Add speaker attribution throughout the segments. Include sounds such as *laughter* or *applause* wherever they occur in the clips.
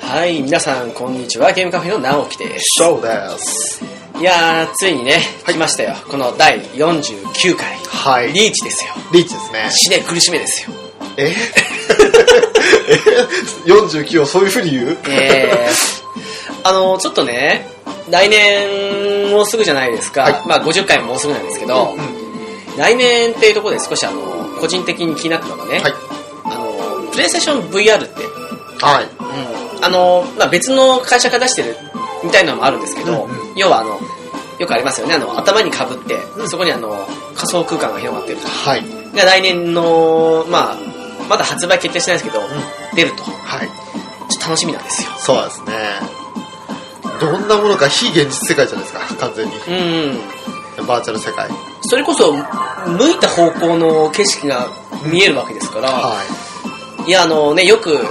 Speaker 1: はい、皆さん、こんにちは。ゲームカフェの直樹です。
Speaker 2: そうです。
Speaker 1: いやー、ついにね、来ましたよ。この第49回。
Speaker 2: はい。リ
Speaker 1: リーチですよ。
Speaker 2: リーチですね。
Speaker 1: 死ね苦しめですよ。
Speaker 2: *laughs* ええ ?49 をそういうふうに言う
Speaker 1: えー、あの、ちょっとね、来年もうすぐじゃないですか。
Speaker 2: はい
Speaker 1: まあ、50回ももうすぐなんですけど、来年っていうところで少しあの、個人的に気になったのがね、
Speaker 2: はい。
Speaker 1: あの、プレイステーション VR って、
Speaker 2: はい。
Speaker 1: あの、まあ、別の会社が出してるみたいなのもあるんですけど、
Speaker 2: うんう
Speaker 1: 要はあの、よくありますよね、あの、頭にかぶって、そこにあの、仮想空間が広がってると。
Speaker 2: はい。
Speaker 1: が来年の、まあ、まだ発売決定してないですけど、出ると。ちょ
Speaker 2: はい。
Speaker 1: っと楽しみなんですよ。
Speaker 2: そうですね。どんなものか非現実世界じゃないですか、完全に。
Speaker 1: うん。
Speaker 2: バーチャル世界。
Speaker 1: それこそ、向いた方向の景色が見えるわけですから、
Speaker 2: はい
Speaker 1: や、あのね、よく、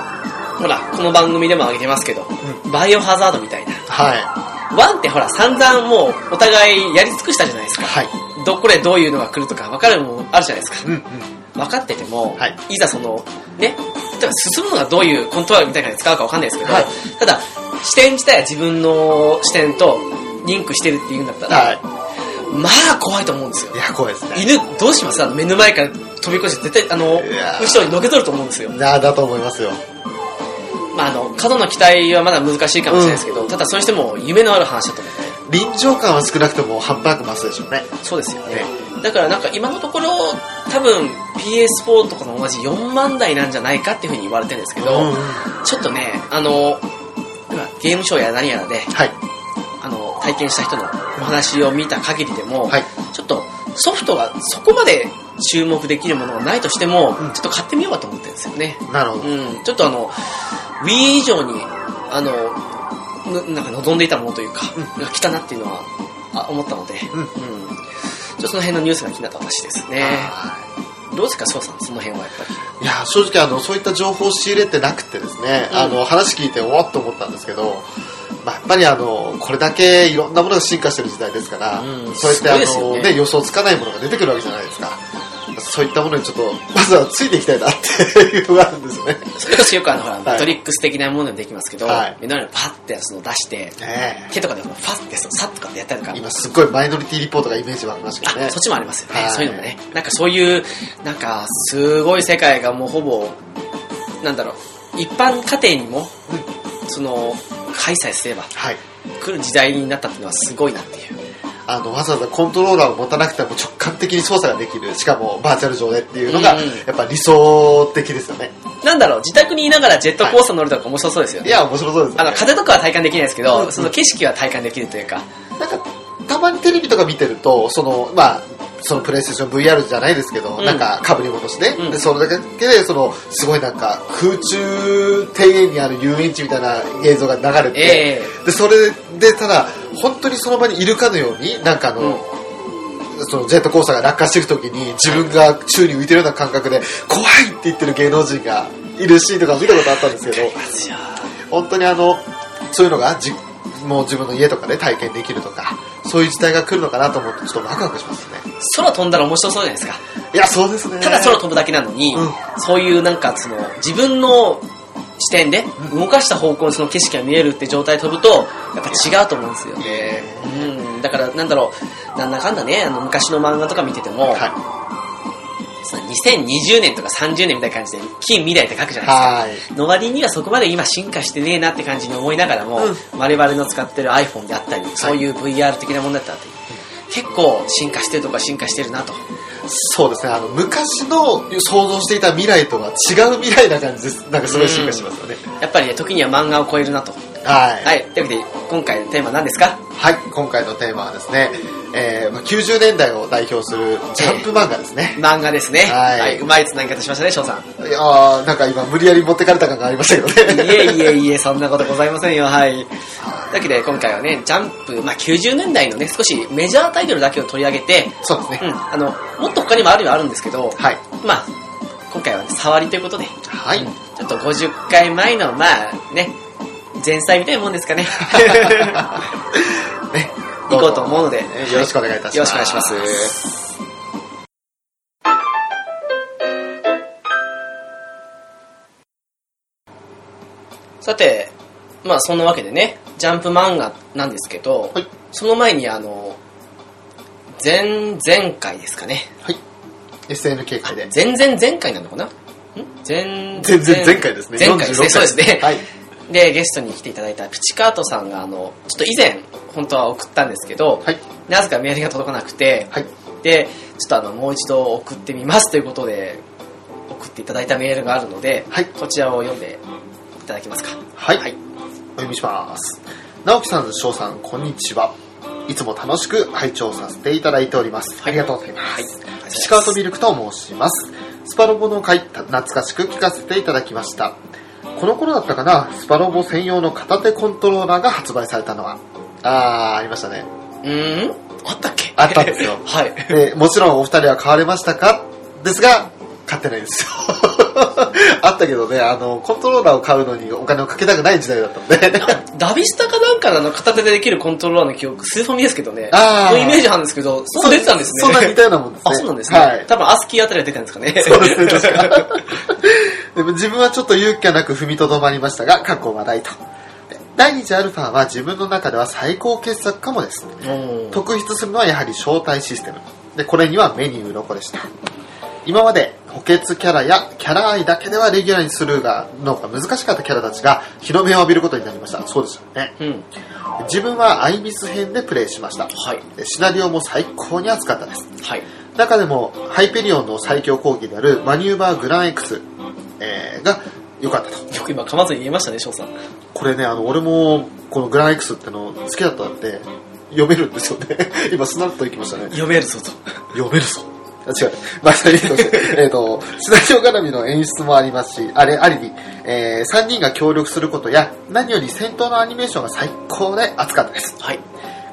Speaker 1: ほら、この番組でも上げてますけど、バイオハザードみたいな。
Speaker 2: い。は
Speaker 1: ワンってほら、散々もう、お互いやり尽くしたじゃないです
Speaker 2: い。
Speaker 1: か。
Speaker 2: はい。
Speaker 1: どこでどういうのが来るとか分かるもんあるじゃないですか
Speaker 2: うんうん。
Speaker 1: 分かってても、
Speaker 2: はい
Speaker 1: い、ざそのね例えば進むのがどういうコントローラーみたいなのに使うか分かんないですけど、
Speaker 2: はい
Speaker 1: ただ視点自体は自分の視点とリンクしてるっていうんだったら、
Speaker 2: は
Speaker 1: まあ怖いと思うんですよ
Speaker 2: い。いや、怖いですね。
Speaker 1: 犬どうしますあの目の前から飛び越して絶対あの後
Speaker 2: いやー
Speaker 1: ろにのけとると思うんですよ、
Speaker 2: なあ、だと思いますよ。
Speaker 1: まあ、あの過度の期待はまだ難しいかもしれないですけど、ただそれにしても夢のある話だと思う
Speaker 2: 臨場感は少なくとも半端なく増すでしょうね。
Speaker 1: そうですよね
Speaker 2: ね
Speaker 1: だからなんか今のところ多分 PS4 とかの同じ4万台なんじゃないかっていうふうに言われてるんですけど、
Speaker 2: うんうん
Speaker 1: ちょっとねあの今ゲームショーや何やらで
Speaker 2: はい。
Speaker 1: あの体験した人のお話を見た限りでも、
Speaker 2: はい。
Speaker 1: ちょっとソフトがそこまで注目できるものがないとしても、
Speaker 2: うん
Speaker 1: ちょっと買ってみようかと思ってるんですよね、
Speaker 2: なるほど。
Speaker 1: うん、ちょっとあの Wii 以上にあのぬなんか望んでいたものというか、が来たなっていうのはあ思ったので、
Speaker 2: うん
Speaker 1: うん、ちょっとその辺のニュースが気になった私ですね
Speaker 2: はい
Speaker 1: どうですか翔さんその辺はやっぱり
Speaker 2: いや正直あのそういった情報を仕入れてなくてですね、
Speaker 1: うん
Speaker 2: あの話聞いておわっと思ったんですけど、まあ、やっぱりあのこれだけいろんなものが進化してる時代ですから、
Speaker 1: うん
Speaker 2: そうやって
Speaker 1: すご
Speaker 2: あの、
Speaker 1: いですよね
Speaker 2: ね予想つかないものが出てくるわけじゃないですかそういったものにちょっとまずはついていきたいなっていうのがあるんですよね。
Speaker 1: それこそよくあのほら、
Speaker 2: はい
Speaker 1: トリックス的なものでできますけど、
Speaker 2: はい
Speaker 1: 目の前にパッてその出して
Speaker 2: ね
Speaker 1: 手とかでもファッてそのサッとかってやったりとか
Speaker 2: え今すっごいマイノリティリポートがイメージ湧きましたけどね
Speaker 1: あそっちもありますよね、
Speaker 2: はい
Speaker 1: そういうのもねなんかそういうなんかすごい世界がもうほぼなんだろう一般家庭にも、その開催すれば
Speaker 2: はい
Speaker 1: 来る時代になったっていうのはすごいなっていう
Speaker 2: あのわざわざコントローラーを持たなくても直感的に操作ができるしかもバーチャル上でっていうのが
Speaker 1: うん
Speaker 2: やっぱ理想的ですよね、
Speaker 1: なんだろう自宅にいながらジェットコースター乗るとか面白そうですよ
Speaker 2: い
Speaker 1: ね、
Speaker 2: や面白そうです
Speaker 1: あ
Speaker 2: よね
Speaker 1: の風とかは体感できないですけど、
Speaker 2: うん
Speaker 1: その景色は体感できるというか、
Speaker 2: なんか、たまにテレビとか見てると、その、まあ、そのプレイステーション VR じゃないですけど、
Speaker 1: うん
Speaker 2: なんか、かぶり戻しね。
Speaker 1: うん
Speaker 2: でそれだけで、その、すごいなんか、空中庭園にある遊園地みたいな映像が流れて、
Speaker 1: え
Speaker 2: で、それで、ただ、本当にその場にいるかのように、なんかあの、
Speaker 1: うん
Speaker 2: そのジェットコースターが落下していくときに自分が宙に浮いてるような感覚で怖いって言ってる芸能人がいるシーンとか見たことあったんですけど
Speaker 1: じゃあ
Speaker 2: 本当にあのそういうのがじもう自分の家とかで体験できるとかそういう時代が来るのかなと思ってちょっとワクワクしますね
Speaker 1: 空飛んだら面白そうじゃないですか
Speaker 2: いやそうですね
Speaker 1: ただ空飛ぶだけなのに、
Speaker 2: うん
Speaker 1: そういうなんかその自分の視点で動かした方向にその景色が見えるって状態で飛ぶとやっぱ違うと思うんですよ、
Speaker 2: え
Speaker 1: うん、だからなんだろうなんだかんだねあの昔の漫画とか見てて
Speaker 2: ー
Speaker 1: も、
Speaker 2: は
Speaker 1: その2020年とか30年みたいな感じで近未来って書くじ
Speaker 2: い
Speaker 1: ゃないですか
Speaker 2: は
Speaker 1: の割にはそこまで今進化してねえなって感じに思いながらも、
Speaker 2: う
Speaker 1: 我々の使ってる iPhone であったり、そういう VR 的なものだったり、結構進化してるとか進化してるなと
Speaker 2: いそうですねあの昔の想像していた未来とは違う未来な感じですなんかすごい進化しますよね、
Speaker 1: やっぱりね時には漫画を超えるなと
Speaker 2: はい
Speaker 1: はい、というわけで今回のテーマは何ですか
Speaker 2: はい、今回のテーマはですね、えーまあ、90年代を代表するジャンプ漫画ですね、
Speaker 1: 漫画ですね。は、
Speaker 2: はいいう
Speaker 1: まいつなぎ方しましたね、翔さん。
Speaker 2: いやーなんか今無理やり持ってかれた感がありましたけど
Speaker 1: い
Speaker 2: ね
Speaker 1: えいえいえ、そんなことございませんよ、はい。というわけで今回はね、ジャンプ、まあ90年代のね、少しメジャータイトルだけを取り上げて、
Speaker 2: *laughs* そうですね、
Speaker 1: うん、あの、もっと他にもあるはあるんですけど、
Speaker 2: はい
Speaker 1: まあ、今回は、ね、触りということで、
Speaker 2: はい、
Speaker 1: *laughs* ちょっと50回前の、まあね、前菜みたいなもんですか *laughs* ね。
Speaker 2: ね、
Speaker 1: 行こうと思うので、
Speaker 2: えーよろしくお願いいたします。
Speaker 1: よろしくお願いしますさて、まあそんなわけでね、ジャンプ漫画なんですけど、
Speaker 2: はい
Speaker 1: その前にあの、前々回ですかね。
Speaker 2: はい SNK 会で
Speaker 1: 前々前回なのかなん前
Speaker 2: 全然前回ですね
Speaker 1: 前回ですね。そうですね。
Speaker 2: はい
Speaker 1: で、ゲストに来ていただいたプチカートさんが、あの、ちょっと以前、本当は送ったんですけど、
Speaker 2: はい
Speaker 1: なぜかメールが届かなくて、
Speaker 2: はい
Speaker 1: で、ちょっとあの、もう一度送ってみますということで、送っていただいたメールがあるので、
Speaker 2: はい
Speaker 1: こちらを読んでいただけますか。
Speaker 2: はい
Speaker 1: はい。
Speaker 2: お読みします直樹さん翔さんこんにちはいつも楽しく拝聴させていただいております、
Speaker 1: はい
Speaker 2: ありがとうございます、
Speaker 1: はい。
Speaker 2: ピチカートミルクと申します。スパロボの回、懐かしく聞かせていただきました。この頃だったかな、スパロボ専用の片手コントローラーが発売されたのは。あー、ありましたね。
Speaker 1: うーんあったっけ
Speaker 2: あったんですよ
Speaker 1: *laughs* はい。
Speaker 2: で、もちろんお二人は買われましたかですが、買ってないですよ。 *laughs* あったけどね、あの、コントローラーを買うのにお金をかけたくない時代だったので。
Speaker 1: ダビスタかなんかのあの片手でできるコントローラーの記憶、スーファミですけどね。
Speaker 2: あー
Speaker 1: のイメージなんですけど、 *laughs* そう出てたんですね。
Speaker 2: そんな似たようなもんですね。
Speaker 1: *laughs* あ、そうなんですね。
Speaker 2: はい。 *laughs*
Speaker 1: 多分アスキーあたりは出てたんですかね。
Speaker 2: そうです
Speaker 1: *laughs*
Speaker 2: ね、確か。でも自分はちょっと勇気がなく踏みとどまりましたが、過去話題と。で第2次アルファは自分の中では最高傑作かもです。
Speaker 1: おー
Speaker 2: 特筆するのはやはり招待システム。で、これには目に鱗でした。今まで補欠キャラやキャラ愛だけではレギュラーにするがのが難しかったキャラたちが日の目を浴びることになりました。そうですよね。
Speaker 1: うん。
Speaker 2: 自分はアイミス編でプレイしました。
Speaker 1: はい。
Speaker 2: でシナリオも最高に熱かったです。
Speaker 1: はい。
Speaker 2: 中でもハイペリオンの最強講義であるマニューバーグラン X、えーが良かったと
Speaker 1: よく今噛まずに言えましたね、翔さん。
Speaker 2: これねあの俺もこのグラン X っての好きだったんで読めるんですよね *laughs* 今スナッと行きましたね
Speaker 1: 読めるぞと。
Speaker 2: 読めるぞあ違う。まあ、それいいとしてえっと、シナリオ絡みの演出もありますし、あれ、ありに、え3人が協力することや、何より戦闘のアニメーションが最高で熱かったです。
Speaker 1: はい。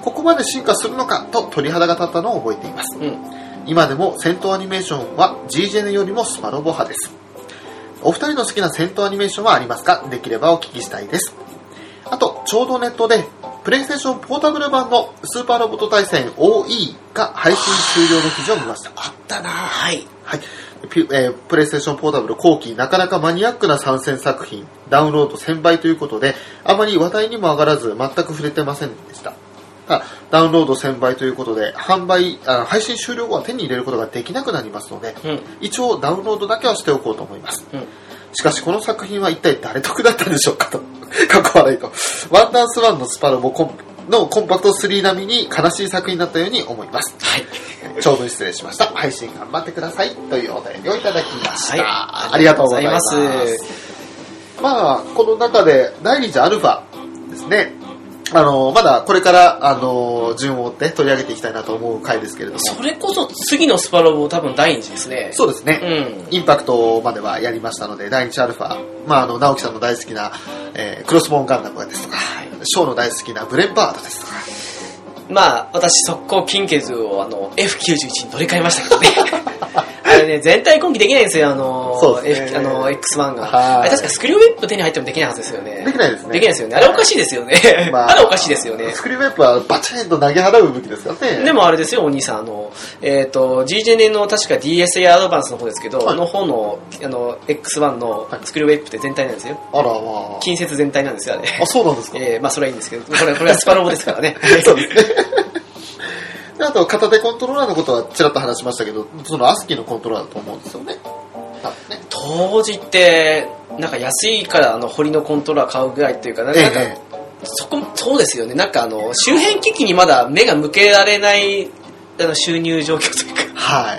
Speaker 2: ここまで進化するのかと鳥肌が立ったのを覚えています。
Speaker 1: うん。
Speaker 2: 今でも戦闘アニメーションは G ジェネよりもスパロボ派ですお二人の好きな戦闘アニメーションはありますかできればお聞きしたいですあとちょうどネットでプレイステーションポータブル版のスーパーロボット対戦 OE が配信終了の記事を見ました
Speaker 1: あったなぁはい。
Speaker 2: はい、ピュえープレイステーションポータブル後期なかなかマニアックな参戦作品ダウンロード1000倍ということであまり話題にも上がらず全く触れてませんでしたあダウンロード1000倍ということで販売あ配信終了後は手に入れることができなくなりますので
Speaker 1: うん。
Speaker 2: 一応ダウンロードだけはしておこうと思います
Speaker 1: うん。
Speaker 2: しかしこの作品は一体誰得だったんでしょうかと *laughs* かっこ悪いとワンダースワンのスパロボコンのコンパクト3並みに悲しい作品だったように思います
Speaker 1: はい。
Speaker 2: ちょうど失礼しました。配信頑張ってくださいというお便りをいただきました。
Speaker 1: はい
Speaker 2: ありがとうございます。
Speaker 1: あり
Speaker 2: ま
Speaker 1: がとうございま
Speaker 2: あ、この中で第2次アルファですね。あの、まだこれから、あの、順を追って取り上げていきたいなと思う回ですけれども。
Speaker 1: それこそ次のスパロボ多分第二次ですね。
Speaker 2: そうですね。
Speaker 1: うん。
Speaker 2: インパクトまではやりましたので、第1アルファ、まあ、あの、直樹さんの大好きな、えークロスボーンガンダムですとか、ショーの大好きなブレンバードですとか、
Speaker 1: *laughs* まあ、私、速攻金欠をあの F91 に乗り換えましたけどね。
Speaker 2: *laughs*
Speaker 1: あれね、全体今期できないんですよ、あの、
Speaker 2: そうですね
Speaker 1: F- あの X1
Speaker 2: はい
Speaker 1: が。あれ確かスクリューウェップ手に入ってもできないはずですよね。
Speaker 2: できないですね。
Speaker 1: できないですよね。あれおかしいですよね。
Speaker 2: まあ
Speaker 1: あ、れおかしいですよ
Speaker 2: *laughs*
Speaker 1: ね
Speaker 2: ス。クリューウェップはバチンと投げ払う武器ですからね。
Speaker 1: でもあれですよ、お兄さん、あの、えっ、と、G ジェネの確か DSA アドバンスの方ですけど、
Speaker 2: はい
Speaker 1: あの方の、あの、X1 の
Speaker 2: はい
Speaker 1: スクリューウェップって全体なんですよ。
Speaker 2: あら、まあ。
Speaker 1: 近接全体なんですよ、あれ。
Speaker 2: あ、そうなんですか。
Speaker 1: えー、まあそれはいいんですけど、これこれはスパロボですからね。
Speaker 2: *laughs* そうですね。であと、片手コントローラーのことはちらっと話しましたけど、そのアスキーのコントローラーだと思うんですよね。多分ね。
Speaker 1: 当時って、なんか安いからあの、堀のコントローラー買うぐらいっていうかな、なんか、
Speaker 2: え
Speaker 1: そこ、そうですよね、なんかあの、周辺機器にまだ目が向けられない、あの、収入状況というか、 *laughs*
Speaker 2: えは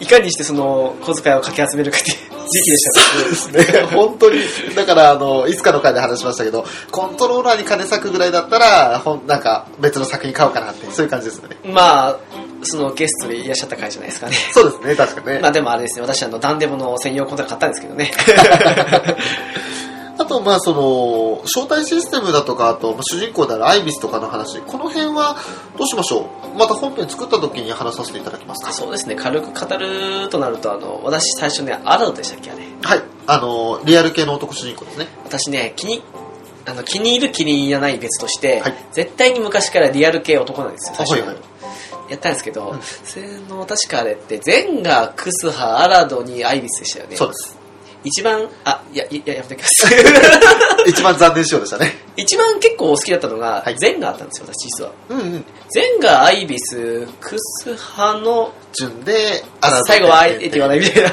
Speaker 2: い。
Speaker 1: いかにしてその、小遣いをかき集めるかっていう *laughs* 時期でしたからね
Speaker 2: そうですね。 *laughs* 本当に、だから、あの、いつかの回で話しましたけど、コントローラーに金咲くぐらいだったら、ほんなんか別の作品買おうかなって、そういう感じですよね。 *laughs*
Speaker 1: まあ、そのゲストでいらっしゃった回じゃないですかね。
Speaker 2: そうですね、確かね。
Speaker 1: まあでもあれですね、私あの、ダンデモの専用コントローラー買ったんですけどね。 *laughs*
Speaker 2: あと、まあ、その、招待システムだとか、あと、まあ主人公であるアイビスとかの話、この辺は、どうしましょうまた本編作った時に話させていただきますか
Speaker 1: そうですね、軽く語るとなると、あの、私最初ね、アラドでしたっけ、あれ。
Speaker 2: はい。あの、リアル系の男主人公ですね。
Speaker 1: 私ね、気に、あの、気に入る気に入らない別として、
Speaker 2: はい
Speaker 1: 絶対に昔からリアル系男なんですよ、最初
Speaker 2: はいはい
Speaker 1: やったんですけど、その、確かあれって、ゼンガ、クスハ、アラドにアイビスでしたよね。
Speaker 2: そうです。
Speaker 1: 一番、あ、いや、いいや、やめとき
Speaker 2: *laughs*
Speaker 1: ます。
Speaker 2: 一番残念仕様でしたね。
Speaker 1: 一番結構好きだったのが、
Speaker 2: はい
Speaker 1: ゼンガーだったんですよ、私実は。
Speaker 2: うんうん。
Speaker 1: ゼンガー、アイビス、クスハの、
Speaker 2: 順で、。
Speaker 1: 最後はあえて言わないいみたいな。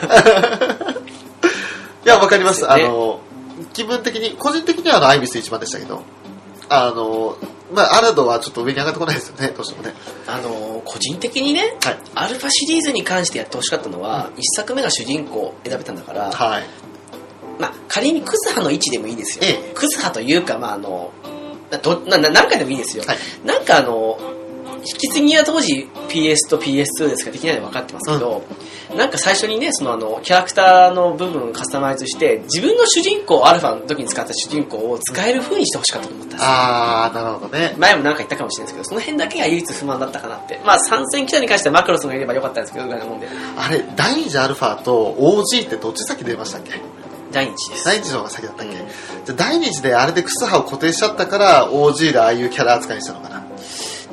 Speaker 1: *laughs*
Speaker 2: いや、わかります。あ
Speaker 1: です
Speaker 2: の、気分的に、個人的にはあの、アイビス一番でしたけど、あの、まあ、アラドはちょっと上に上がってこないですよね、どうしてもね。
Speaker 1: あのー個人的にね、
Speaker 2: はい。
Speaker 1: アルファシリーズに関してやってほしかったのは、一作目が主人公を選べたんだから、
Speaker 2: はい。
Speaker 1: まあ、仮にクズハの位置でもいいんですよ。
Speaker 2: え
Speaker 1: クズハというか、まあ、あの、などなな何回でもいいんですよ。
Speaker 2: はい
Speaker 1: なんかあの、引き継ぎは当時 PS と PS2 でしかできないの分かってますけど、なんか最初にね、そのあの、キャラクターの部分をカスタマイズして、自分の主人公、アルファの時に使った主人公を使える風にしてほしかったと思ったんですよ
Speaker 2: あー、なるほどね。
Speaker 1: 前もなんか言ったかもしれないですけど、その辺だけが唯一不満だったかなって。まあ、参戦記者に関してはマクロスがいればよかったんですけど、ぐらいなもんで。
Speaker 2: あれ、第二次アルファと OG ってどっち先出ましたっけ
Speaker 1: 第一です。
Speaker 2: 第一次の方が先だったっけ、じゃあ第二次であれでクスハを固定しちゃったから OG でああいうキャラ扱いにしたのかな。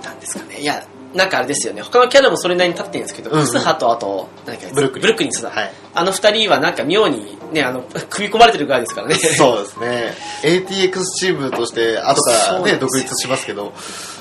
Speaker 1: なんですかね。いや、なんかあれですよね。他のキャラもそれなりに立ってるんですけど、
Speaker 2: うんうん
Speaker 1: クスハとあと、何だっけ
Speaker 2: ブルックリン
Speaker 1: ブルックリンさん。
Speaker 2: はい。
Speaker 1: あの二人はなんか妙にね、あの、 *laughs* 組み込まれてるぐらいですから
Speaker 2: *laughs*
Speaker 1: ね。
Speaker 2: そうですね。ATX チームとして後から
Speaker 1: そう
Speaker 2: ね、
Speaker 1: なんですよね
Speaker 2: 独立しますけど、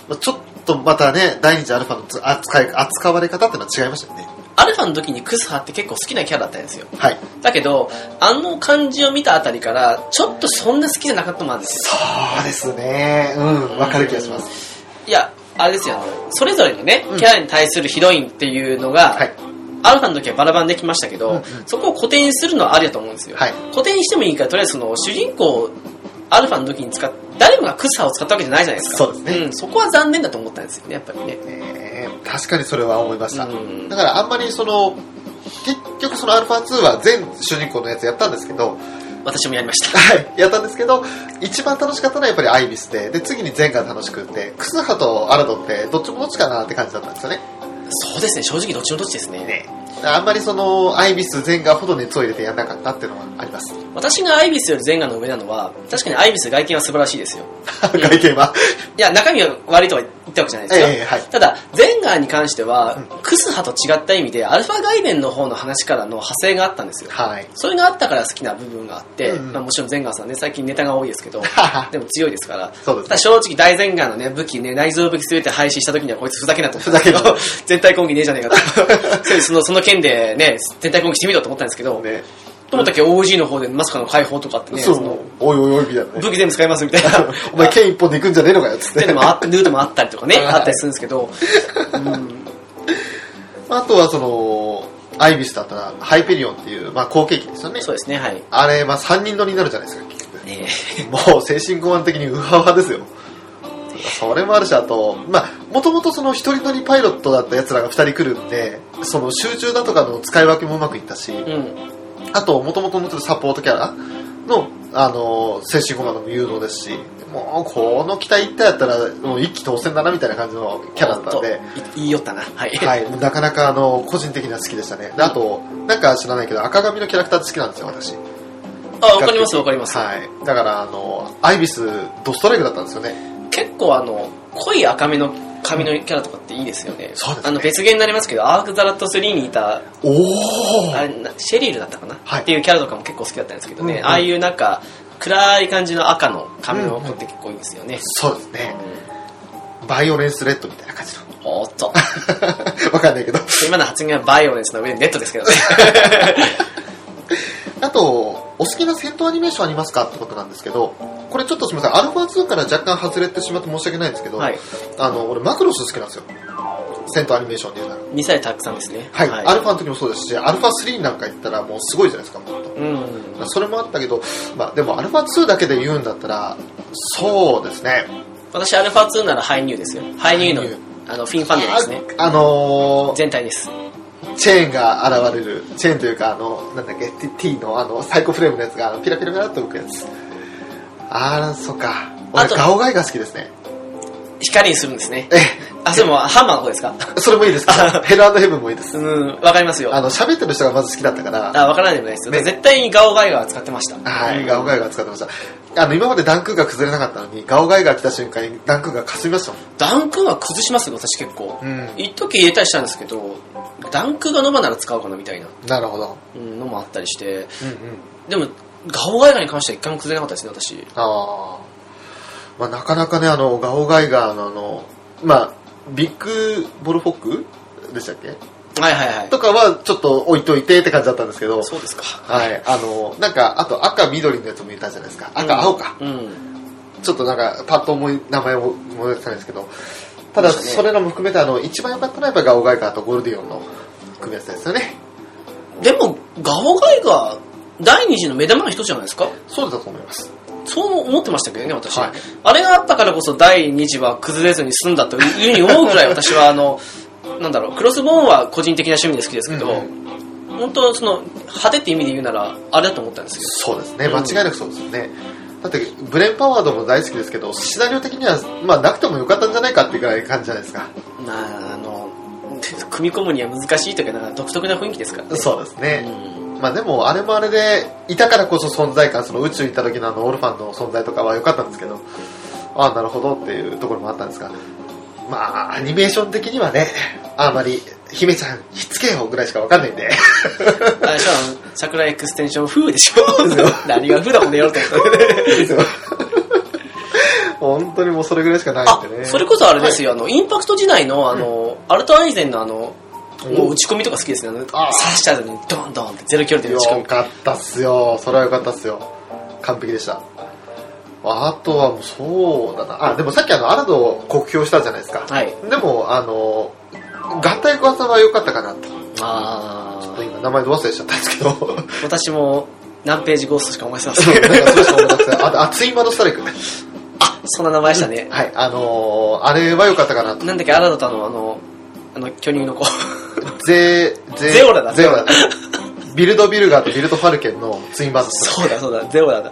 Speaker 2: まあちょっとまたね、第二次アルファのつ扱い、扱われ方ってのは違いましたよね。
Speaker 1: アルファの時にクスハって結構好きなキャラだったんですよ。
Speaker 2: はい。
Speaker 1: だけど、あの感じを見たあたりから、ちょっとそんな好きじゃなかったもんなんですよ。
Speaker 2: そうですね。うん、わかる気がします。
Speaker 1: いや、あれですよ、あのそれぞれのね
Speaker 2: うん、
Speaker 1: キャラに対するヒロインっていうのが、
Speaker 2: はい。
Speaker 1: アルファの時はバラバラにできましたけど、
Speaker 2: うんうん
Speaker 1: そこを固定にするのはありだと思うんですよ、
Speaker 2: はい
Speaker 1: 固定にしてもいいからとりあえずその主人公をアルファの時に使っ誰もがクサを使ったわけじゃないじゃないですか
Speaker 2: そうですね
Speaker 1: ん、そこは残念だと思ったんですよねやっぱりね
Speaker 2: えー確かにそれは思いました。
Speaker 1: うん
Speaker 2: だからあんまりその、結局その α2 は全主人公のやつやったんですけど、
Speaker 1: 私もやりました
Speaker 2: はい、やったんですけど、一番楽しかったのはやっぱりアイビスで、で、次にゼンが楽しくって、クスハとアラドってどっちもどっちかなって感じだったんですよね。
Speaker 1: そうですね正直どっちもどっちですね
Speaker 2: あんまりその、アイビス、ゼンガーほど熱を入れてやんなかったっていうのはあります。
Speaker 1: 私がアイビスよりゼンガの上なのは確かにアイビス外見は素晴らしいですよ
Speaker 2: 外見は。
Speaker 1: いや中身が悪いとは言ったわけじゃないですか、
Speaker 2: ええ、はい。
Speaker 1: ただ、ゼンガーに関しては、クスハと違った意味で、アルファ外伝の方の話からの派生があったんですよ。
Speaker 2: はい。
Speaker 1: それがあったから好きな部分があって、
Speaker 2: うんうん
Speaker 1: まあ、もちろんゼンガーさんね、最近ネタが多いですけど、でも強いですから。
Speaker 2: そうです
Speaker 1: ただ正直大ゼンガーのね、武器ね、内臓武器すべて廃止した時にはこいつふざけんなと思ったんですけど、 *laughs* 全体攻撃ねえじゃね
Speaker 2: *laughs*
Speaker 1: えかと。それでその、その件でね、全体攻撃してみろと思ったんですけど、
Speaker 2: ね。
Speaker 1: と思ったっけ OG の方でまさかの解放とかあってね、
Speaker 2: そ
Speaker 1: の
Speaker 2: う、おいおいおいみたいなね。
Speaker 1: 武器全部使いますみたいな。
Speaker 2: *laughs* お前剣一本で行くんじゃねえのかよ、つっ *laughs*
Speaker 1: で
Speaker 2: て。
Speaker 1: でもあルートもあったりとかね、
Speaker 2: はい
Speaker 1: あったりするんですけど、うん、
Speaker 2: あとはその、アイビスだったら、ハイペリオンっていう、まあ、後継機ですよね。
Speaker 1: そうですね、はい。
Speaker 2: あれ、まあ、三人乗りになるじゃないですか、結局。
Speaker 1: ね
Speaker 2: もう精神不安的にウハウハですよ。それもあるし、あと、まあ、もともとその一人乗りパイロットだった奴らが二人来るんで、その集中だとかの使い分けもうまくいったし、
Speaker 1: えうん、
Speaker 2: あと、もともと持ってるサポートキャラの、あの、精神コマンドも誘導ですし、もう、この機体一体やったら、もう一気当選だなみたいな感じのキャラだったんで、
Speaker 1: ほとい言いよったな、はい。
Speaker 2: はい、なかなか、あの、個人的には好きでしたね。であと、なんか知らないけど、赤髪のキャラクターって好きなんですよ、私。
Speaker 1: あ、わかりますわかります。
Speaker 2: はい。だから、あの、アイビス、ドストライクだったんですよね。
Speaker 1: 結構あの濃い赤目の髪のキャラとかっていいですよね
Speaker 2: そうですね
Speaker 1: あの別ゲーになりますけどアーク・ザ・ラット3にいた
Speaker 2: お
Speaker 1: あ
Speaker 2: お
Speaker 1: れなシェリールだったかな、
Speaker 2: はい
Speaker 1: っていうキャラとかも結構好きだったんですけどね、
Speaker 2: うんうん
Speaker 1: ああいうなんか暗い感じの赤の髪の子って結構いいですよね、
Speaker 2: そうです
Speaker 1: う
Speaker 2: ね
Speaker 1: ん
Speaker 2: バイオレンスレッドみたいな感じ
Speaker 1: おーっと
Speaker 2: の *laughs* わかんないけど
Speaker 1: 今の発言はバイオレンスの上でネットですけどね
Speaker 2: あとお好きな戦闘アニメーションありますかってことなんですけどこれちょっとすみませんアルファ2から若干外れてしまって申し訳ないんですけ
Speaker 1: *laughs*
Speaker 2: ど、
Speaker 1: はい
Speaker 2: あの俺マクロス好きなんですよ戦闘アニメーションで言うなら
Speaker 1: 2歳たくさんですね
Speaker 2: はい、アルファの時もそうですしアルファ3なんか行ったらもうすごいじゃないですかもう
Speaker 1: うん
Speaker 2: それもあったけど、まあ、でもアルファ2だけで言うんだったらそうですね
Speaker 1: 私アルファ2ならハイニューですよハイニュ
Speaker 2: ハイ
Speaker 1: ー
Speaker 2: ニュ
Speaker 1: のあのフィンファンデですね
Speaker 2: ああのー、
Speaker 1: 全体です
Speaker 2: チェーンが現れる、チェーンというか、あの、なんだっけ、T- T のあの、サイコフレームのやつが、あのピラピラピラっと浮くやつ。あー、そっか。俺、
Speaker 1: あと
Speaker 2: ガオガイが好きですね。
Speaker 1: 光にするんですね
Speaker 2: え、
Speaker 1: あそれもハンマーの方ですか
Speaker 2: それもいいですかヘルヘブンもいいで
Speaker 1: *laughs*
Speaker 2: す。
Speaker 1: うんわかりますよ
Speaker 2: あの、喋ってる人がまず好きだったから、
Speaker 1: あ、わからないでもないですよ。
Speaker 2: ね
Speaker 1: 絶対にガオガイガーは使ってました。
Speaker 2: はい、ガオガイが使ってました。あの、今までダンクーが崩れなかったのに、ガオガイが来た瞬間にダンクーが霞みましたもん。
Speaker 1: ダンクは崩しますよ、私結構。
Speaker 2: うん
Speaker 1: 一時入れたりしたんですけど、ダンクがノバなら使おうかなみたいな
Speaker 2: なるほど。
Speaker 1: うんのもあったりして、
Speaker 2: うんうん。
Speaker 1: でもガオガイガーに関しては一回も崩れなかったですね私
Speaker 2: あー、まあ、なかなかね、あの、ガオガイガーのあの、まあ、ビッグボルフォックでしたっけ
Speaker 1: はいはいはい
Speaker 2: とかはちょっと置いといてって感じだったんですけど、
Speaker 1: そうですか
Speaker 2: はい、あの、なんか、あと赤、緑のやつもいたじゃないですか。赤、青か。
Speaker 1: うん
Speaker 2: ちょっとなんか、パッと思い、名前を思い出せないんですけど、ただ、
Speaker 1: そうですね
Speaker 2: それらも含めて、あの、一番良かったのはやっぱガオガイガーとゴールディオンの組み合わせですよね。
Speaker 1: でもガオガイガー第二次の目玉の一つじゃないですか
Speaker 2: そうだと思います。
Speaker 1: そう思ってましたけどね私、
Speaker 2: はい
Speaker 1: あれがあったからこそ第二次は崩れずに済んだというふうに思うくらい私はあの *laughs* なんだろうクロスボーンは個人的な趣味で好きですけど、
Speaker 2: うん
Speaker 1: 本当その派手って意味で言うならあれだと思ったんですけど
Speaker 2: そうですね、間違いなくそうですよね。だって、ブレンパワードも大好きですけど、シナリオ的には、まあ、なくてもよかったんじゃないかっていうぐらい感じじゃないですか。
Speaker 1: まああの *laughs* 組み込むには難しいというかなんか独特な雰囲気ですからね
Speaker 2: そうですね。
Speaker 1: うん
Speaker 2: まあでも、あれもあれで、いたからこそ存在感、その宇宙行った時のあのオルファンの存在とかは良かったんですけど、ああ、なるほどっていうところもあったんですが、まあ、アニメーション的にはね、あんまり、姫ちゃん、ひっつけよぐらいしかわかんないんで、 *laughs*
Speaker 1: あれしかも桜エクステンション風でし
Speaker 2: *laughs*
Speaker 1: ょ何が風だもんねよって
Speaker 2: 本当にもうそれぐらいしかない
Speaker 1: あ
Speaker 2: んでね。
Speaker 1: それこそあれですよ、あのインパクト時代のあの、アルトアイゼンのあの
Speaker 2: うん
Speaker 1: もう打ち込みとか好きですねあの刺
Speaker 2: あー
Speaker 1: した後にドンドンってゼロキロで打
Speaker 2: よ
Speaker 1: ち込み
Speaker 2: かったっすよ。それはよかったっすよ。完璧でした。あとはもうそうだな。あ、でもさっきあの、アラドを酷評したじゃないですか。
Speaker 1: はい
Speaker 2: でも、あの、合体小技は良かったかなと。
Speaker 1: あー
Speaker 2: 今、名前ど忘れしちゃったんですけど。
Speaker 1: 私も何ページゴーストしか思いつかな
Speaker 2: そう
Speaker 1: い *laughs*
Speaker 2: なんかそれしか思い出せない *laughs* あと、熱い魔のストライク。は
Speaker 1: あそんな名前でしたね、
Speaker 2: い、あのーあれは良かったかなと。
Speaker 1: なんだっけあなたのあのあの巨乳の子
Speaker 2: ゼ、ゼ
Speaker 1: ゼオラだ
Speaker 2: ゼオラだ。ビルドビルガーとビルドファルケンのツインバード
Speaker 1: *laughs* そうだそうだゼオラだ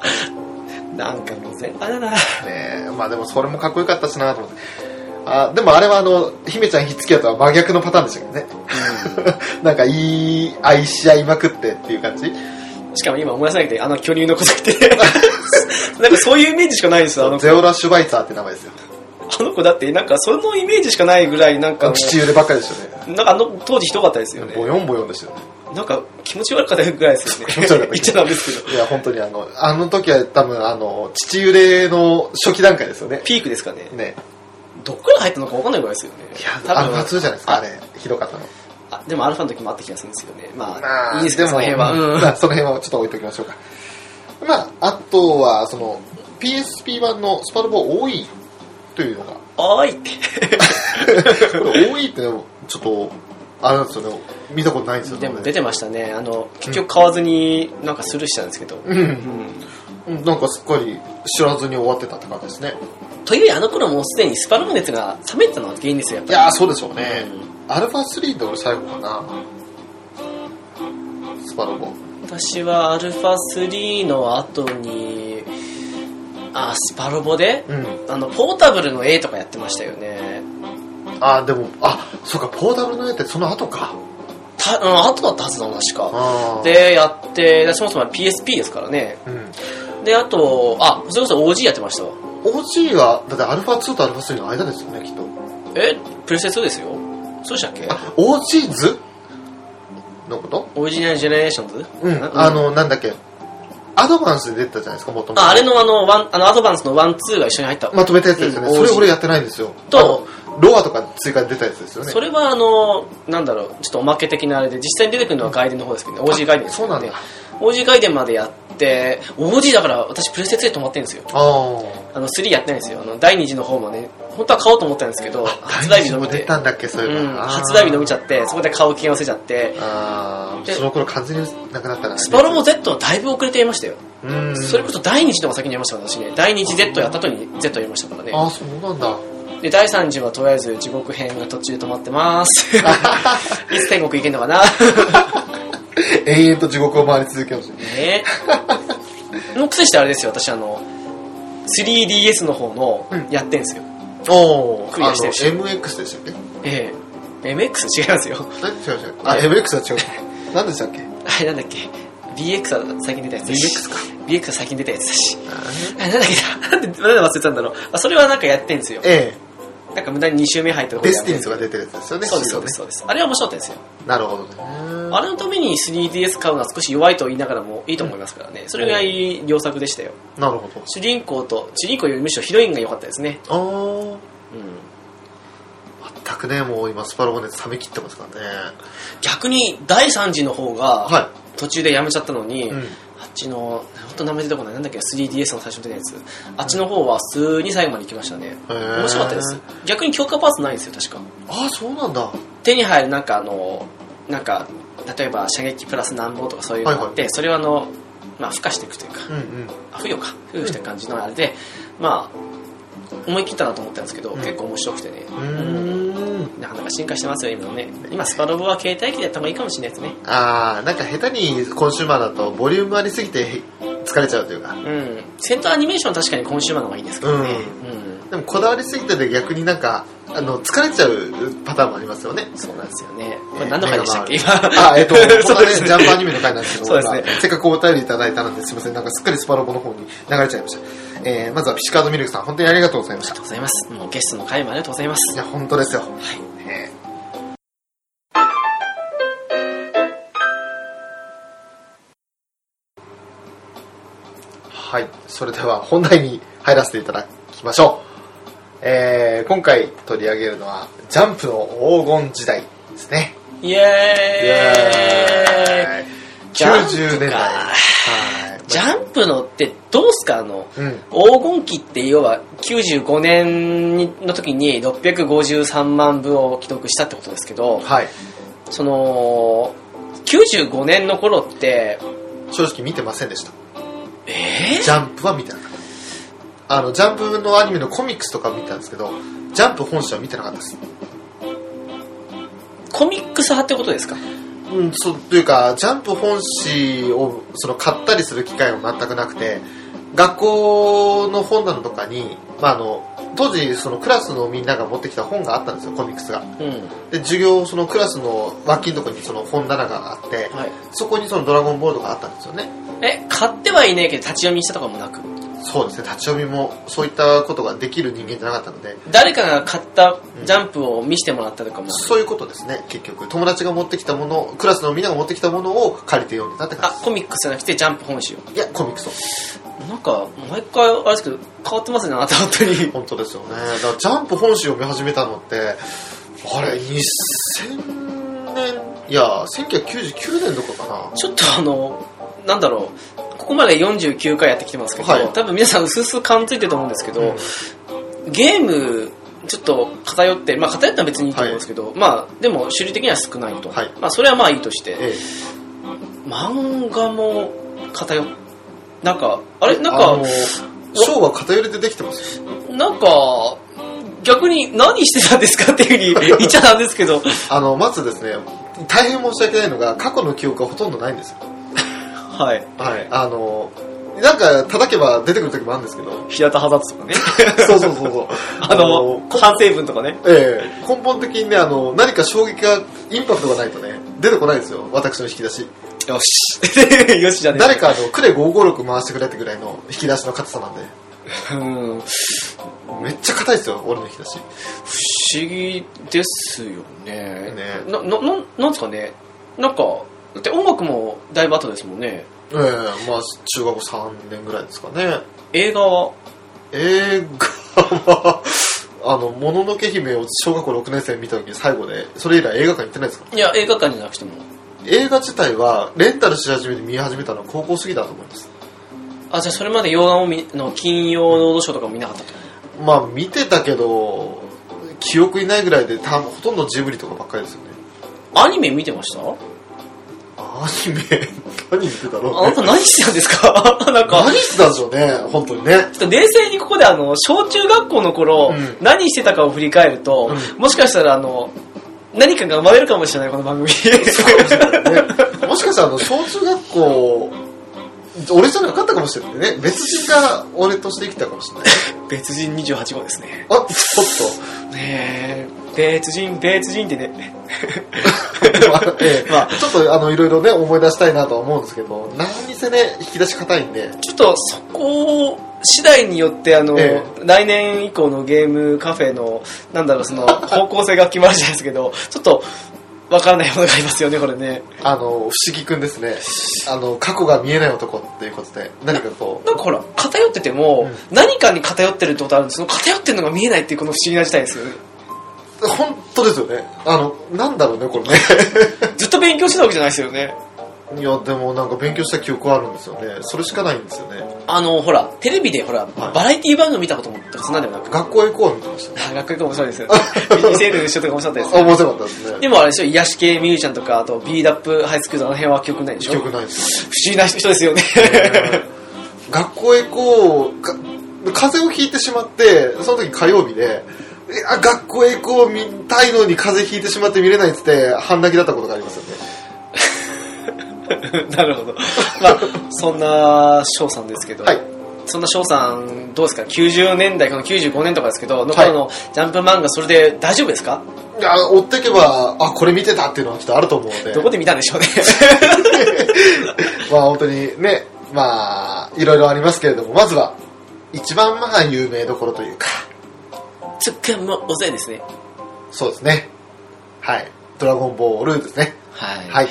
Speaker 1: なんかもう全体だな
Speaker 2: ねえまあでもそれもかっこよかったしなと思ってあでもあれはあの姫ちゃんひっつきやとは真逆のパターンでしたけどね *laughs* なんかいい愛し合いまくってっていう感じ
Speaker 1: しかも今思い出さなくて、あの巨乳の子だって。 *laughs* なんかそういうイメージしかないんですよ、あの子。
Speaker 2: ゼオラ・シュバイツァーって名前ですよ
Speaker 1: あの子だって、なんかそのイメージしかないぐらい、なんかもう、
Speaker 2: 父腕ばっかりでしたよ
Speaker 1: なんかあの当時ひどかったですよ
Speaker 2: ね
Speaker 1: ね。
Speaker 2: ボヨンボヨンでしたよね
Speaker 1: なんか気持ち悪かったぐらいですよね。
Speaker 2: 気持ち悪かった
Speaker 1: 言っちゃダメですけど。
Speaker 2: いや本当にあのあの時は多分あの父腕の初期段階ですよね
Speaker 1: ピークですかね。
Speaker 2: ね
Speaker 1: どっから入ったのか分かんないぐらいですよね。
Speaker 2: いや
Speaker 1: 多分
Speaker 2: あの夏じゃないですかあれひどかったの
Speaker 1: あでもアルファの時もあった気がするんですけどね。まあ、
Speaker 2: まあ
Speaker 1: いいですけど、その辺は。うん
Speaker 2: まあその辺はちょっと置いときましょうか。まあ、あとは、その、PSP 版のスパルボ多いというのが、
Speaker 1: おーいって。
Speaker 2: *laughs* これ多いってのちょっと、あれなんですよね、見たことないんですよね。
Speaker 1: でも出てましたね。あの、結局買わずに、なんかスルーしたんですけど。
Speaker 2: うん、
Speaker 1: うん
Speaker 2: うんなんかすっかり知らずに終わってたって感じですね。
Speaker 1: というよりあの頃もうすでにスパルム熱が冷めてたのが原因ですよ、やっ
Speaker 2: い
Speaker 1: ぱり。
Speaker 2: やー、そうでしょうね。アルファ3で俺最後かな。スパルボ。
Speaker 1: 私はアルファ3の後に、あ、スパロボで、
Speaker 2: うん。
Speaker 1: あの、ポータブルの A とかやってましたよね。
Speaker 2: あー、でも、あ、そうか、ポータブルの絵ってその後か。
Speaker 1: た、うん、後だったはずだな、確か。
Speaker 2: あー、
Speaker 1: で、やって、私もそも PSP ですからね。
Speaker 2: うん。
Speaker 1: で、あと、あ、それこそ OG やってましたわ。
Speaker 2: OG は、だってアルファ2とアルファ3の間ですよね、きっと。
Speaker 1: え、プレステ2ですよ。そうでしたっけ
Speaker 2: あ、OG 図のこと
Speaker 1: オリジナルジェネレーションズ
Speaker 2: うん。あ、の、なんだっけ、アドバンスで出てたじゃないですか、もともと。
Speaker 1: ああれのあの、ワン、あの、アドバンスのワンツーが一緒に入った。
Speaker 2: まとめたやつですよね。
Speaker 1: うん
Speaker 2: それ俺やってないんですよ。
Speaker 1: と
Speaker 2: あの、ロアとか追加で出たやつですよね。
Speaker 1: それはあの、なんだろう、ちょっとおまけ的なあれで、実際に出てくるのは外伝の方ですけどね、OG 外伝ですけどね
Speaker 2: あ
Speaker 1: OG 外伝までやって、OG だから私プレステ2で止まってるんですよ。
Speaker 2: あ
Speaker 1: あの、3やってないんですよ。あの、第2次の方もね、本当は買おうと思ったんですけど、
Speaker 2: あ。
Speaker 1: 発売日伸び
Speaker 2: 出
Speaker 1: て、、
Speaker 2: たんだっけ、そういううんの。
Speaker 1: 発売日伸びちゃ
Speaker 2: っ
Speaker 1: って、そこで買う気が忘れちゃって、
Speaker 2: あー
Speaker 1: で
Speaker 2: その頃完全になくなったな。
Speaker 1: スパロボ Z はだいぶ遅れていましたよ。
Speaker 2: うん。
Speaker 1: それこそ第2次の方が先にやりましたから、私ね。第2次 Z やった後に Z やりましたからね。
Speaker 2: あー、そうなんだ。
Speaker 1: で、第3次はとりあえず地獄編が途中で止まって
Speaker 2: *laughs*
Speaker 1: ます。いつ天国行けんのかな
Speaker 2: 永遠と地獄を回り続けまし
Speaker 1: ねえのくせしてあれですよ私あの 3DS の方の
Speaker 2: うん
Speaker 1: やってんすよ、
Speaker 2: た。お
Speaker 1: クリアしてるし
Speaker 2: あの、MX でしたっけ
Speaker 1: ええ MX 違いますよ
Speaker 2: え違う違う。あ、MX は違う。何でしたっけ
Speaker 1: あれなんだっけ BX は最近出たやつだし
Speaker 2: BX か
Speaker 1: BX は最近出 *laughs* たやつだしあれなんだっけななんでなんで忘れてたんだろうあそれはなんかやってんすよ
Speaker 2: ええ。
Speaker 1: なんなんか無駄に2周目入ったとこ
Speaker 2: デ
Speaker 1: ろや
Speaker 2: ス
Speaker 1: め
Speaker 2: ティ
Speaker 1: て
Speaker 2: ニーズが出てるやつですよね。
Speaker 1: そうです、そ
Speaker 2: 白
Speaker 1: う
Speaker 2: ね
Speaker 1: です、そうです。あれは面白かったですよ。
Speaker 2: なるほどね。
Speaker 1: あれのために 3DS 買うのは少し弱いと言いながらもいいと思いますからね。それぐらい良作でしたよ。
Speaker 2: なるほど。
Speaker 1: 主人公と、主人公よりむしろヒロインが良かったですね。う
Speaker 2: あ
Speaker 1: ん。
Speaker 2: ー全くね、もう今、スパロボ熱冷め切ってますからね。
Speaker 1: 逆に第3次の方が
Speaker 2: は
Speaker 1: 途中でやめちゃったのに、
Speaker 2: い。うん。
Speaker 1: あっちの本当名前出てこないなんだっけ 3DS の最初に出たやつあっちの方は普通に最後まで行きましたね
Speaker 2: へー
Speaker 1: 面白かったです逆に強化パーツないんですよ確か
Speaker 2: ああ、そうなんだ。は
Speaker 1: 手に入るなんかあのなんか例えば射撃プラスなんぼとかそういうのがあって、それはあのまあ付加していくというか
Speaker 2: うんうん。
Speaker 1: あ付与か付与してる感じのあれで、まあ思い切ったなと思ったんですけど、
Speaker 2: うん
Speaker 1: 結構面白くてね、
Speaker 2: うーん。
Speaker 1: なかなか進化してますよ今のね今スパロボは携帯機でやった方がいいかもしれないですね
Speaker 2: ああ、なんか下手にコンシューマーだとボリュームありすぎてへ疲れちゃうというか。
Speaker 1: うん、戦闘アニメーションは確かにコンシューマーの方がいいんですけどね、うん
Speaker 2: でもこだわりすぎてて逆になんか、あの、疲れちゃうパターンもありますよね。
Speaker 1: そうなんですよねこ
Speaker 2: え
Speaker 1: れ何の回でしたっけ
Speaker 2: 目
Speaker 1: 今 *laughs*
Speaker 2: あ、えっと、ここ
Speaker 1: そう
Speaker 2: が
Speaker 1: で
Speaker 2: ね、
Speaker 1: す
Speaker 2: ジャンプアニメの回なんですけど、
Speaker 1: そうですね
Speaker 2: まあせっかくお便りいただいたので、すいません、なんかすっかりスパロボの方に流れちゃいました。えー、まずはピシカードミルクさん、本当にありがとうございまし
Speaker 1: ありがと
Speaker 2: た。
Speaker 1: うございますもうゲストの回もありがとうございます
Speaker 2: いや、本当ですよ。
Speaker 1: はい
Speaker 2: えーはい、それでは本題に入らせていただきましょう。えー、今回取り上げるのは、ジャンプの黄金時代ですね。
Speaker 1: イエーイジャンプか
Speaker 2: 90年代。はい
Speaker 1: ジャンプのってどうすかあの
Speaker 2: うん。
Speaker 1: 黄金期って要は95年の時に653万部を記録したってことですけど
Speaker 2: はい。
Speaker 1: その95年の頃って
Speaker 2: 正直見てませんでした。
Speaker 1: えー
Speaker 2: ジャンプは見てなかった。あの、ジャンプのアニメのコミックスとか見たんですけど、ジャンプ本誌は見てなかったです。
Speaker 1: コミックス派ってことですか
Speaker 2: うん、そう、というか、ジャンプ本誌を、その、買ったりする機会も全くなくて、学校の本棚とかに、まあ、あの、当時、その、クラスのみんなが持ってきた本があったんですよ、コミックスが。
Speaker 1: うん
Speaker 2: で、授業、その、クラスの脇のとこにその本棚があって、
Speaker 1: はい
Speaker 2: そこにその、ドラゴンボールがあったんですよね。
Speaker 1: え買ってはいないけど立ち読みしたとかもなく
Speaker 2: そうですね、立ち読みもそういったことができる人間じゃなかったので、
Speaker 1: 誰かが買ったジャンプを見せてもらったとかも、
Speaker 2: そういうことですね、結局。友達が持ってきたもの、クラスのみんなが持ってきたものを借りて読んでたって
Speaker 1: あ
Speaker 2: 感じ
Speaker 1: コミックスじゃなくてジャンプ本集
Speaker 2: です。いや、コミックス。
Speaker 1: なんか毎回あれですけど変わってますねあなた本当に
Speaker 2: *laughs* 本当ですよね。だからジャンプ本誌読み始めたのって、あれ、2000年、いや、1999年とかか
Speaker 1: ちょっとあのなんだろうここまで49回やってきてますけど、
Speaker 2: はい
Speaker 1: 多分皆さん薄々感づいてると思うんですけど、ゲームちょっと偏って、まあ偏ったら別にいいと思うんですけど、まあでも種類的には少ないと。
Speaker 2: はい
Speaker 1: まあそれはまあいいとして
Speaker 2: な。、ええ
Speaker 1: 漫画も偏っ、なんか、あれなん
Speaker 2: あの
Speaker 1: か、
Speaker 2: 章は偏りでできてますよ。
Speaker 1: なんか、逆に何してたんですかっていう *laughs* ふうに言っちゃなんですけど、
Speaker 2: あの、まずですね、大変申し訳ないのが、過去の記憶がほとんどないんですよ。
Speaker 1: はい。
Speaker 2: はい。あの、なんか叩けば出てくる時もあるんですけど、
Speaker 1: 平田ハザードとかね。
Speaker 2: そうそうそうそう。
Speaker 1: *laughs* あの、反省文とかね。
Speaker 2: ええ根本的にね、あの、何か衝撃が、インパクトがないとね、出てこないんですよ、私の引き出し。
Speaker 1: よし。 *laughs* よしじゃねえ
Speaker 2: 誰か、あの、クレ556回してくれってぐらいの引き出しの硬さなんで、
Speaker 1: うん。不思
Speaker 2: めっちゃ硬いですよ、俺の引き出し。
Speaker 1: 議ですよね。
Speaker 2: ね
Speaker 1: な、な、なんなんですかね。なんか、だって音楽もだいぶ後ですもんね。
Speaker 2: ええまあ、中学校3年ぐらいですかね。
Speaker 1: 映画は、
Speaker 2: 映画は、 *laughs* あの、もののけ姫を小学校6年生に見た時に最後で、それ以来映画館行ってないですか
Speaker 1: いや、映画館じゃなくても。
Speaker 2: 映画自体は、レンタルし始めて見始めたのは高校過ぎだと思います。
Speaker 1: あ、じゃあそれまで洋画を見の金曜ロードショーとかも見なかったと。
Speaker 2: まあ見てたけど記憶にないぐらいでたほとんどジブリとかばっかりですよね
Speaker 1: アニメ見てましたあ
Speaker 2: アニメ *laughs* 何見てたろう、
Speaker 1: な
Speaker 2: ね、
Speaker 1: た何してたんですか *laughs* なんか、
Speaker 2: 何してたんでしょうね本当にね
Speaker 1: ちょっと冷静にここであの、小中学校の頃、
Speaker 2: うん
Speaker 1: 何してたかを振り返ると、
Speaker 2: う
Speaker 1: もしかしたらあの、何かが生まれるかもしれない、この番組。
Speaker 2: ねもしかしたらあの小中学校俺じゃなかったかもしれないね別人が俺として生きてたかもしれない
Speaker 1: *laughs* 別人28号ですね。
Speaker 2: あちょっ
Speaker 1: ねえ、別人、別人ってね。
Speaker 2: と、まあええ
Speaker 1: *laughs* まあ
Speaker 2: ちょっとあのいろいろね思い出したいなとは思うんですけど何せね引き出し硬いんで
Speaker 1: ちょっとそこ次第によってあの、
Speaker 2: え
Speaker 1: 来年以降のゲームカフェのなんだろう *laughs* その方向性が決まるじゃないですけどちょっとわからないものがありますよねこれね
Speaker 2: あの、不思議くんですね。あの、過去が見えない男っていうことで、何かこ
Speaker 1: なんかほら偏ってても、
Speaker 2: う
Speaker 1: 何かに偏ってるってことあるんですその偏ってるのが見えないっていうこの不思議な事態ですよね
Speaker 2: う、本当ですよね。あの、なんだろうね、これね。 *laughs*
Speaker 1: ずっと勉強してたわけじゃないですよね
Speaker 2: いや、でもなんか勉強した記憶はあるんですよね。それしかないんですよね。
Speaker 1: あのほらテレビでほら、
Speaker 2: い
Speaker 1: バラエティ番組見たこともとかそんなんでもなく
Speaker 2: 学校へ行こうみたいな人。
Speaker 1: *laughs* あ学校行く面白い *laughs* ですよね未成年の人とか面白 *laughs* かったです
Speaker 2: あ、面白かったですね。
Speaker 1: でもあれでしょ癒し系ミュージシャンとかあと B ダップハイスクールのあの辺は記憶ないでしょ
Speaker 2: 記
Speaker 1: 不
Speaker 2: 憶ないです。
Speaker 1: 思議な人ですよね *laughs*
Speaker 2: 学校へ行こう、か風邪をひいてしまって、その時火曜日で、えあ学校へ行こう見たいのに風邪ひいてしまって見れないっつって半泣きだったことがありますよね。
Speaker 1: なるほど、まあ、そんな翔さんですけど、
Speaker 2: はい
Speaker 1: そんな翔さんどうですか90年代この95年とかですけどの頃のジャンプ漫画それで大丈夫ですか、
Speaker 2: いや、追っていけば、あ、これ見てたっていうのはきっとあると思うので。
Speaker 1: どこで見たんでしょうね
Speaker 2: *laughs* まあ本当にね、まあ、いろいろありますけれども、まずは、一番まあ有名どころというか、
Speaker 1: つっかもおぜですね
Speaker 2: そうですね。はい。ドラゴンボールですね。
Speaker 1: はい、
Speaker 2: はい。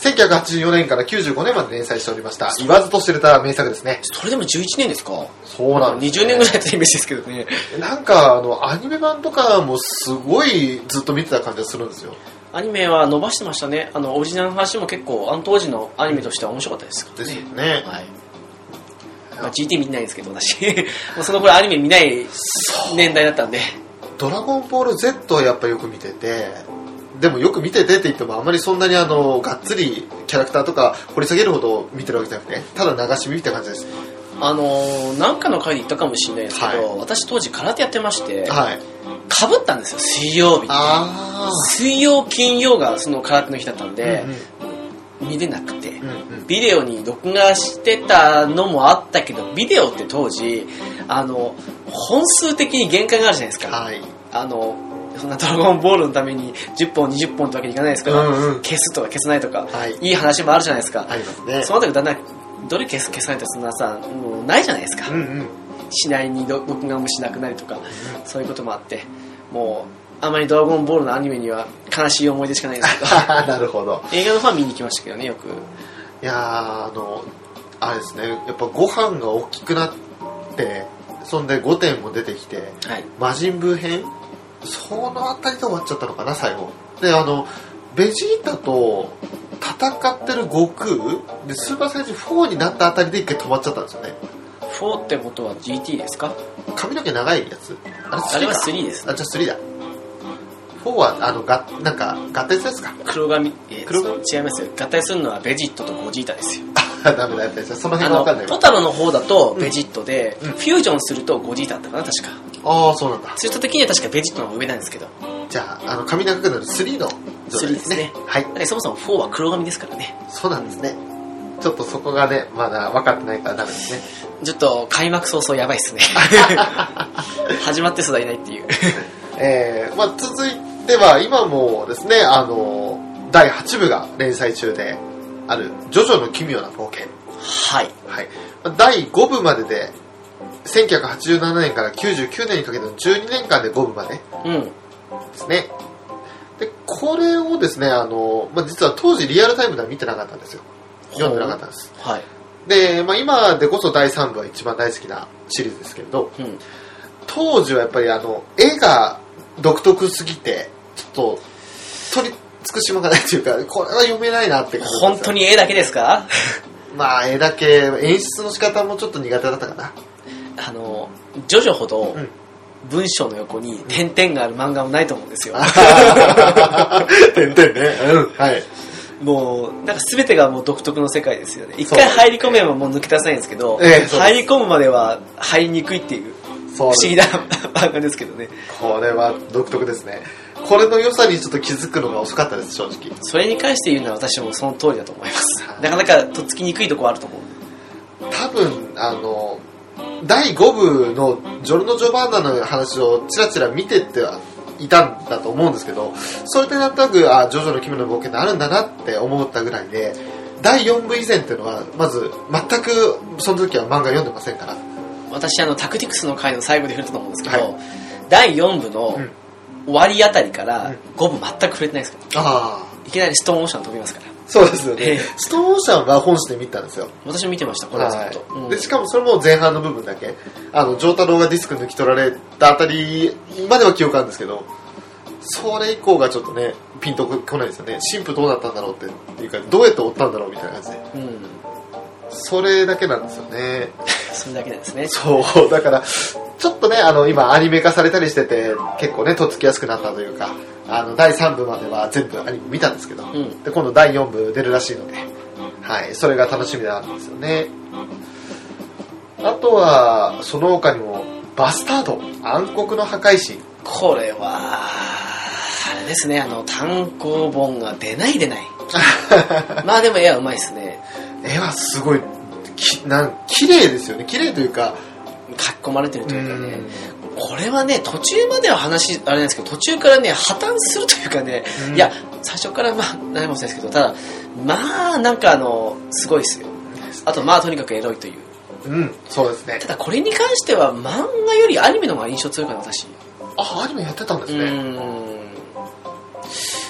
Speaker 2: 1984年から95年まで連載しておりました、言わずと知れた名作ですね。
Speaker 1: それでも11年ですか
Speaker 2: そうなんです、
Speaker 1: 20年ぐらいってイメージですけどね
Speaker 2: い。なんか、あの、アニメ版とかもすごいずっと見てた感じがするんですよ。
Speaker 1: アニメは伸ばしてましたねあのオリジナルの話も結構あの当時のアニメとしては面白かったですから
Speaker 2: ですよ
Speaker 1: ね
Speaker 2: ね。
Speaker 1: はいまあ、GT 見てないんですけど私 *laughs* もうその頃アニメ見ない年代だったんで
Speaker 2: ドラゴンボール Z はやっぱよく見てて、でもよく見ててって言ってもあんまりそんなにあの、がっつりキャラクターとか掘り下げるほど見てるわけじゃなくて、ただ流し見みたいな感じです。
Speaker 1: あのーなんかの回で言ったかもしれないですけど、私当時空手やってまして、
Speaker 2: はい。
Speaker 1: かぶったんですよ、水曜日。
Speaker 2: あ
Speaker 1: 水曜、金曜がその空手の日だったん
Speaker 2: ー。
Speaker 1: で
Speaker 2: うん、
Speaker 1: 見れなくて、
Speaker 2: うんうんうん
Speaker 1: ビデオに録画してたのもあったけど、ビデオって当時、あの、本数的に限界があるじゃないですか。
Speaker 2: はい。
Speaker 1: あの、そんなドラゴンボールのために10本、20本ってわけにいかないですから、
Speaker 2: うんうん
Speaker 1: 消すとか消さないとか、
Speaker 2: はい
Speaker 1: いい話もあるじゃないですか。
Speaker 2: ありますね。
Speaker 1: その時だんだん、どれ消す消さないとそんなさ、もうないじゃないですか。
Speaker 2: うんうん。 *laughs*
Speaker 1: しないにど録画もしなくなりとか、そういうこともあってもうあまり「ドラゴンボール」のアニメには悲しい思い出しかないんですけど
Speaker 2: なるほど。
Speaker 1: 映画のファン見に行きましたけどねよく
Speaker 2: いやーあの、あれですね、やっぱご飯が大きくなって、そんで5点も出てきて、
Speaker 1: はい
Speaker 2: 魔人ブー編そのあたりで終わっちゃったのかな最後であのベジータと戦ってる悟空でスーパーサイズ4になったあたりで一回止まっちゃったんですよね
Speaker 1: 4ってことは GT ですか
Speaker 2: 髪の毛長いやつあれ3か
Speaker 1: あれは3です
Speaker 2: あじゃあ3だ4はあのがなんか合体したやつか *laughs*
Speaker 1: 黒髪、えー
Speaker 2: 黒
Speaker 1: そう違いますよ合体するのはベジットとゴジータですよ
Speaker 2: あダメだやったやつだその
Speaker 1: あ
Speaker 2: 辺が
Speaker 1: の
Speaker 2: 分かんない
Speaker 1: トタロの方だとベジットで、
Speaker 2: うんうん
Speaker 1: フュージョンするとゴジータだったかな確か
Speaker 2: ああそうなんだ
Speaker 1: そういった時には確かベジットの方が上なんですけど
Speaker 2: じゃああの髪長くなる3の状態
Speaker 1: 3
Speaker 2: ですね
Speaker 1: ですね
Speaker 2: はい
Speaker 1: だってそもそも4は黒髪ですからね
Speaker 2: そうなんですねちょっとそこがねまだ分かってないからダメですね
Speaker 1: ちょっと開幕早々やばいっす
Speaker 2: *laughs*
Speaker 1: ね始まってすらいないっていう
Speaker 2: えーまあ、続いては今もですねあの第8部が連載中である「ジョジョの奇妙な冒険
Speaker 1: はい」
Speaker 2: はい、まあ第5部までで1987年から99年にかけての12年間で5部まで
Speaker 1: うん
Speaker 2: ですねでこれをですねあの、まあ、実は当時リアルタイムでは見てなかったんですよ読んでなかったんです
Speaker 1: はい、
Speaker 2: で、まあ、今でこそ第3部は一番大好きなシリーズですけれど
Speaker 1: うん、
Speaker 2: 当時はやっぱりあの絵が独特すぎてちょっと取り尽くしまがないというかこれは読めないなって感じ
Speaker 1: 本当に絵だけですか *laughs*
Speaker 2: まあ絵だけ演出の仕方もちょっと苦手だったかな
Speaker 1: あのジョジョほど
Speaker 2: うん
Speaker 1: 文章の横に点々がある漫画もないと思うんですよ
Speaker 2: *laughs* 点々ねうんはい
Speaker 1: もうなんか全てがもう独特の世界ですよね一
Speaker 2: そう
Speaker 1: 回入り込めばもう抜け出せないんですけど、
Speaker 2: ええそう
Speaker 1: 入り込むまでは入りにくいっていう不
Speaker 2: そう
Speaker 1: 思
Speaker 2: です
Speaker 1: 議な漫画ですけどね
Speaker 2: これは独特ですねこれの良さにちょっと気づくのが遅かったです正直
Speaker 1: それに関して言うのは私もその通りだと思います
Speaker 2: はい
Speaker 1: なかなかとっつきにくいとこはあると思う
Speaker 2: 多分あの第5部のジョルノ・ジョバンナの話をちらちら見てってはいたんだと思うんですけどそれでなんとなくあジョジョの奇妙な冒険ってあるんだなって思ったぐらいで第4部以前っていうのはまず全くその時は漫画読んでませんから
Speaker 1: 私あのタクティクスの回の最後で触れたと思うんですけど、
Speaker 2: は
Speaker 1: 第4部の
Speaker 2: うん
Speaker 1: 終わりあたりか
Speaker 2: う
Speaker 1: ら
Speaker 2: ん
Speaker 1: 5部全く触れてないですから
Speaker 2: ああ
Speaker 1: いきなりストーンオーシャン飛びますから
Speaker 2: そうですよね、
Speaker 1: ええ
Speaker 2: ストーンオーシャンは本誌で見たんですよ
Speaker 1: 私も見てましたこれはずっと、
Speaker 2: は
Speaker 1: う
Speaker 2: い、
Speaker 1: ん
Speaker 2: でしかもそれも前半の部分だけあの丈太郎がディスク抜き取られたあたりまでは記憶あるんですけどそれ以降がちょっとねピンとこないですよね神父どうなったんだろうってっていうかどうやって追ったんだろうみたいな感じで
Speaker 1: うん、
Speaker 2: それだけなんですよね
Speaker 1: それだけなんですね
Speaker 2: そうだからちょっとねあの今アニメ化されたりしてて結構ねとっつきやすくなったというかあの第3部までは全部アニメ見たんですけど、
Speaker 1: ん
Speaker 2: で今度第4部出るらしいので、はい、それが楽しみなんですよねあとはその他にも「バスタード暗黒の破壊神
Speaker 1: これはあれですねあの単行本が出ない出
Speaker 2: *laughs*
Speaker 1: ないまあでも絵はうまいですね」
Speaker 2: 絵はすごいきなん綺麗ですよね綺麗というか
Speaker 1: 書き込まれてるというかね
Speaker 2: うん
Speaker 1: これはね途中までは話あれなんですけど途中からね破綻するというかね、
Speaker 2: うん
Speaker 1: いや最初からまあ何もそうですけどただまあなんかあのすごいですよあとまあとにかくエロいという
Speaker 2: うんそうですね
Speaker 1: ただこれに関しては漫画よりアニメの方が印象強いかな私
Speaker 2: あアニメやってたんですね、
Speaker 1: うん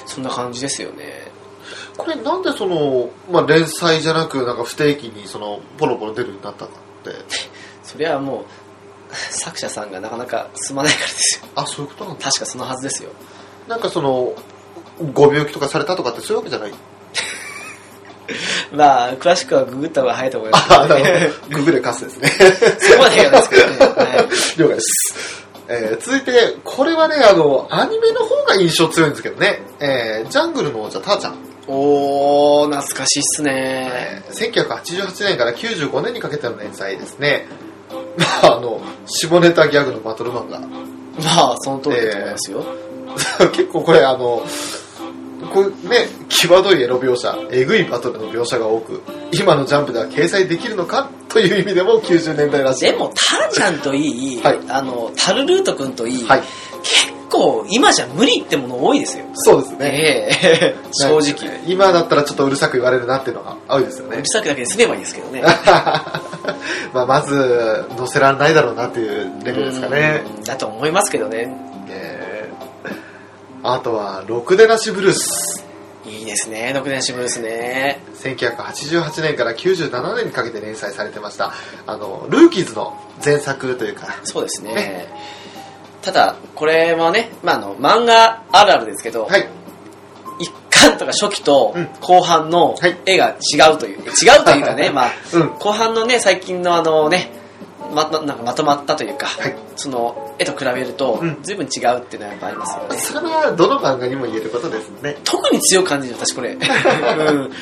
Speaker 1: そんな感じですよね
Speaker 2: これなんでその、まあ、連載じゃなくなんか不定期にそのポロポロ出るようになったんだって
Speaker 1: それはもう *laughs* 作者さんがなかなか進まないからですよ
Speaker 2: あそういうことなんだ
Speaker 1: 確かそのはずですよ
Speaker 2: なんかそのご病気とかされたとかってそういうわけじゃない
Speaker 1: まあ詳しくはググった方が早いと思いますけ
Speaker 2: あ
Speaker 1: ど
Speaker 2: な
Speaker 1: *laughs* ね、
Speaker 2: るほどググレカスですね
Speaker 1: *laughs* そこまで言わないですけ
Speaker 2: *laughs*
Speaker 1: どね、はい
Speaker 2: 了解です、えー続いてこれはねあのアニメの方が印象強いんですけどね、えージャングルの王者ターちゃん、
Speaker 1: おー、懐かしいっすね。
Speaker 2: えー1988年から95年にかけての連載ですね *laughs* まああの下ネタギャグのバトル漫画 *laughs*
Speaker 1: まあ、その通りだと思いますよ。
Speaker 2: 結構これあのこうね際どいエロ描写えぐいバトルの描写が多く今のジャンプでは掲載できるのかという意味でも90年代らしい
Speaker 1: でも、ターちゃんといい、
Speaker 2: はい
Speaker 1: あの、タルルートくんといい、
Speaker 2: はい
Speaker 1: 結構今じゃ無理ってもの多いですよ。
Speaker 2: そうです *laughs* ね
Speaker 1: ええ正直。
Speaker 2: ね今だったらちょっとうるさく言われるなっていうのが多いですよ
Speaker 1: う *laughs*
Speaker 2: ね
Speaker 1: るさくだけで済めばいいですけどね。
Speaker 2: まあまず載せられないだろうなっていうレベルですかね
Speaker 1: うん。だと思いますけどね。
Speaker 2: えーあとは「ろくでなしブルース」
Speaker 1: いいですね、独年ブルースね。
Speaker 2: 1988年から97年にかけて連載されてましたあのルーキーズの前作というか
Speaker 1: そうですね。
Speaker 2: ね
Speaker 1: ただ、これはね、まあ、あの、漫画あるあるですけど、
Speaker 2: はい
Speaker 1: 一巻とか初期と
Speaker 2: うん
Speaker 1: 後半の
Speaker 2: はい
Speaker 1: 絵が違うという、違うというか
Speaker 2: *laughs*
Speaker 1: ね、まあ、
Speaker 2: うん
Speaker 1: 後半のね、最近のあのね、ま、まなんかまとまったというか、
Speaker 2: はい
Speaker 1: その絵と比べると
Speaker 2: うん、
Speaker 1: 随分違うっていうのはやっぱありますよね。
Speaker 2: それはどの漫画にも言えることですね
Speaker 1: 特に強く感じる、私
Speaker 2: *laughs*
Speaker 1: これ。うん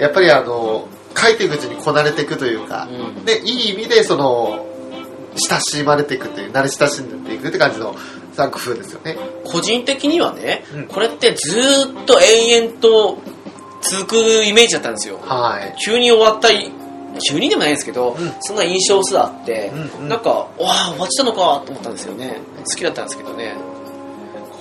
Speaker 2: やっぱりあの書いていくうちにこなれていくというか、
Speaker 1: うん
Speaker 2: でいい意味でその親しまれていくという慣れ親しんでいくって感じの作風ですよね
Speaker 1: 個人的にはね
Speaker 2: うん、
Speaker 1: これってずーっと延々と続くイメージだったんですよ。
Speaker 2: はい
Speaker 1: 急に終わったい急にでもないんですけど、
Speaker 2: うん
Speaker 1: そんな印象すらあって、
Speaker 2: うんうん
Speaker 1: なんかわあ終わっちゃったのかと思ったんですよね好きだったんですけどね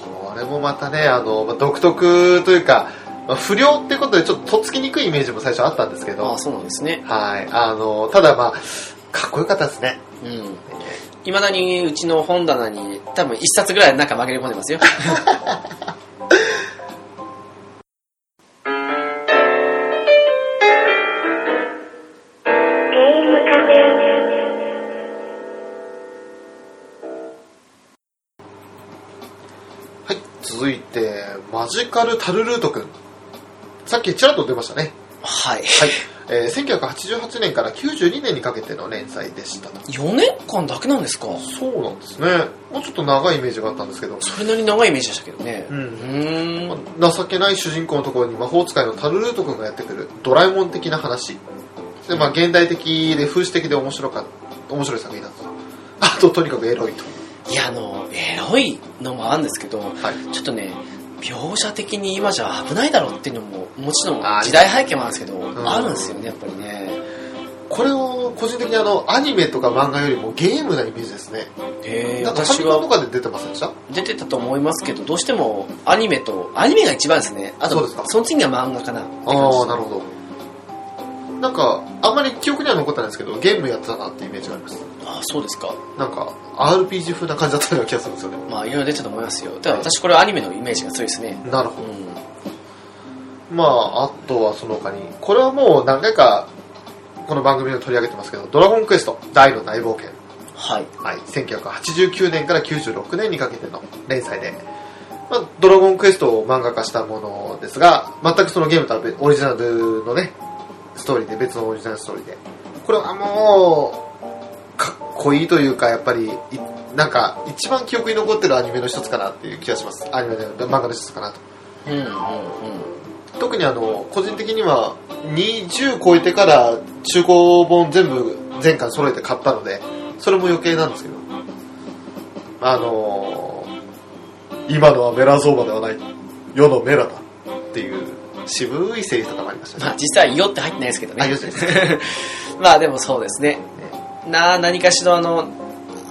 Speaker 2: これもまたねあのまあ独特というかまあ不良ってことでちょっととっつきにくいイメージも最初あったんですけど
Speaker 1: ああそうなんですね
Speaker 2: はいあのただまあかっこよかったですね
Speaker 1: うんいまだにうちの本棚に多分一冊ぐらい中紛れ込んで
Speaker 2: *laughs*
Speaker 1: ますよ
Speaker 3: ゲームカフェ。
Speaker 2: はい続いてマジカルタルルートくんさっきちらっと出ましたね
Speaker 1: はい、
Speaker 2: はい、えー1988年から92年にかけての連載でしたと
Speaker 1: 4年間だけなんですか
Speaker 2: そうなんですねもうちょっと長いイメージがあったんですけど、
Speaker 1: それなりに長いイメージでしたけどね
Speaker 2: うん
Speaker 1: ーん
Speaker 2: まあ情けない主人公のところに魔法使いのタルルート君がやってくるドラえもん的な話で、まあ、現代的で風刺的で面白か面白い作品だと *laughs* あととにかくエロいと
Speaker 1: いやあのエロいのもあるんですけど、
Speaker 2: はい
Speaker 1: ちょっとね描写的に今じゃ危ないだろうっていうのももちろん
Speaker 2: あー
Speaker 1: 時代背景もあるんですけど、
Speaker 2: ん
Speaker 1: あるんですよねやっぱりね
Speaker 2: これを個人的にあのアニメとか漫画よりもゲームなイメージですね
Speaker 1: えー、
Speaker 2: なんかファ
Speaker 1: 私
Speaker 2: ミコン
Speaker 1: は
Speaker 2: とかで出てませんでした
Speaker 1: 出てたと思いますけどどうしてもアニメとアニメが一番ですねあ
Speaker 2: そう
Speaker 1: と
Speaker 2: ですか
Speaker 1: その次が漫画かな
Speaker 2: ああなるほどなんか、あんまり記憶には残ってないんですけど、ゲームやってたなってイメージがあります。
Speaker 1: ああそうですか
Speaker 2: なんか、RPG 風な感じだったような気がするんですよね。
Speaker 1: まあいろいろ出てたと思いますよただ私これアニメのイメージが強いですね
Speaker 2: なる
Speaker 1: う
Speaker 2: ほど。
Speaker 1: ん
Speaker 2: まあ、あとはその他に、これはもう何回か、この番組で取り上げてますけど、ドラゴンクエスト、大の大冒険。
Speaker 1: はい
Speaker 2: はい、1989年から96年にかけての連載で、まあ、ドラゴンクエストを漫画化したものですが、全くそのゲームとは別オリジナルのね、ストーリーで、別のオリジナルストーリーで。これはもう、かっこいいというか、やっぱり、いなんか、一番記憶に残ってるアニメの一つかなっていう気がします。アニメの漫画の一つかなと。
Speaker 1: うんうんうん
Speaker 2: 特にあの、個人的には、20超えてから中古本全部全巻揃えて買ったので、それも余計なんですけど。あのー今のはメラゾーバではない、世のメラだっていう渋いセリフとかもありました
Speaker 1: まあ
Speaker 2: ね。
Speaker 1: 実際「よ」って入ってないですけどね
Speaker 2: あよしです
Speaker 1: *laughs* まあでもそうですねな何かしらあの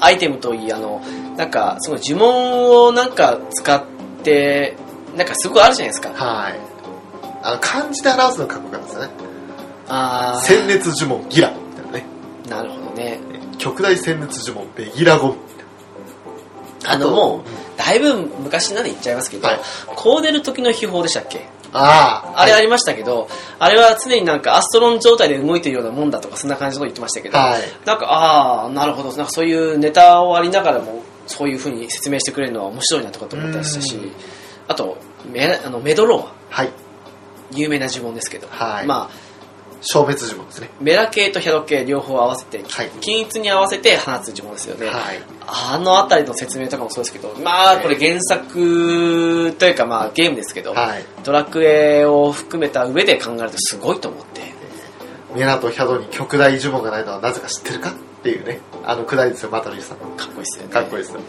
Speaker 1: アイテムといいあのなんかすごい呪文をなんか使ってなんかすごいあるじゃないですか
Speaker 2: はい。あの、漢字で表すのがかっこよかったですよね。
Speaker 1: あ
Speaker 2: 戦烈呪文ギラみたいなね。
Speaker 1: あなるほどね
Speaker 2: 極大戦烈呪文ベギラゴン。
Speaker 1: あの
Speaker 2: と
Speaker 1: もうだいぶ昔なんで言っちゃいますけど、
Speaker 2: はい
Speaker 1: こう出る時の秘宝でしたっけ
Speaker 2: ああ。
Speaker 1: あれありましたけど、あれは常になんかアストロン状態で動いてるようなもんだとかそんな感じのこと言ってましたけど、
Speaker 2: はい。
Speaker 1: なんかああなるほどなんかそういうネタをありながらもそういうふうに説明してくれるのは面白いなとかと思ったりしたし
Speaker 2: うん
Speaker 1: あとメあのメドローア
Speaker 2: はい。
Speaker 1: 有名な呪文ですけど、
Speaker 2: はい
Speaker 1: まあ
Speaker 2: 消滅呪文ですね。
Speaker 1: メラ系とヒャド系両方合わせて、
Speaker 2: はい
Speaker 1: 均一に合わせて放つ呪文ですよね、
Speaker 2: はい。
Speaker 1: あのあたりの説明とかもそうですけどまあこれ原作というかまあゲームですけど、
Speaker 2: はい。
Speaker 1: ドラクエを含めた上で考えるとすごいと思って
Speaker 2: メラとヒャドに極大呪文がないのはなぜか知ってるかっていうね、あのくだりですよ、マタリュウさんの。
Speaker 1: かっこいいですよね
Speaker 2: かっこいいですよね。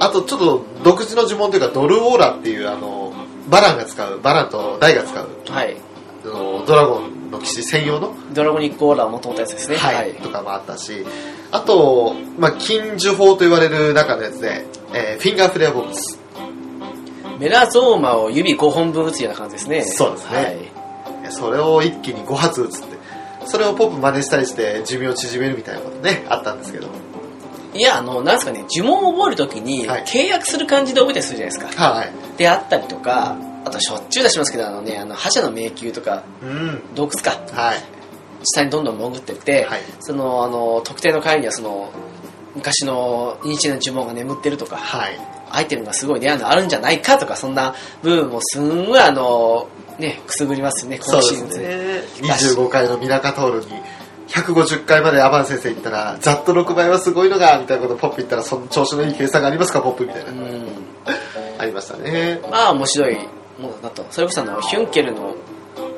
Speaker 2: あとちょっと独自の呪文というか、ドルオーラっていう、あの、バランが使う、バランとダイが使う、
Speaker 1: はい
Speaker 2: あのドラゴンの騎士専用の、
Speaker 1: ドラゴニックオーラを元々ったやつですね
Speaker 2: はい、とかもあったし、あと、まあ、禁呪法と言われる中のやつで、えーフィンガーフレアボックス。
Speaker 1: メラゾーマを指5本分打つような感じですね。
Speaker 2: そうですねそれを一気に5発撃つって。それをポップ真似したりして寿命を縮めるみたいなことね、あったんですけど。
Speaker 1: はい。いや、あの、なんですかね、呪文を覚えるときに、
Speaker 2: はい
Speaker 1: 契約する感じで覚えたりするじゃないですか。
Speaker 2: はい。
Speaker 1: であったりとか、あとしょっちゅう出しますけど、あのね、あの、覇者の迷宮とか、
Speaker 2: うん。
Speaker 1: 洞窟か、
Speaker 2: はい。
Speaker 1: 下にどんどん潜ってって、
Speaker 2: はい
Speaker 1: その、あの、特定の階にはその、昔のニーチェの呪文が眠ってるとか、
Speaker 2: はい。
Speaker 1: アイテムがすごいレアのあるんじゃないかとか、そんな部分もすんごいあの、ね、くすぐりますね、今
Speaker 2: そう
Speaker 1: シ
Speaker 2: で
Speaker 1: ーズ
Speaker 2: す
Speaker 1: ン
Speaker 2: ね。25回のミラカトールに、150回までアバン先生行ったら、ざっと6倍はすごいのが、みたいなことポップ言ったら、その調子のいい計算がありますか、ポップみたいな。
Speaker 1: うん。
Speaker 2: ありましたね。
Speaker 1: まあ面白いものだと。それこそあの、ヒュンケルの、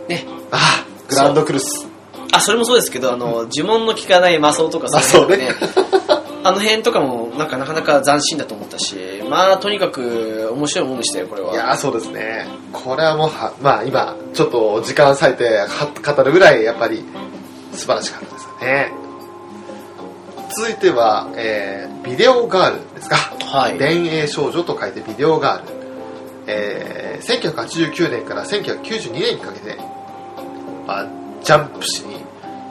Speaker 1: ね、
Speaker 2: ああ、グランドクルス。
Speaker 1: あ、それもそうですけど、あの、呪文の効かない魔装とか
Speaker 2: あ、
Speaker 1: い
Speaker 2: そうう
Speaker 1: の
Speaker 2: ね。
Speaker 1: *laughs* あの辺とかも、なんかなかなか斬新だと思ったし、まあとにかく面白いもんでしたよ、これは。
Speaker 2: いやーそうですね。これはもうは、まあ今、ちょっと時間割いては語るぐらい、やっぱり、素晴らしかったですよね。続いては、えー、ビデオガールですか。
Speaker 1: はい。
Speaker 2: 電影少女と書いてビデオガール、えー、1989年から1992年にかけて、まあ、ジャンプ誌に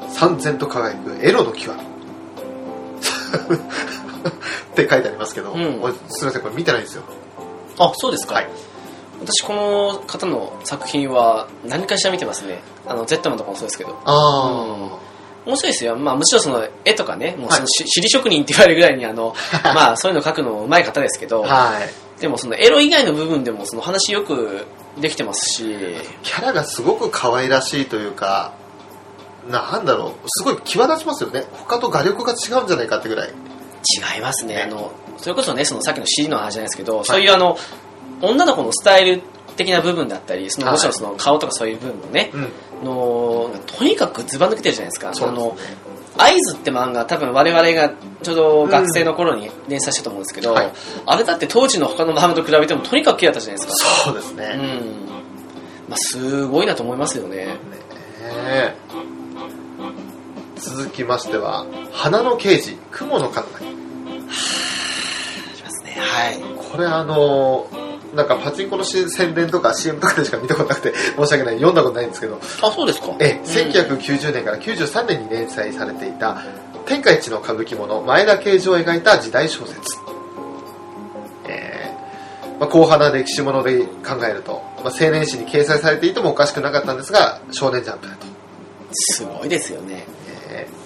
Speaker 2: 三千と輝くエロの極み *laughs* って書いてありますけど、
Speaker 1: うん
Speaker 2: おいすみませんこれ見てないんですよ
Speaker 1: あ、そうですか。
Speaker 2: はい
Speaker 1: 私、この方の作品は何かしら見てますね。あの、ゼットマンとかもそうですけど。
Speaker 2: あ
Speaker 1: 面白いですよ。まあ、もちろんその絵とかね、もうそ
Speaker 2: は
Speaker 1: の
Speaker 2: い
Speaker 1: し、尻職人って言われるぐらいに、あ
Speaker 2: *laughs*
Speaker 1: の、まあ、そういうの描くの上手い方ですけど、
Speaker 2: あはい
Speaker 1: でもそのエロ以外の部分でもその話よくできてますし、
Speaker 2: キャラがすごく可愛らしいというかなんだろうすごい際立ちますよね他と画力が違うんじゃないかってぐらい
Speaker 1: 違いますね。
Speaker 2: ね
Speaker 1: あの、それこそね、そのさっきの CD の話じゃないですけど、そういうあの、女の子のスタイル的な部分だったり、その
Speaker 2: はい
Speaker 1: もちろんその顔とかそういう部分もね、
Speaker 2: うん
Speaker 1: の、とにかくズバ抜けてるじゃないですか。
Speaker 2: そう
Speaker 1: あ
Speaker 2: ですね
Speaker 1: の、アイズって漫画、多分我々がちょうど学生の頃に連載したと思うんですけど、
Speaker 2: はい
Speaker 1: あれだって当時の他の漫画と比べてもとにかく綺麗だったじゃないですか。
Speaker 2: そうですね、
Speaker 1: うん。まあ、すごいなと思いますよね。
Speaker 2: ねえ続きましては「花の刑事雲の彼方
Speaker 1: しますね。はい。
Speaker 2: これあのなんかパチンコのし宣伝とか CM とかでしか見たことなくて、申し訳ない、読んだことないんですけど、
Speaker 1: あ、そうですか。
Speaker 2: ええ、
Speaker 1: うん
Speaker 2: 1990年から93年に連載されていた、天下一の歌舞伎者、前田慶次を描いた時代小説。えーまあ、硬派な歴史もので考えると、まあ、青年誌に掲載されていてもおかしくなかったんですが、少年ジャンプだと。
Speaker 1: すごいですよね。
Speaker 2: えー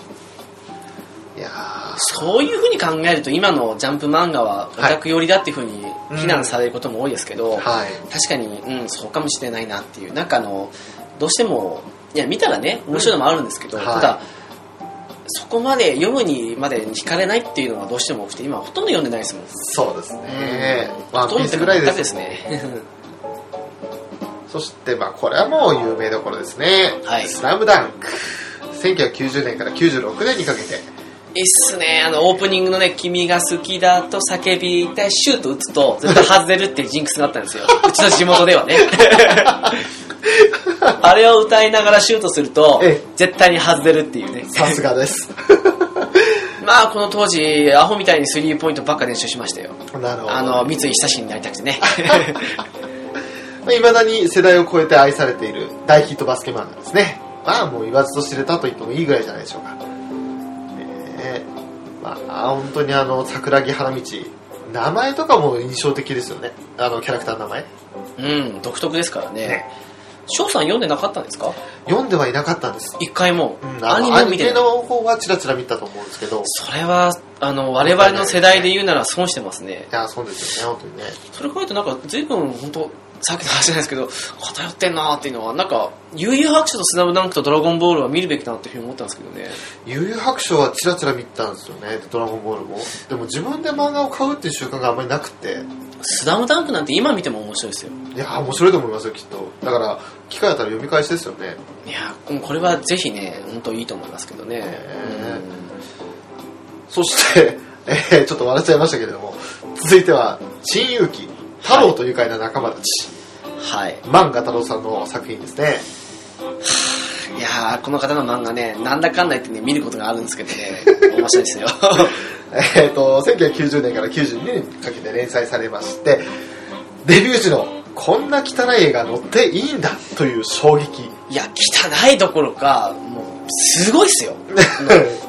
Speaker 2: いやー
Speaker 1: そういうふうに考えると、今のジャンプ漫画はオタク寄りだっていうふうに非難されることも多いですけど、
Speaker 2: はい。
Speaker 1: 確かに、うん、そうかもしれないなっていう、なんかあの、どうしても、いや、見たらね、面白いのもあるんですけど、
Speaker 2: うんはい
Speaker 1: ただ、そこまで読むにまでに惹かれないっていうのはどうしても多くて、今ほとんど読んでないですもん。
Speaker 2: そうですね。
Speaker 1: ま
Speaker 2: ワ
Speaker 1: あ、
Speaker 2: ンピースぐらいです
Speaker 1: ですね。
Speaker 2: そして、まあ、これはもう有名どころですね。
Speaker 1: はい
Speaker 2: スラムダンク。1990年から96年にかけて。
Speaker 1: いいっすね。あの、オープニングのね、君が好きだと叫びたいシュート打つと、絶対外れるっていうジンクスがあったんですよ。 *laughs* うちの地元ではね。 *laughs* あれを歌いながらシュートすると
Speaker 2: ええ、
Speaker 1: 絶対に外れるっていうね。
Speaker 2: さすがです。
Speaker 1: まあ、この当時、アホみたいにスリーポイントばっか練習しましたよ。
Speaker 2: *laughs* なるほど。
Speaker 1: あの、三井久志になりたくてね。
Speaker 2: いまだに世代を超えて愛されている大ヒットバスケ漫画ですね。まあもう言わずと知れたと言ってもいいぐらいじゃないでしょうか。ねえまあ本当にあの桜木花道、名前とかも印象的ですよね。あのキャラクターの名前。
Speaker 1: *laughs* うん、独特ですからね
Speaker 2: ね。
Speaker 1: 翔さん読んでなかったんですか
Speaker 2: 読んではいなかったんです。
Speaker 1: 一回も
Speaker 2: う。ん、
Speaker 1: ア
Speaker 2: あ
Speaker 1: ニ
Speaker 2: の
Speaker 1: メを
Speaker 2: ア
Speaker 1: 見
Speaker 2: ニ
Speaker 1: て
Speaker 2: メ
Speaker 1: ない
Speaker 2: の方はチラチラ見たと思うんですけど。
Speaker 1: それは、あの、我々の世代で言うなら損してますね
Speaker 2: い。や、そうですよね、本当にね。
Speaker 1: それ考えるとなんか随分本当さっきの話じゃないですけど偏ってんなーっていうのはなんか悠々白書とスナムダンクとドラゴンボールは見るべきだなっていうふうに思ったんですけどね
Speaker 2: 悠々白書はチラチラ見たんですよね、ドラゴンボールも。でも自分で漫画を買うっていう習慣があんまりなくて。
Speaker 1: スナムダンクなんて今見ても面白いですよ
Speaker 2: いや、面白いと思いますよ、きっと。だから、機会あったら読み返しですよね。
Speaker 1: いやーもうこれはぜひね本当いいと思いますけどね
Speaker 2: えそして、えーちょっと笑っちゃいましたけれども、続いては、新勇気、太郎と愉快な仲間たち、
Speaker 1: うんはい
Speaker 2: 漫画太郎さんの作品ですね。
Speaker 1: いやーこの方の漫画ねなんだかんだ言ってね見ることがあるんですけど *laughs* ね面白いですよ
Speaker 2: えっ、と、1990年から92年にかけて連載されまして、デビュー時の、こんな汚い絵が載っていいんだという衝撃。
Speaker 1: いや汚いどころかもうすごいっすよ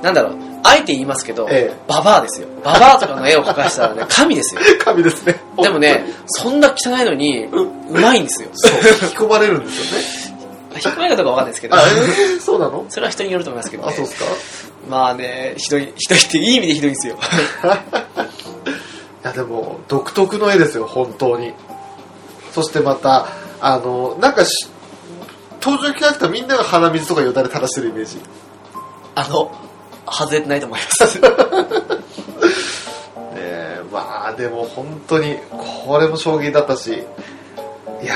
Speaker 1: なんだろうあえて言いますけど、
Speaker 2: ええ
Speaker 1: ババアですよババアとかの絵を描かせたらね神ですよ
Speaker 2: 神ですね。
Speaker 1: でもね、そんな汚いのに、うまいんですよ。
Speaker 2: 本当に、そう、引き込まれるんですよね。
Speaker 1: 引っ込めるかどうかわかんないですけど
Speaker 2: あ、、えー *laughs* そうなの
Speaker 1: それは人によると思いますけど、
Speaker 2: あ、
Speaker 1: ね
Speaker 2: そう。ですか
Speaker 1: まあね、ひどい、ひどいっていい意味でひどいんですよ。
Speaker 2: いやでも独特の絵ですよ本当にそしてまたあのなんかし登場キャラクターみんなが鼻水とかよだれ垂らしてるイメージ、
Speaker 1: あの、外れてないと思い
Speaker 2: *laughs*
Speaker 1: ます。
Speaker 2: えーまあでも本当にこれも衝撃だったしいや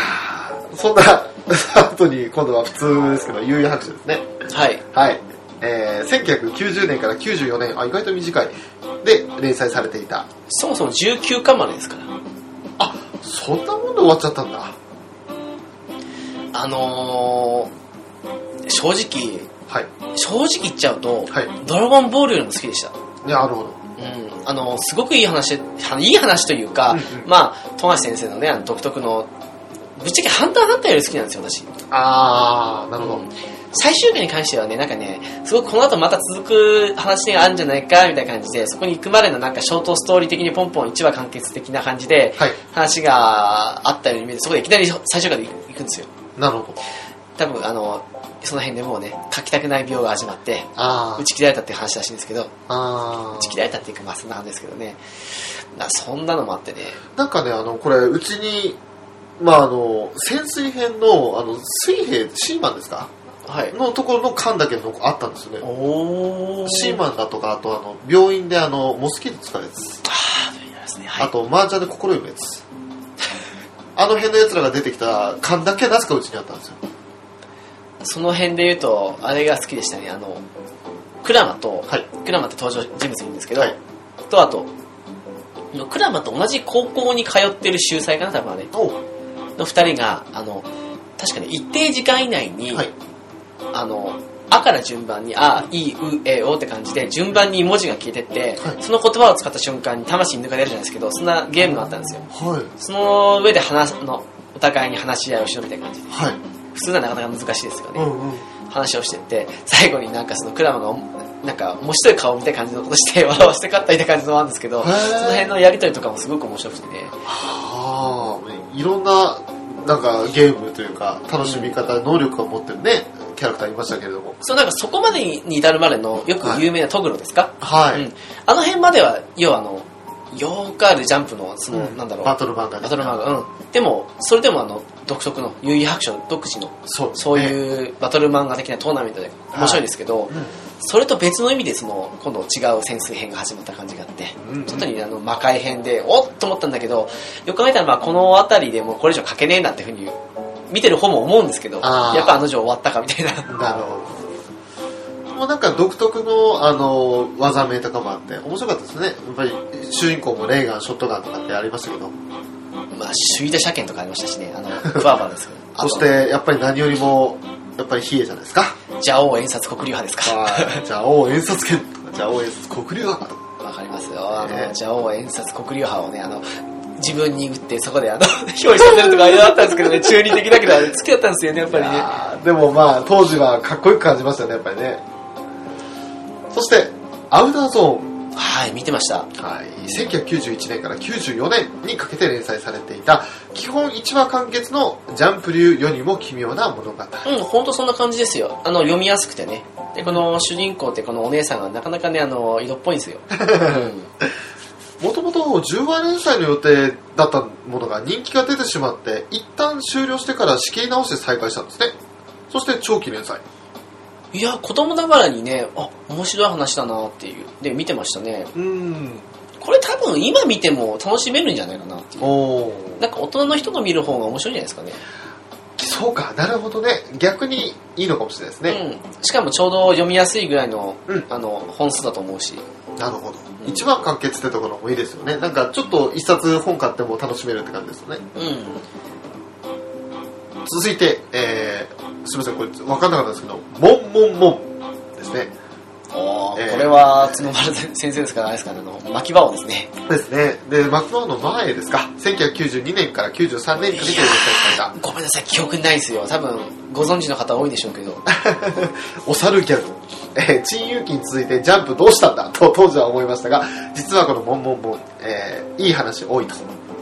Speaker 2: ーそんな *laughs* 後に今度は普通ですけど有意拍手ですね
Speaker 1: はい。
Speaker 2: はい、えー、1990年から94年あ意外と短いで連載されていた
Speaker 1: そもそも19巻までですから。
Speaker 2: あそんなもんで終わっちゃったんだ
Speaker 1: あのー、正直、
Speaker 2: はい
Speaker 1: 正直言っちゃうと、
Speaker 2: はい
Speaker 1: ドラゴンボールよりも好きでした。
Speaker 2: いやなるほど
Speaker 1: うん、あのすごくいい話あのいい話というか、
Speaker 2: うんうん
Speaker 1: まあ富樫先生のねあの独特のぶっちゃけ「ハンターハンター」より好きなんですよ私
Speaker 2: ああなるほど、
Speaker 1: 最終回に関してはね、なんかね、すごくこの後また続く話があるんじゃないか、みたいな感じで、そこに行くまでのなんかショートストーリー的にポンポン1話完結的な感じで、
Speaker 2: はい
Speaker 1: 話があったように見えて、そこでいきなり最終回で行くんですよ。
Speaker 2: なるほど。
Speaker 1: 多分、あの、その辺でもうね、書きたくない病が始まって、
Speaker 2: あ
Speaker 1: 打ち切られたっていう話らしいんですけど、
Speaker 2: あ
Speaker 1: 打ち切られたっていうか、まあそんな話ですけどね。なそんなのもあってね、
Speaker 2: なんかね、あの、これ、うちに、まあ、あの、潜水編の、あの、水兵、シーマンですか
Speaker 1: はい。
Speaker 2: のところの缶だけのあったんですよね。
Speaker 1: おー。
Speaker 2: シーマンだとか、あと、あの、病院で、あの、モスキート使うやつ。
Speaker 1: あーというのですね。はい
Speaker 2: あ。と、麻雀で心読むやつ。あの辺の奴らが出てきた缶だけなぜかうちにあったんですよ。
Speaker 1: その辺で言うと、あれが好きでしたね。あの、クラマと、
Speaker 2: はい
Speaker 1: クラマって登場人物いるんですけど、
Speaker 2: はい
Speaker 1: とあと、クラマと同じ高校に通ってる秀才かな、多分あれ。
Speaker 2: お
Speaker 1: の二人が、あの、確かに一定時間以内に、
Speaker 2: はい。
Speaker 1: あの、あから順番に、あ、いい、う、え、おって感じで、順番に文字が消えてって、
Speaker 2: はい
Speaker 1: その言葉を使った瞬間に魂抜かれるじゃないですけど、そんなゲームがあったんですよ。
Speaker 2: はい。
Speaker 1: その上で話す、あの、お互いに話し合いをしろみたいな感じで。
Speaker 2: はい。
Speaker 1: 普通ならなかなか難しいですよ
Speaker 2: う
Speaker 1: ね。
Speaker 2: んうん。
Speaker 1: 話をしてって、最後になんかそのクラマが、なんか面白い顔みたいな感じのことして *laughs* 笑わせて勝ったみたいな感じのもあるんですけど、
Speaker 2: へ
Speaker 1: そ
Speaker 2: ー
Speaker 1: の辺のやりとりとかもすごく面白くてね。
Speaker 2: ああ、いろんな、なんかゲームというか、楽しみ方、能力を持ってるね、キャラクターいましたけれども。
Speaker 1: そうなんかそこまでに至るまでのよく有名なトグロですか、
Speaker 2: は
Speaker 1: う
Speaker 2: い
Speaker 1: ん。、あの辺までは要はあのよくあるジャンプのその、
Speaker 2: うん
Speaker 1: なんだろう
Speaker 2: バトル漫画
Speaker 1: バトル漫画うんでもそれでもあの独特の優位白書独自の
Speaker 2: そうですね。
Speaker 1: そういうバトル漫画的なトーナメントで面白いんですけど、
Speaker 2: うん。
Speaker 1: それと別の意味でその今度違う潜水編が始まった感じがあって、
Speaker 2: うんうん
Speaker 1: ちょっとにあの魔界編でおっと思ったんだけどよく考えたらまあこの辺りでもうこれ以上書けねえなっていうふうに見てる方も思うんですけど
Speaker 2: あー
Speaker 1: やっぱあの女終わったかみたいな
Speaker 2: なるほど。もうなんか独特の、あの、技名とかもあって、面白かったですね。やっぱり、主人公もレーガン、ショットガンとかってありましたけど、
Speaker 1: まあ、首位打車券とかありましたしね、あの、クワバですけど。
Speaker 2: そして、やっぱり何よりも、やっぱり比叡じゃないですか。
Speaker 1: あと、ジャオウ演札国流派ですか。
Speaker 2: *laughs* じゃあ、王演卒剣とか、じゃあ、王演卒国流派とか。
Speaker 1: わかりますよ。あ
Speaker 2: ね
Speaker 1: の、ジャオウ演札国流派をね、あの、自分に打って、そこであの、 *laughs* 憑依させるとかあれだったんですけどね、中二的だけど、好きだったんですよね、やっぱり
Speaker 2: い
Speaker 1: ね。
Speaker 2: やーでもまあ、当時はかっこよく感じましたね、やっぱりね。そして、アウターゾーン。
Speaker 1: はい、見てました。
Speaker 2: はい、1991年から94年にかけて連載されていた基本1話完結のジャンプ流世にも奇妙な物
Speaker 1: う
Speaker 2: 語
Speaker 1: ん、ほんとそんな感じですよ。あの、読みやすくてね。で、この主人公ってこのお姉さんがなかなかね、あの、色っぽいんですよ。うん
Speaker 2: もともと10話連載の予定だったものが人気が出てしまって一旦終了してから仕切り直して再開したんですねそして長期連載
Speaker 1: いや、子供ながらにね、あ、面白い話だなっていう。で、見てましたね。
Speaker 2: うん
Speaker 1: これ多分今見ても楽しめるんじゃないかなっていう。
Speaker 2: おお
Speaker 1: なんか大人の人が見る方が面白いんじゃないですかね。
Speaker 2: そうかなるほどね逆にいいのかもしれないですね、
Speaker 1: うん。しかもちょうど読みやすいぐらいの、
Speaker 2: うん
Speaker 1: あの、本数だと思うし。
Speaker 2: なるほど
Speaker 1: うん
Speaker 2: 一話完結ってところもいいですよねなんかちょっと一冊本買っても楽しめるって感じですよね
Speaker 1: うん。
Speaker 2: 続いて、えー、すみません、これ分かんなかったですけど、モンモンモンですね。
Speaker 1: お
Speaker 2: えー
Speaker 1: これは、角丸先生ですから、あれですから、あの、巻き場王ですね。
Speaker 2: ですね。で、マクドの前ですか、1992年から93年にかけて連載され
Speaker 1: ごめんなさい、記憶ないですよ。多分、ご存知の方多いでしょう *laughs* けど。
Speaker 2: た、お猿ギャグ、えー、珍遊記に続いてジャンプどうしたんだと当時は思いましたが、実はこのモンモンモン、えー、いい話多いと。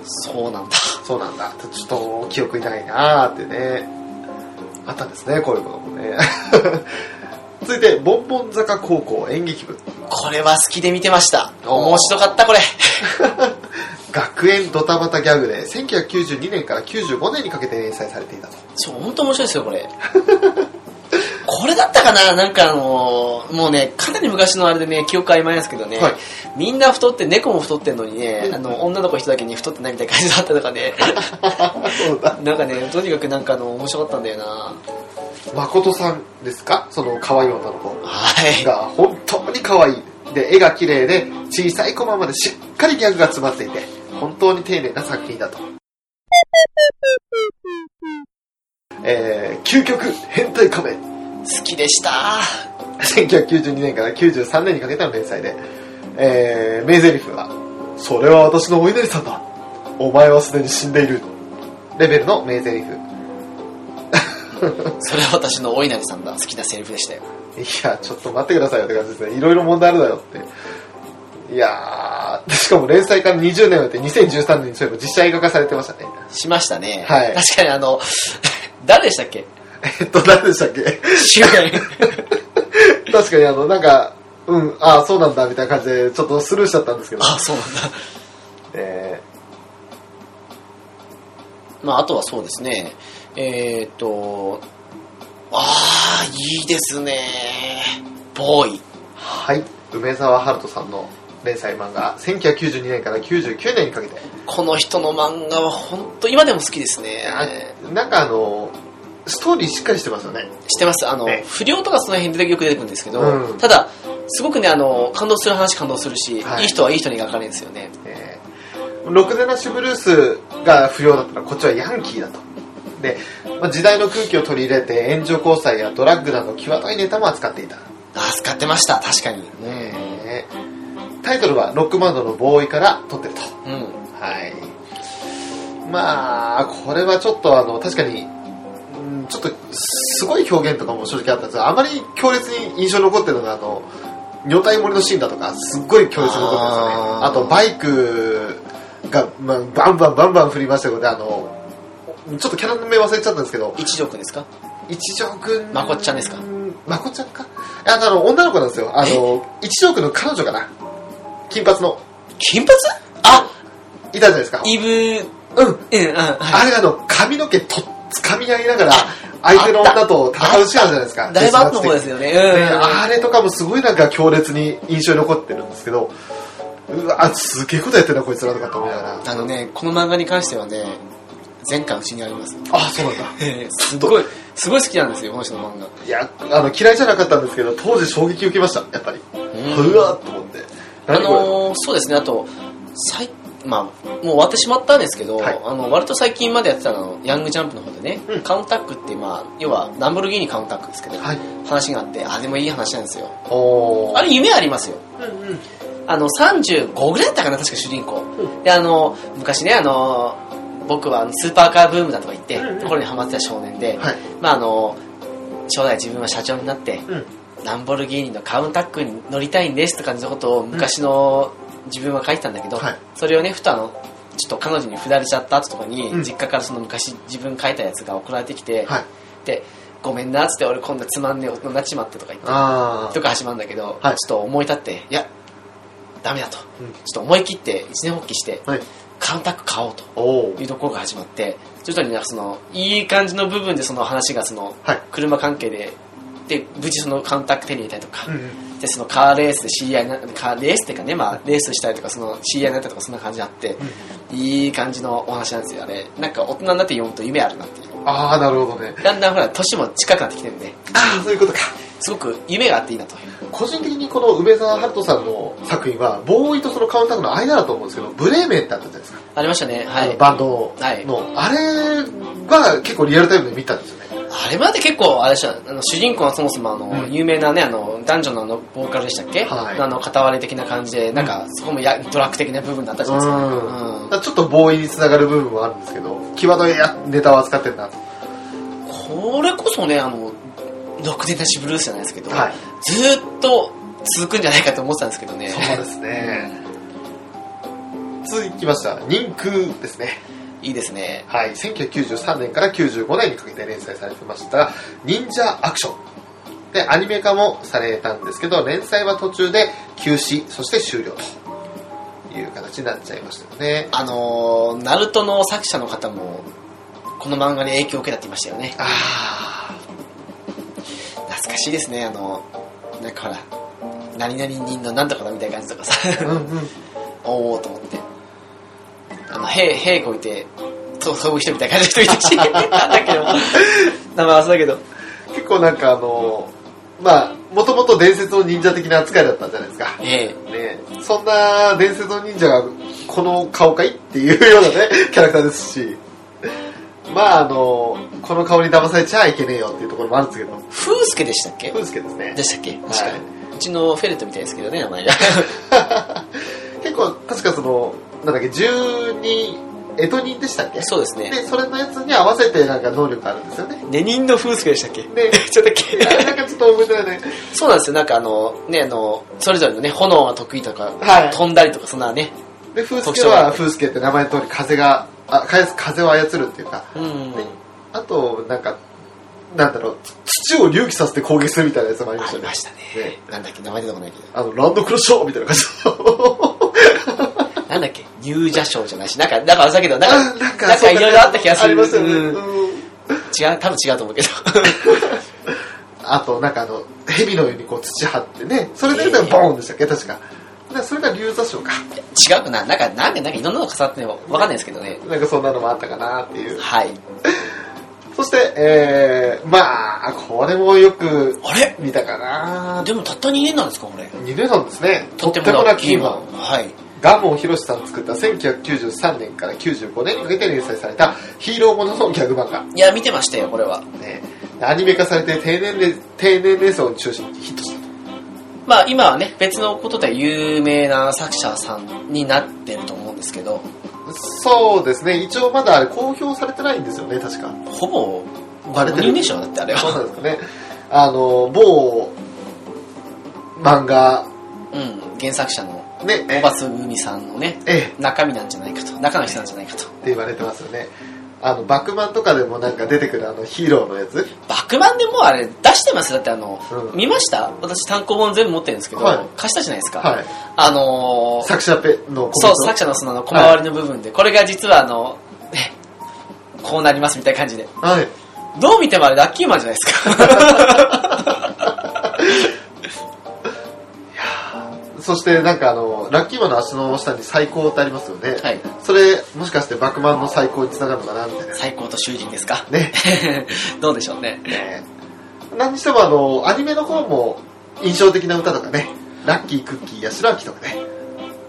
Speaker 1: そうなんだ。
Speaker 2: そうなんだ。ちょっと記憶にないなーってね。あったんですね、こういうこともね。 *laughs* 続いて、ボンボン坂高校演劇部。
Speaker 1: これは好きで見てました。
Speaker 2: おー
Speaker 1: 面白かった、これ。
Speaker 2: 学園ドタバタギャグで1992年から95年にかけて連載されてい *laughs* たと
Speaker 1: *laughs* そう、本当面白いですよ、これ。 *laughs* これだったかななんかあのーもうね、かなり昔のあれでね、記憶曖昧ですけどね、
Speaker 2: はい
Speaker 1: みんな太って、猫も太ってんのにね、あの、女の子一人だけに太ってないみたいな感じだったとかね、 *laughs*
Speaker 2: そうだ
Speaker 1: なんかね、とにかくなんかあの、面白かったんだよな
Speaker 2: *laughs* 誠さんですかその可愛い女の子
Speaker 1: はい。
Speaker 2: が本当に可愛いで絵が綺麗で小さいコマまでしっかりギャグが詰まっていて本当に丁寧な作品だとえー、究極変態仮面
Speaker 1: 好きでした
Speaker 2: 1992年から93年にかけての連載で、えー、名台詞は、それは私のお稲荷さんだ。お前はすでに死んでいる。レベルの名台詞。
Speaker 1: それは私のお稲荷さんが好きなセリフでしたよ。
Speaker 2: いや、ちょっと待ってくださいよって感じですね。いろいろ問題あるだろうって。いやー、しかも連載から20年を経って2013年にそういえば実写映画化されてましたね。 *laughs*
Speaker 1: しましたね。
Speaker 2: はい
Speaker 1: 確かにあの、 *laughs* 誰でしたっけ
Speaker 2: えっと、何でしたっけ *laughs*
Speaker 1: 主演。
Speaker 2: 確かにあの、なんか、うん、ああ、そうなんだ、みたいな感じで、ちょっとスルーしちゃったんですけ
Speaker 1: *laughs*
Speaker 2: ど。
Speaker 1: あ、そうなんだ。
Speaker 2: えー
Speaker 1: まあ、あとはそうですね。えーっと、ああ、いいですね。ボーイ。
Speaker 2: はい梅沢春人さんの連載漫画1992年から99年にかけて
Speaker 1: この人の漫画は本当今でも好きですね。
Speaker 2: あなんかあのストーリーしっかりしてますよね
Speaker 1: 知ってますあの、
Speaker 2: ね
Speaker 1: 不良とかその辺でよく出てくるんですけど、
Speaker 2: うん
Speaker 1: ただ、すごくね、あの、感動する話感動するし、
Speaker 2: はい
Speaker 1: い、い人はいい人に描かれるんですよね。
Speaker 2: えーろくでなしブルースが不要だったらこっちはヤンキーだとで、まあ時代の空気を取り入れて炎上交際やドラッグなど際どいネタも扱っていた、
Speaker 1: あ使ってました確かに
Speaker 2: ねえタイトルは「ロックバンドのボーイ」から取ってると
Speaker 1: うん
Speaker 2: はいまあこれはちょっとあの確かにうんちょっとすごい表現とかも正直あったんですがあまり強烈に印象に残ってるのがあの女体盛りのシーンだとかすっごい強烈に残ってますよね
Speaker 1: あ
Speaker 2: あ
Speaker 1: ー
Speaker 2: とバイクが、まあ、バンバンバンバン振りましたのであのちょっとキャラの名忘れちゃったんですけど
Speaker 1: 一条くんですか
Speaker 2: 一条くん
Speaker 1: まこっちゃんですか
Speaker 2: まこっちゃんかああの女の子なんですよあの一条くんの彼女かな金髪の
Speaker 1: 金髪あ
Speaker 2: いたじゃないですか
Speaker 1: イブ
Speaker 2: うん
Speaker 1: うんうんは
Speaker 2: あれあの髪の毛とっつかみ合いながら相手の女と戦うシーンあるじゃないですか
Speaker 1: いだいぶ後の方です
Speaker 2: ね
Speaker 1: よねうん
Speaker 2: あれとかもすごいなんか強烈に印象に残ってるんですけどうわすげえことやってるなこいつらとかと思いながら
Speaker 1: あのねこの漫画に関してはね前回うちにあります
Speaker 2: あそうなんだ
Speaker 1: ええすごいすごい好きなんですよこの人の漫画
Speaker 2: いやあの嫌いじゃなかったんですけど当時衝撃受けましたやっぱり
Speaker 1: ん
Speaker 2: うわっと思って
Speaker 1: あ
Speaker 2: 何これ
Speaker 1: のーそうですねあと最まあ、もう終わってしまったんですけど、
Speaker 2: はい
Speaker 1: あの割と最近までやってたのヤングジャンプの方でね、
Speaker 2: うん
Speaker 1: カウンタックって、まあ、要はランボルギーニカウンタックですけど、
Speaker 2: はい
Speaker 1: 話があってあでもいい話なんですよ
Speaker 2: おー
Speaker 1: あれ夢ありますよ
Speaker 2: うんうん
Speaker 1: あの35ぐらいだったかな確か主人公、
Speaker 2: う
Speaker 1: であの昔ねあの僕はあのスーパーカーブームだとか言って、
Speaker 2: うんうん
Speaker 1: ところにハマってた少年で、
Speaker 2: はい
Speaker 1: まああの将来自分は社長になって、
Speaker 2: うん
Speaker 1: ランボルギーニのカウンタックに乗りたいんですとかのことを昔の自分は書いてたんだけど、
Speaker 2: はい
Speaker 1: それをねふとあのちょっと彼女に振られちゃった後とかに、
Speaker 2: うん
Speaker 1: 実家からその昔自分書いたやつが送られてきて、
Speaker 2: はい
Speaker 1: でごめんなっつって俺こんなつまんねえ大人になっちまってとか言って
Speaker 2: あ
Speaker 1: とか始まるんだけど、
Speaker 2: はい
Speaker 1: ちょっと思い立っていやダメだと、
Speaker 2: うん
Speaker 1: ちょっと思い切って一年発起して
Speaker 2: あはい
Speaker 1: カウンタック買おうと
Speaker 2: おー
Speaker 1: いうところが始まって徐々になんかそのいい感じの部分でその話がその
Speaker 2: はい
Speaker 1: 車関係でで無事そのカウンタック手に入れたりとか、
Speaker 2: うんうん
Speaker 1: でそのカーレースで知り合いになカーレースっていうかね、まあ、レースしたりとかその知り合いになったとかそんな感じあって、いい感じのお話なんですよあれなんか大人になって読むと夢あるなっていう
Speaker 2: ああなるほどね
Speaker 1: だんだんほら年も近くなってきてるんで
Speaker 2: ああそういうことか
Speaker 1: すごく夢があっていいなという
Speaker 2: 個人的にこの梅沢春人さんの作品はボーイとそのカウンタックの間だと思うんですけどブレーメンってあったじゃないですか、
Speaker 1: ありましたねは
Speaker 2: あの
Speaker 1: い
Speaker 2: バンドの、
Speaker 1: はい
Speaker 2: あれは結構リアルタイムで見たんですよね
Speaker 1: あれまで結構あれでしたあの主人公はそもそもあの、
Speaker 2: うん
Speaker 1: 有名なねあの男女のあのボーカルでしたっけ、
Speaker 2: はい
Speaker 1: あの片割れ的な感じでなんか、そこもやドラッグ的な部分だったじゃないですか,、
Speaker 2: うんだからちょっとボーイにつながる部分もあるんですけど際どいやネタを扱ってるなと
Speaker 1: これこそねあの「ロックデンタシブルース」じゃないですけど、
Speaker 2: はい
Speaker 1: ずーっと続くんじゃないかと思ってたんですけどね
Speaker 2: そうですね続きました人空ですね
Speaker 1: いいですね
Speaker 2: はい、1993年から95年にかけて連載されてました「忍者アクション」でアニメ化もされたんですけど連載は途中で休止そして終了という形になっちゃいましたよね
Speaker 1: あのーナルトの作者の方もこの漫画に影響を受けたって言いましたよね
Speaker 2: あ
Speaker 1: 懐かしいですねあのなんかほら何々人のなんとかだみたいな感じとかさ *laughs*
Speaker 2: あうんうん
Speaker 1: おおと思ってあの「へいへいこいて」と飛ぶ人みたいな感じの人い
Speaker 2: *laughs*
Speaker 1: たしだ *laughs* けど名前忘れたけど
Speaker 2: 結構なんかあのまあもともと伝説の忍者的な扱いだったんじゃないですか
Speaker 1: え
Speaker 2: ねそんな伝説の忍者がこの顔かいっていうようなねキャラクターですしまああのこの顔に騙されちゃいけねえよっていうところもあるんですけど
Speaker 1: えフースケでしたっけ
Speaker 2: そうですけどね
Speaker 1: でしたっけ確かに、
Speaker 2: は
Speaker 1: うちのフェルトみたいですけどね名前が
Speaker 2: 結構確かそのなんだっけ12エトニンでしたっけ
Speaker 1: *laughs* そうです
Speaker 2: で
Speaker 1: ね
Speaker 2: それのやつに合わせてなんか能力あるんですよ
Speaker 1: *laughs*
Speaker 2: ね
Speaker 1: ネニンのフースケでしたっけ
Speaker 2: ね
Speaker 1: *laughs* ちょっとだけ
Speaker 2: あれなんかちょっと覚えてないね
Speaker 1: そうなんですよなんかあのねあのそれぞれのね炎が得意とか、
Speaker 2: はい
Speaker 1: 飛んだりとかそんなね
Speaker 2: で風助は風助って名前の通り風があ風風を操るっていうか
Speaker 1: うん
Speaker 2: ねあとなんかなんだろう土を隆起させて攻撃するみたいなやつもありま
Speaker 1: あ
Speaker 2: した
Speaker 1: り
Speaker 2: よね
Speaker 1: ましたね
Speaker 2: ね
Speaker 1: なんだっけ名前出てこないけど
Speaker 2: あのランドクロッショーみたいな感じ
Speaker 1: なんだっけ入社賞じゃないしなんかなんか忘れたけどなん
Speaker 2: あ *laughs*
Speaker 1: かなんかいろいろあった気がする
Speaker 2: ありますよね、
Speaker 1: うん
Speaker 2: うん
Speaker 1: 違う多分違うと思うけど *laughs*
Speaker 2: あと、なんかあの、蛇のようにこう土張ってね、それでなんかボーンでしたっけ、確か。でそれが竜座賞か。
Speaker 1: 違うかななんかなんかなんかいろんなの重なってねわかんないですけどね
Speaker 2: なんかそんなのもあったかなっていう。
Speaker 1: はい
Speaker 2: そして、えー、まあ、これもよく
Speaker 1: あれ
Speaker 2: 見たかな。
Speaker 1: でもたった2年なんですかこれ
Speaker 2: 2年なんですね。
Speaker 1: とって
Speaker 2: とっても
Speaker 1: も
Speaker 2: ラ
Speaker 1: ラッ
Speaker 2: ッキ
Speaker 1: キ
Speaker 2: ー
Speaker 1: ー
Speaker 2: マ
Speaker 1: マ
Speaker 2: ン
Speaker 1: ンはい
Speaker 2: ガモンヒロシさん作った1993年から95年にかけて連載されたヒーローもののギャグ漫画、
Speaker 1: いや、見てましたよ、これは。
Speaker 2: ね、アニメ化されて低年齢低年齢層を中心にヒットした
Speaker 1: まあ、今はね、別のことで有名な作者さんになってると思うんですけど、
Speaker 2: そうですね一応まだあれ公表されてないんですよね確か
Speaker 1: ほぼ、
Speaker 2: バレてる
Speaker 1: アニメーションだってあれ
Speaker 2: そう *laughs*
Speaker 1: は。
Speaker 2: なんですかねあの某漫画
Speaker 1: うん、原作者の、
Speaker 2: ね
Speaker 1: 小松海さんのね、
Speaker 2: ええ
Speaker 1: 中身なんじゃないかと、中の人なんじゃないかと。
Speaker 2: って言われてますよね。あの、バックマンとかでもなんか出てくるあのヒーローのやつ。
Speaker 1: バックマンでもうあれ出してますよだってあの、
Speaker 2: うん
Speaker 1: 見ました私単行本全部持ってるんですけど、
Speaker 2: はい
Speaker 1: 貸したじゃないですか。
Speaker 2: はい。
Speaker 1: あのー
Speaker 2: 作者ペのコメント。
Speaker 1: そう、作者のそのあの小回りの部分で、これが実はあの、ねこうなりますみたいな感じで。
Speaker 2: はい。
Speaker 1: どう見てもあれラッキーマンじゃないですか。
Speaker 2: そしてなんかあの、ラッキーマンの足の下に最高ってありますよ *laughs* ね。
Speaker 1: はい。
Speaker 2: それ、もしかしてバックマンの最高につながるのかなみたいな。
Speaker 1: 最高と囚人ですか。 *laughs*
Speaker 2: ね。
Speaker 1: どうでしょうね。
Speaker 2: ね何にしてもあの、アニメの方も印象的な歌とかね。ラッキークッキーやしらきとかね。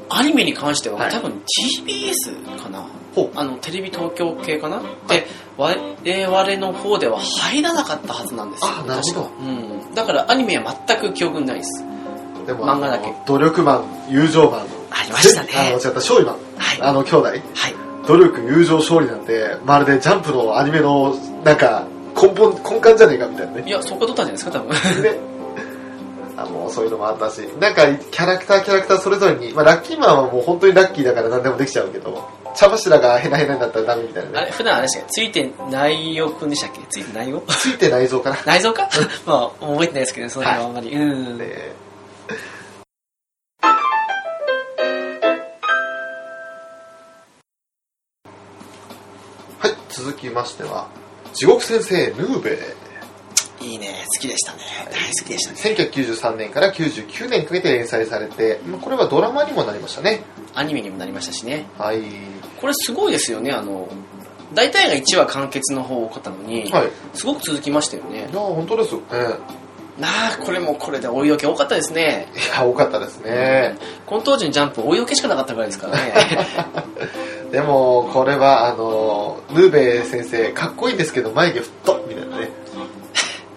Speaker 1: アニメに関しては、
Speaker 2: はい
Speaker 1: 多分 TBS かな。
Speaker 2: ほう。
Speaker 1: あの、テレビ東京系かな、で、我々の方では入らなかったはずなんですよ。
Speaker 2: あなるほど
Speaker 1: 確かうん。だからアニメは全く記憶にないです。
Speaker 2: でも
Speaker 1: 漫画だけ
Speaker 2: あの努力マン、友情マン。
Speaker 1: ありましたね
Speaker 2: あの、違った、勝利マン。
Speaker 1: はい
Speaker 2: あの、兄弟。
Speaker 1: はい。
Speaker 2: 努力、友情、勝利なんて、まるでジャンプのアニメの、なんか、根本、根幹じゃねえかみたいなね *laughs*
Speaker 1: い。や、そこ取ったんじゃないですか、多分。 *laughs*
Speaker 2: で、あもうそういうのもあったし、なんか、キャラクター、キャラクターそれぞれに、まあ、ラッキーマンはもう本当にラッキーだから何でもできちゃうけど、茶柱がヘナヘナになったらダメみたいな
Speaker 1: あ
Speaker 2: ね。
Speaker 1: れ、普段あれでしたっけついて内容くんでしたっけついて内容
Speaker 2: ついて内臓かな。
Speaker 1: 内臓か *laughs* まあ、覚えてないですけど、その辺はあんまり。
Speaker 2: *laughs*
Speaker 1: うん。
Speaker 2: ではい、続きましては、地獄先生、ヌーベ
Speaker 1: いいね、好きでしたね。大好きでしたね。
Speaker 2: 1993年から99年にかけて連載されて、まあこれはドラマにもなりましたね。
Speaker 1: アニメにもなりましたしね。
Speaker 2: はい。
Speaker 1: これすごいですよね、あの、大体が1話完結の方を買ったのに、
Speaker 2: はい。い
Speaker 1: すごく続きましたよね
Speaker 2: や、。本当ですよ。え
Speaker 1: なあ、これもこれで追い受け多かったですね。
Speaker 2: えいや、多かったですね。
Speaker 1: この当時のジャンプ追い受けしかなかったぐらいですからね。
Speaker 2: *laughs* でも、これは、あの、ヌーベ先生、かっこいいんですけど、眉毛太っみたいなね。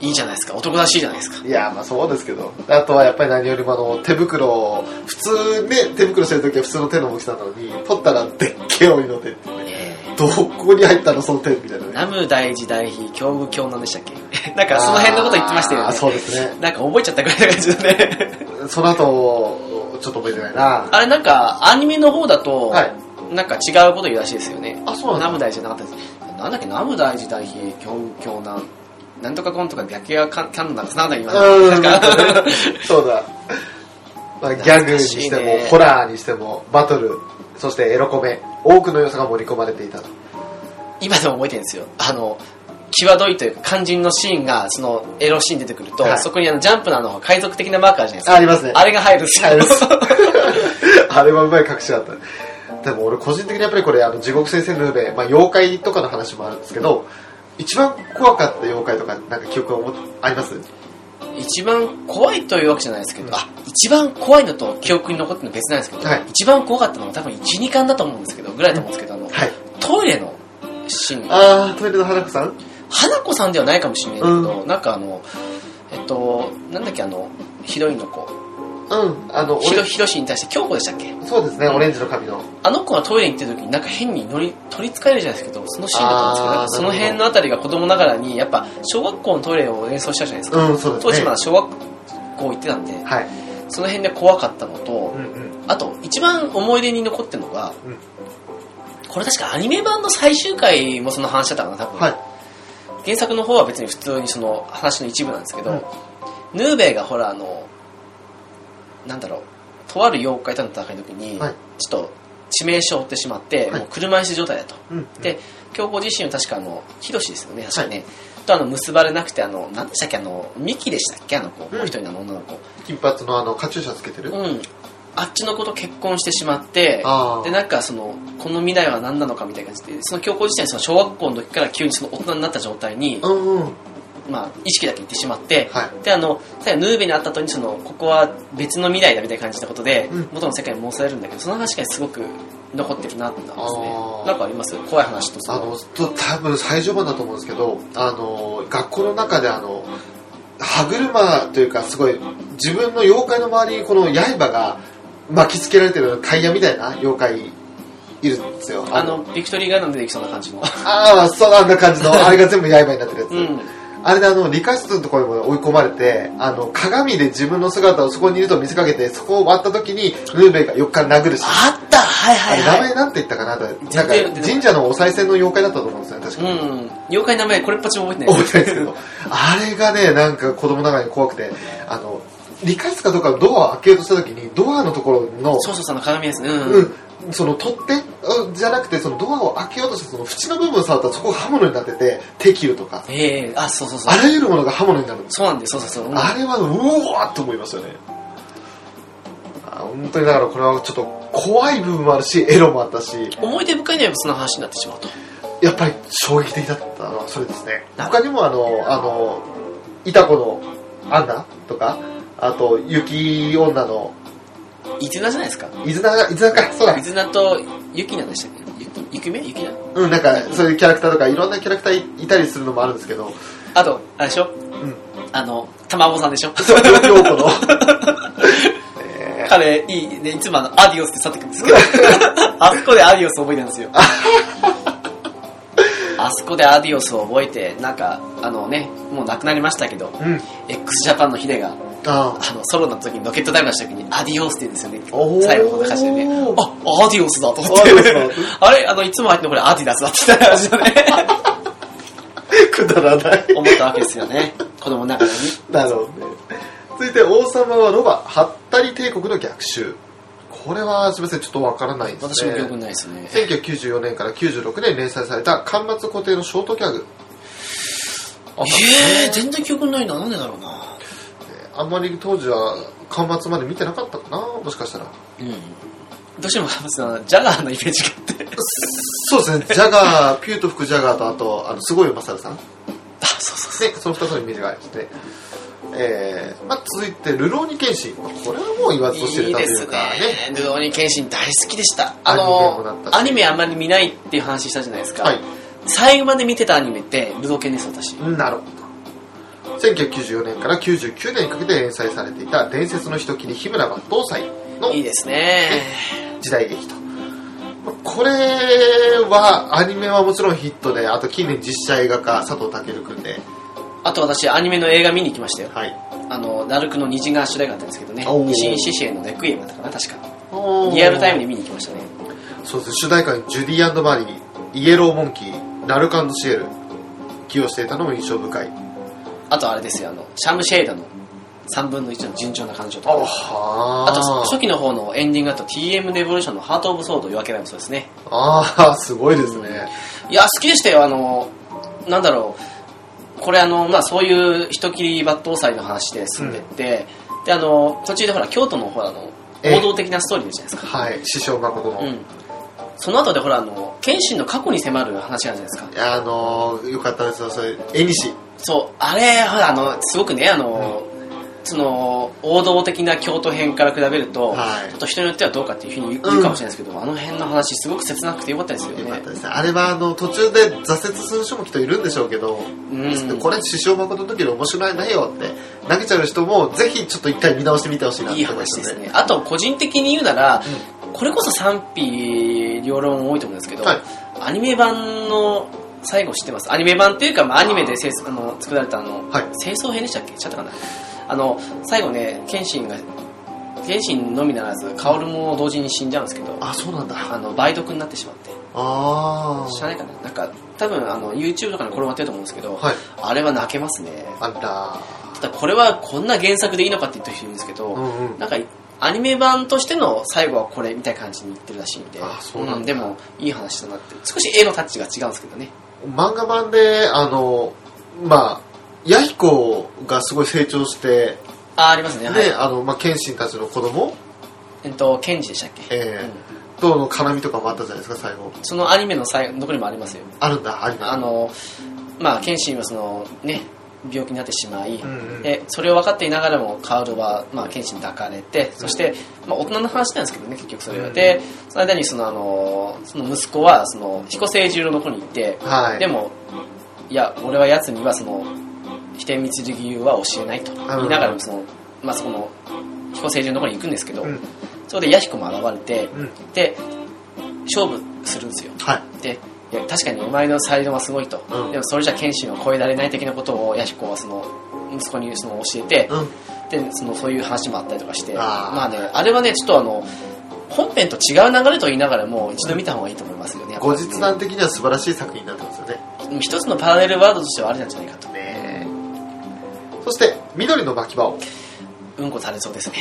Speaker 1: いいじゃないですか、男らしいじゃないですか。
Speaker 2: いや、まあそうですけど。あとはやっぱり何よりもあの、手袋を、普通ね、手袋してるときは普通の手の大きさなのに、取ったらでっけえ鬼の手っていうね。
Speaker 1: え
Speaker 2: どこに入ったのその手みたいな
Speaker 1: ー
Speaker 2: ね。
Speaker 1: ナム大時代比教具教なんでしたっけ *laughs* なんかその辺のこと言ってましたよ
Speaker 2: あー
Speaker 1: ね。
Speaker 2: そうですね。
Speaker 1: なんか覚えちゃったぐらいな感じだね。
Speaker 2: その後、ちょっと覚えてないな。
Speaker 1: あれなんかアニメの方だと、
Speaker 2: はい
Speaker 1: なんか違うこと言うらしいですよね。
Speaker 2: あそうなんだ
Speaker 1: ナム大事じゃなかったです。なんだっけ、ナム大事大比教具教なん。なんとかコンとか逆やかキャンなんかなんだ今。 *laughs*
Speaker 2: う
Speaker 1: な
Speaker 2: ん、なん
Speaker 1: んか
Speaker 2: かね、そうだ。まあ、ギャグにして
Speaker 1: 懐かしい
Speaker 2: も、
Speaker 1: ね
Speaker 2: ホラーにしても、バトル、そしてエロコメ、多くの要素が盛り込まれていたと。
Speaker 1: 今でも覚えてるんですよあの際どいというか肝心のシーンがそのエロシーン出てくると、
Speaker 2: はい
Speaker 1: そこにあのジャンプのあの海賊的なマーカーじゃないです
Speaker 2: あ
Speaker 1: か
Speaker 2: ありますね。
Speaker 1: あれが入るんですよ
Speaker 2: 入るんです *laughs* あれはうまい隠しだった。でも俺個人的にやっぱりこれ、あの、地獄先生の上で、まあ、妖怪とかの話もあるんですけど、一番怖かった妖怪とか、なんか記憶はもあります
Speaker 1: 一番怖いというわけじゃないですけど、
Speaker 2: うん
Speaker 1: あ一番怖いのと記憶に残ってるの別なんですけど、
Speaker 2: はい
Speaker 1: 一番怖かったのは多分12巻だと思うんですけどぐらいだと思うんですけどあの、
Speaker 2: はい。
Speaker 1: トイレのシーン
Speaker 2: あー、トイレの花子さん
Speaker 1: 花子さんではないかもしれないけど、
Speaker 2: う
Speaker 1: なんかあのえっとなんだっけあのヒロインの子
Speaker 2: うん、あの、
Speaker 1: ヒロ
Speaker 2: 俺、
Speaker 1: ヒロシに対して京子でしたっけ
Speaker 2: そうですね、オレンジの髪の。
Speaker 1: あの子がトイレに行ってる時になんか変に乗り取り憑かれるじゃないですけどそのシーンだったんですけど
Speaker 2: あー
Speaker 1: なんかその
Speaker 2: なるほど
Speaker 1: 辺のあたりが子供ながらにやっぱ小学校のトイレを演奏したじゃないですか、
Speaker 2: うん、そう
Speaker 1: 当
Speaker 2: です
Speaker 1: 時まだ。
Speaker 2: ね
Speaker 1: 小学校行ってたんで
Speaker 2: はい。
Speaker 1: その辺で怖かったの
Speaker 2: う
Speaker 1: と
Speaker 2: んうん。
Speaker 1: あと一番思い出に残ってるのが、
Speaker 2: うん
Speaker 1: これ確かアニメ版の最終回もその話だったかな多分、
Speaker 2: はい。
Speaker 1: 原作の方は別に普通にその話の一部なんですけど、
Speaker 2: うん
Speaker 1: ヌーベイがほらあのなんだろうとある妖怪との戦いの時に、
Speaker 2: はい
Speaker 1: ちょっと致命傷を負ってしまって、
Speaker 2: はい
Speaker 1: もう車椅子状態だと
Speaker 2: うん。
Speaker 1: で京子自身は確かあのヒロシですよね確かね、とあの結ばれなくてあの何でしたっけあのミキでしたっけあの子、
Speaker 2: うん
Speaker 1: もう一人の女の子
Speaker 2: 金髪のあの、カチューシャつけてる。
Speaker 1: うんあっちの子と結婚してしまって
Speaker 2: あ
Speaker 1: で
Speaker 2: ー。
Speaker 1: なんかそのこの未来は何なのかみたいな感じでその教皇自体その小学校の時から急にその大人になった状態に
Speaker 2: うんうん。
Speaker 1: まあ、意識だけ行ってしまって、
Speaker 2: はい
Speaker 1: であの最後ヌーベに会った後にそのここは別の未来だみたいな感じたことで、
Speaker 2: うん
Speaker 1: 元の世界に戻されるんだけどその話がすごく残ってるなって思ったんです
Speaker 2: あ
Speaker 1: ね
Speaker 2: ー
Speaker 1: なんかあります怖い話とそ
Speaker 2: あ
Speaker 1: の
Speaker 2: のと多分最序盤だと思うんですけどあの学校の中であの歯車というかすごい自分の妖怪の周りにこの刃が巻きつけられてるタイヤみたいな妖怪いるんですよ
Speaker 1: あのビクトリーガーデンでできそうな感じの
Speaker 2: ああそうあんな感じのあれが全部刃になってるやつ、
Speaker 1: うん
Speaker 2: あれであの理科室のところにも追い込まれてあの鏡で自分の姿をそこにいると見せかけてそこを割った時にヌーベイが横から殴るし
Speaker 1: あったはい
Speaker 2: あ
Speaker 1: は
Speaker 2: れ
Speaker 1: い
Speaker 2: 名
Speaker 1: はい
Speaker 2: 前なんて言ったかなとなん
Speaker 1: 全然
Speaker 2: か神社のお賽銭の妖怪だったと思うんですよね確か
Speaker 1: うん妖怪の名前これっぱちも覚えてない
Speaker 2: 覚えてないですけど、あれがね、なんか子供ながらに怖くて、あの、理科室かどうかのドアを開けようとした時に、ドアのところの、
Speaker 1: そうそうさんの鏡ですねうん、
Speaker 2: うん、その取っ手うんじゃなくて、そのドアを開けようとしたその縁の部分を触ったらそこが刃物になってて、手切るとか、
Speaker 1: ええあそうそうそう
Speaker 2: あらゆるものが刃物になるんです。
Speaker 1: そうなんですそうそうそう、うん
Speaker 2: あれは、うおーっと思いましたね。あ本当にだからこれはちょっと怖い部分もあるし、エロもあったし、
Speaker 1: 思い出深いのはその話になってしまうと
Speaker 2: やっぱり衝撃的だったのはそれですね。
Speaker 1: な
Speaker 2: 他にもあの、あの、いたこのアンナとか、あと、雪女の、
Speaker 1: 伊豆名じゃないですか
Speaker 2: 伊豆な、伊豆なか、そうだ
Speaker 1: 伊、豆名とユキナでしたっけゆゆきめゆきな
Speaker 2: うん、なんか、そういうキャラクターとか、いろんなキャラクターいたりするのもあるんですけど、
Speaker 1: あとあれでしょ
Speaker 2: うん、
Speaker 1: あの卵さんでしょ
Speaker 2: そう、京子の、
Speaker 1: *laughs* 彼いいねいつもあのアディオスって去ってくるんですけ
Speaker 2: *laughs*
Speaker 1: どあそこでアディオス覚えてるんですよあそこでアディオスを覚えてなんかあのねもう亡くなりましたけど
Speaker 2: うん、
Speaker 1: x ジャパンのヒデが
Speaker 2: あ *laughs*
Speaker 1: あのソロの時にロケットダイブ出した時にアディオスって言うんですよね
Speaker 2: おー
Speaker 1: 最後の歌詞でねあアディオスだと思っ
Speaker 2: アディオス
Speaker 1: て
Speaker 2: だ
Speaker 1: あれあのいつも入ってるこれアディダスだって言った話だね
Speaker 2: *laughs* ーくだらない。
Speaker 1: 思ったわけですよね子供ながらに
Speaker 2: なるほどね。続いて、王様はロバ、ハッタリ帝国の逆襲。これは、すみません、ちょっとわからないですね。
Speaker 1: 私も記憶にないですね
Speaker 2: 1994年から96年連載された巻末固定のショートギャグ
Speaker 1: ええ全然記憶にないななんでだろうな
Speaker 2: あんまり当時は巻末まで見てなかったかなもしかしたら
Speaker 1: うんどうしてもあのジャガーのイメージがあって
Speaker 2: そうですねジャガーピュート吹くジャガーとあとあのすごいマサルさんで
Speaker 1: あそうそう
Speaker 2: その2つのイメージがありますねえーまあ、続いて「流浪に剣心」これはもう言わずと知
Speaker 1: い
Speaker 2: れ
Speaker 1: い
Speaker 2: たと
Speaker 1: で
Speaker 2: いう
Speaker 1: す
Speaker 2: かね
Speaker 1: ねルオーニケンシン大好きでしたあ
Speaker 2: アニメもだった
Speaker 1: の
Speaker 2: し
Speaker 1: アニメあんまり見ないっていう話したじゃないですか、
Speaker 2: はい
Speaker 1: 最後まで見てたアニメってルドケンです私
Speaker 2: なるほど1994年から99年にかけて連載されていた「伝説の人斬り日村抜刀斎」の
Speaker 1: いいですね
Speaker 2: 時代劇と。まあこれは、アニメはもちろんヒットで、あと近年実写映画化、佐藤健くんで。
Speaker 1: あと私アニメの映画見に行きましたよ
Speaker 2: はい。
Speaker 1: あのナルクの虹が主題歌だったんですけどね
Speaker 2: おー
Speaker 1: 西西シエのレクイエムだったかな確かリアルタイムに見に行きましたね
Speaker 2: そうです。主題歌にジュディマリー、イエローモンキー、ナルカンドシエル、起用していたのも印象深い。
Speaker 1: あとあれですよあのシャムシェイドの3分の1の順調な感情とか
Speaker 2: は
Speaker 1: あと初期の方のエンディングだと TM レボリューションのハート・オブ・ソード夜明けないもそうですね
Speaker 2: ああ、すごいですね。
Speaker 1: いや好きでしたよあのなんだろうこれあのまあそういう人切り抜刀斎の話で進んでって、であの途中でほら京都のほらあの
Speaker 2: ええ
Speaker 1: 王道的なストーリーじゃないですか、
Speaker 2: はい。師匠誠の。
Speaker 1: うんその後でほらあの謙信の過去に迫る話があるじゃないですか
Speaker 2: いやあのー、よかったですよ、それ。絵にし。
Speaker 1: そうあれほらあのすごくねあの、その王道的な京都編から比べると、
Speaker 2: はい
Speaker 1: ちょっと人によってはどうかっていうふうに言う言うかもしれないですけど、あの辺の話すごく切なくてよかったですよ
Speaker 2: よか
Speaker 1: ね
Speaker 2: ったですね。あれは、あの、途中で挫折する人もきっといるんでしょうけど、
Speaker 1: うん
Speaker 2: これ師匠誠の時に面白いないよって投げちゃう人もぜひちょっと一回見直してみてほしいなっ
Speaker 1: いい
Speaker 2: て思いま
Speaker 1: 話で
Speaker 2: し
Speaker 1: す
Speaker 2: た
Speaker 1: ね。あと、個人的に言うなら、これこそ賛否両論多いと思うんですけど、
Speaker 2: はい
Speaker 1: アニメ版の最後知ってますアニメ版っていうか、まあ、アニメで制作あの作られたあの、
Speaker 2: はい
Speaker 1: 清掃編でしたっけちゃったかなあの、最後ね、謙信が、謙信のみならず、薫も同時に死んじゃうんですけど、
Speaker 2: あそうなんだ
Speaker 1: あ
Speaker 2: あ
Speaker 1: の、梅毒になってしまって。
Speaker 2: あ
Speaker 1: 知ら
Speaker 2: ー
Speaker 1: ないかななんか、多分、あの、YouTube とかに転がってると思うんですけど、
Speaker 2: はい
Speaker 1: あれは泣けますね。
Speaker 2: あんだ
Speaker 1: ただ、これはこんな原作でいいのかって言った人いるんですけど、
Speaker 2: うんうん
Speaker 1: なんかアニメ版としての最後はこれみたいな感じに言ってるらしいんで
Speaker 2: あそうなんだ
Speaker 1: でもいい話だなって少し絵のタッチが違うんですけどね
Speaker 2: 漫画版であのまあ弥彦がすごい成長して、
Speaker 1: あありますね
Speaker 2: ね
Speaker 1: はい
Speaker 2: あのまあ、謙信たちの子供
Speaker 1: えっとケンジでしたっけ、
Speaker 2: ええ
Speaker 1: うん
Speaker 2: との絡みとかもあったじゃないですか最後
Speaker 1: そのアニメの最後どこにもありますよ
Speaker 2: あるんだあり
Speaker 1: あのまあ謙信はそのね病気になってしまい、
Speaker 2: うんうん
Speaker 1: でそれを分かっていながらもカウルは、まあ、剣士に抱かれてそして、まあ、大人の話なんですけどね結局それは、
Speaker 2: うん
Speaker 1: でその間にそのあのその息子はその彦星十郎の子に行って、
Speaker 2: はい
Speaker 1: でもいや俺は奴にはその否定導理由は教えないと言いながらもその、まあ、そこの彦星十郎の子に行くんですけど、
Speaker 2: うん
Speaker 1: そこで弥彦も現れて、
Speaker 2: うん
Speaker 1: で勝負するんですよ
Speaker 2: はい
Speaker 1: でいや確かにお前の才能はすごいと、
Speaker 2: うん
Speaker 1: でもそれじゃ謙信は超えられない的なことを弥彦はその息子にその教えて、
Speaker 2: うん
Speaker 1: でそのそういう話もあったりとかして
Speaker 2: あー
Speaker 1: まあねあれはねちょっとあの本編と違う流れと言いながらも一度見た方がいいと思いますよねやっぱ
Speaker 2: 後日談的には素晴らしい作品になってますよね
Speaker 1: 一つのパラレルワールドとしてはあれなんじゃないかと
Speaker 2: ねそして緑の巻き場を *laughs*
Speaker 1: うんこ垂れそうですね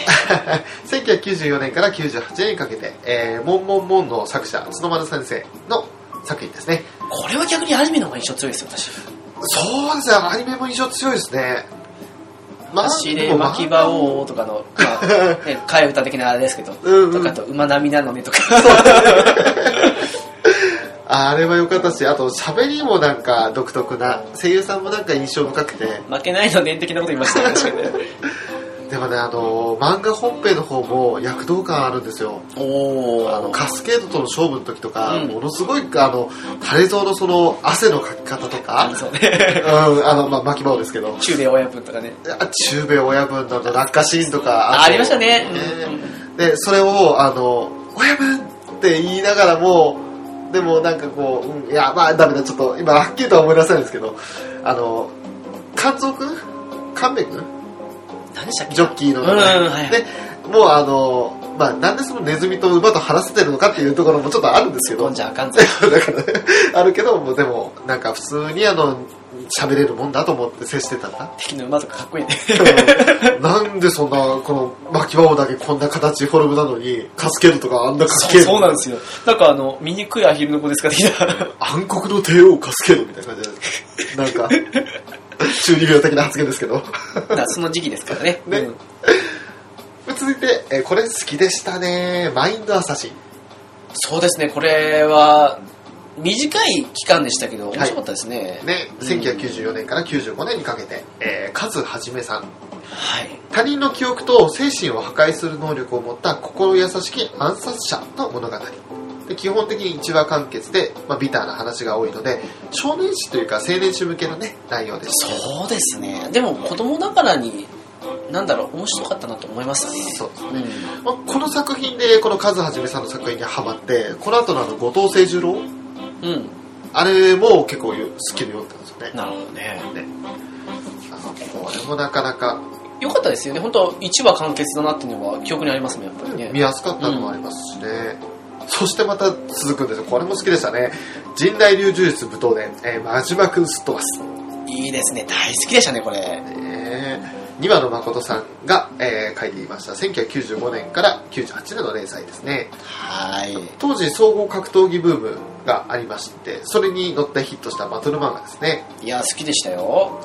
Speaker 2: 1994年から98年にかけて「えー、モンモンモン」の作者角丸先生の作品ですね
Speaker 1: これは逆にアニメの方が印象強いですよ私
Speaker 2: そうですねアニメも印象強いですね
Speaker 1: 私で「巻き場王」とかの、まあ
Speaker 2: *laughs*
Speaker 1: ね、替え歌的なあれですけど
Speaker 2: うんうん
Speaker 1: とかあと「馬並みなのね」とか
Speaker 2: *laughs*
Speaker 1: *laughs*
Speaker 2: あれは良かったしあと喋りもなんか独特な声優さんもなんか印象深くて
Speaker 1: 負けないのね的なこと言いましたね確かにね
Speaker 2: でもねあの漫画本編の方も躍動感あるんですよ
Speaker 1: お *laughs*
Speaker 2: あの
Speaker 1: ー
Speaker 2: カスケードとの勝負の時とか、
Speaker 1: うん
Speaker 2: ものすごいあのタレゾウのその汗のかき方と
Speaker 1: あ
Speaker 2: か、
Speaker 1: *laughs* の
Speaker 2: う
Speaker 1: そうね
Speaker 2: ん、あの、まあ、巻き棒ですけど
Speaker 1: 中米親分とかね
Speaker 2: あ中米親分など落下シーンとか
Speaker 1: あ
Speaker 2: と
Speaker 1: ありましたね
Speaker 2: でそれをあの親分って言いながらもでもなんかこう、うんいやまあダメだちょっと今はっきりとは思い出せないんですけどあの肝臓くん神戸くん
Speaker 1: 何でしたっけ
Speaker 2: ジョッキーの、
Speaker 1: うんうんはい
Speaker 2: でもうあのまあなんでそのネズミと馬と話せてるのかっていうところもちょっとあるんですけど
Speaker 1: 飛んじゃあかんぜ
Speaker 2: *laughs* だからね、あるけど、もうでも、なんか普通にあの、喋れるもんだと思って接してたら、
Speaker 1: *laughs* 敵の馬とかかっこい *laughs* いね
Speaker 2: なんでそんな、この巻き棒だけこんな形、フォルムなのに、カスケードとかあんなかっけ
Speaker 1: そう
Speaker 2: え
Speaker 1: そうなんですよなんかあの醜いアヒルの子ですか的 *laughs* な
Speaker 2: 暗黒の帝王カスケードみたいな感じじゃないですか。なんか、中二病的な発言ですけど。
Speaker 1: なその時期ですからね
Speaker 2: ね
Speaker 1: うん
Speaker 2: *laughs* 続いて、えーこれ好きでしたね。マインドアサシン。
Speaker 1: そうですねこれは短い期間でしたけど面白かったですね
Speaker 2: ね、1994年から95年にかけて、えー、カズはじめさん
Speaker 1: はい
Speaker 2: 他人の記憶と精神を破壊する能力を持った心優しき暗殺者の物語で基本的に一話完結で、まあ、ビターな話が多いので少年誌というか青年誌向けの、ね、内容でした
Speaker 1: そうですねでも子供だからになんだろう面白かったなと思いましたね
Speaker 2: そうですね
Speaker 1: うん
Speaker 2: まあこの作品でこのカズはじめさんの作品にハマってこの後のあの後藤誠十郎
Speaker 1: うん
Speaker 2: あれも結構好きで読んだんですよね
Speaker 1: なるほどね
Speaker 2: あのこれもなかなか
Speaker 1: よかったですよね本当1話完結だなっていうのは記憶にありますもんやっぱりね
Speaker 2: 見やすかったのもありますしね、そしてまた続くんですよこれも好きでしたね神代流呪術武闘伝、えー、真島君すっ飛ばす
Speaker 1: いいですね大好きでしたねこれ
Speaker 2: えー、庭野誠さんが、えー書いていました1995年から98年の連載ですね
Speaker 1: はい
Speaker 2: 当時総合格闘技ブームがありましてそれに乗ってヒットしたバトル漫画ですね
Speaker 1: いや好きでしたよ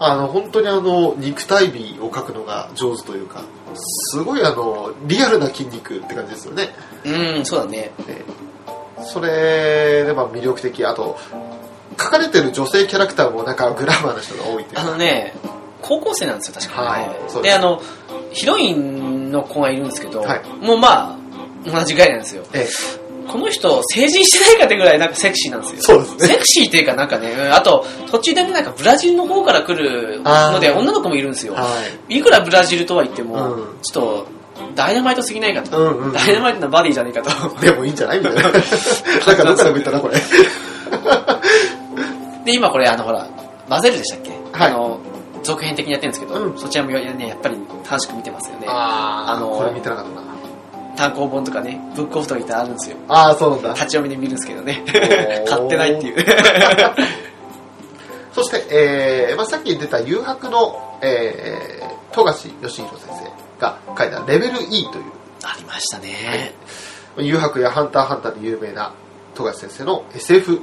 Speaker 2: あの本当にあの肉体美を描くのが上手というかすごいあのリアルな筋肉って感じですよね
Speaker 1: うんそうだね
Speaker 2: えーそれでまあ魅力的あと書かれてる女性キャラクターもなんかグラマーな人が多いという
Speaker 1: あのね高校生なんですよ確かに、ね
Speaker 2: はいそう
Speaker 1: で
Speaker 2: です
Speaker 1: あのヒロインの子がいるんですけど、
Speaker 2: はい
Speaker 1: もうまあ同じぐらいなんですよ
Speaker 2: ええ
Speaker 1: この人成人してないかってぐらいなんかセクシーなんですよ
Speaker 2: そうですね
Speaker 1: セクシーっていうかなんかねうんあと途中でねなんかブラジルの方から来るので
Speaker 2: あー
Speaker 1: 女の子もいるんですよ
Speaker 2: はい
Speaker 1: いくらブラジルとは言っても、
Speaker 2: うん
Speaker 1: ちょっとダイナマイトすぎないか
Speaker 2: う
Speaker 1: と、
Speaker 2: ん
Speaker 1: *laughs*
Speaker 2: うんうん
Speaker 1: ダイナマイトなバディじゃねえかと *laughs*
Speaker 2: でもいいんじゃないみたいな。なんかどっかでも言ったな、これ。
Speaker 1: で今これあのほらマゼルでしたっけ、
Speaker 2: はい
Speaker 1: あの続編的にやってるんですけど、
Speaker 2: うん
Speaker 1: そちらもいや,、ね、やっぱり楽しく見てますよね
Speaker 2: あ
Speaker 1: あのー
Speaker 2: これ見てなかったな。
Speaker 1: 単行本とかねブックオフとかいったらあるんですよ
Speaker 2: ああ、そうなんだ
Speaker 1: 立。ち読みで見るんですけどね
Speaker 2: ー
Speaker 1: *laughs* 買ってないっていう
Speaker 2: *laughs* そして、えーまあ、さっき出た誘白の、えー、富樫義弘先生が書いたレベル E という、
Speaker 1: ありましたね、
Speaker 2: 誘白やハンターハンターで有名な富樫先生の SF、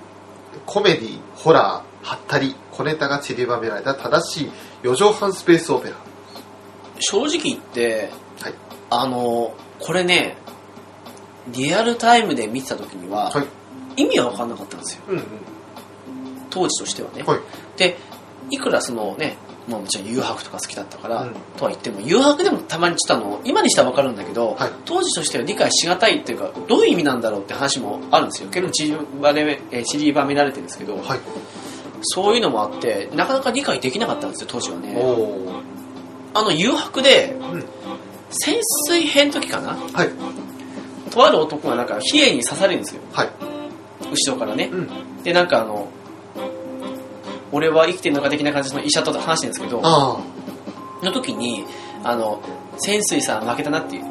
Speaker 2: コメディ、ホラー、ハッタリ、小ネタが散りばめられた正しい四畳半スペースオペラ。
Speaker 1: 正直言って
Speaker 2: はい。
Speaker 1: あのこれねリアルタイムで見てた時には、
Speaker 2: はい。
Speaker 1: 意味は分かんなかったんですよ
Speaker 2: うんうん。
Speaker 1: 当時としてはね、
Speaker 2: はい。
Speaker 1: でいくらそのね、まあ、もちろん誘白とか好きだったから、
Speaker 2: うん
Speaker 1: とは言っても誘白でもたまにちょっとあの今にしたら分かるんだけど、
Speaker 2: はい
Speaker 1: 当時としては理解しがたいっていうかどういう意味なんだろうって話もあるんですよ結構ちりばめえーちりばめられてるんですけど、
Speaker 2: はい。
Speaker 1: そういうのもあってなかなか理解できなかったんですよ当時は
Speaker 2: お
Speaker 1: ね
Speaker 2: お。
Speaker 1: あの誘白で
Speaker 2: うん。
Speaker 1: 潜水編の時かな
Speaker 2: はい。
Speaker 1: とある男がなんか比叡に刺されるんですよ
Speaker 2: はい。
Speaker 1: 後ろからね
Speaker 2: うん。
Speaker 1: でなんかあの俺は生きてるのか的な感じの医者と話してるんですけど
Speaker 2: ああ。
Speaker 1: の時にあの潜水さん負けたなって言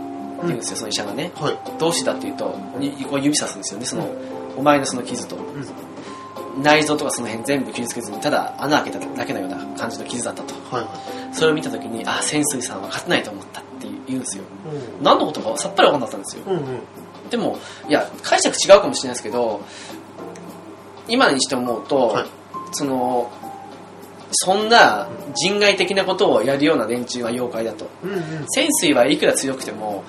Speaker 1: うんですよ、その医者がね
Speaker 2: はい。
Speaker 1: どうしてだっていうとにこう指さすんですよねその、お前のその傷と、
Speaker 2: ん
Speaker 1: 内臓とかその辺全部傷つけずにただ穴開けただけのような感じの傷だったと
Speaker 2: はいは
Speaker 1: それを見た時にあ潜水さんは勝てないと思ったって言うんですよ
Speaker 2: い。うん。
Speaker 1: 何のことかさっぱり分かんなかったんですよ
Speaker 2: うんうん。
Speaker 1: でもいや解釈違うかもしれないですけど今にして思うと、
Speaker 2: はい
Speaker 1: そのそんな人外的なことをやるような連中は妖怪だと
Speaker 2: うんうん。
Speaker 1: 潜水はいくら強くても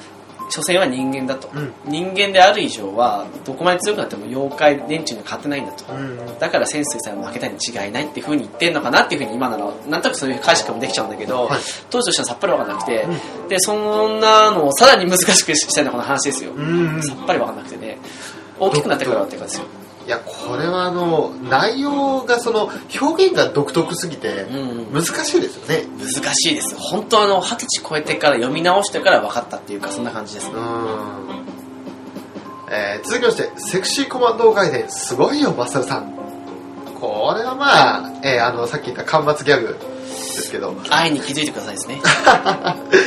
Speaker 1: 所詮は人間だと、
Speaker 2: うん
Speaker 1: 人間である以上はどこまで強くなっても妖怪連中には勝てないんだと、
Speaker 2: うんうん。
Speaker 1: だから潜水さんは負けたに違いないっていう風に言ってんのかなっていう風に今ならなんとなくそういう解釈もできちゃうんだけど、
Speaker 2: はい
Speaker 1: 当時としてはさっぱり分かんなくて、でそんなのをさらに難しくしたいのこの話ですよ、
Speaker 2: うんうん。
Speaker 1: さっぱり分かんなくてね大きくなってからって感じですよ、
Speaker 2: いや、これはあの、内容がその、表現が独特すぎて、
Speaker 1: うん
Speaker 2: 難しいですよね。
Speaker 1: 難しいです本当あの二十歳超えてから読み直してから分かったっていうかそんな感じです
Speaker 2: うーん。えー、続きまして、セクシーコマンド外伝、すごいよ、マサルさん。これはまあ、えー、あの、さっき言った間伐ギャグですけど、
Speaker 1: 愛に気づいてくださいです
Speaker 2: *laughs*
Speaker 1: ね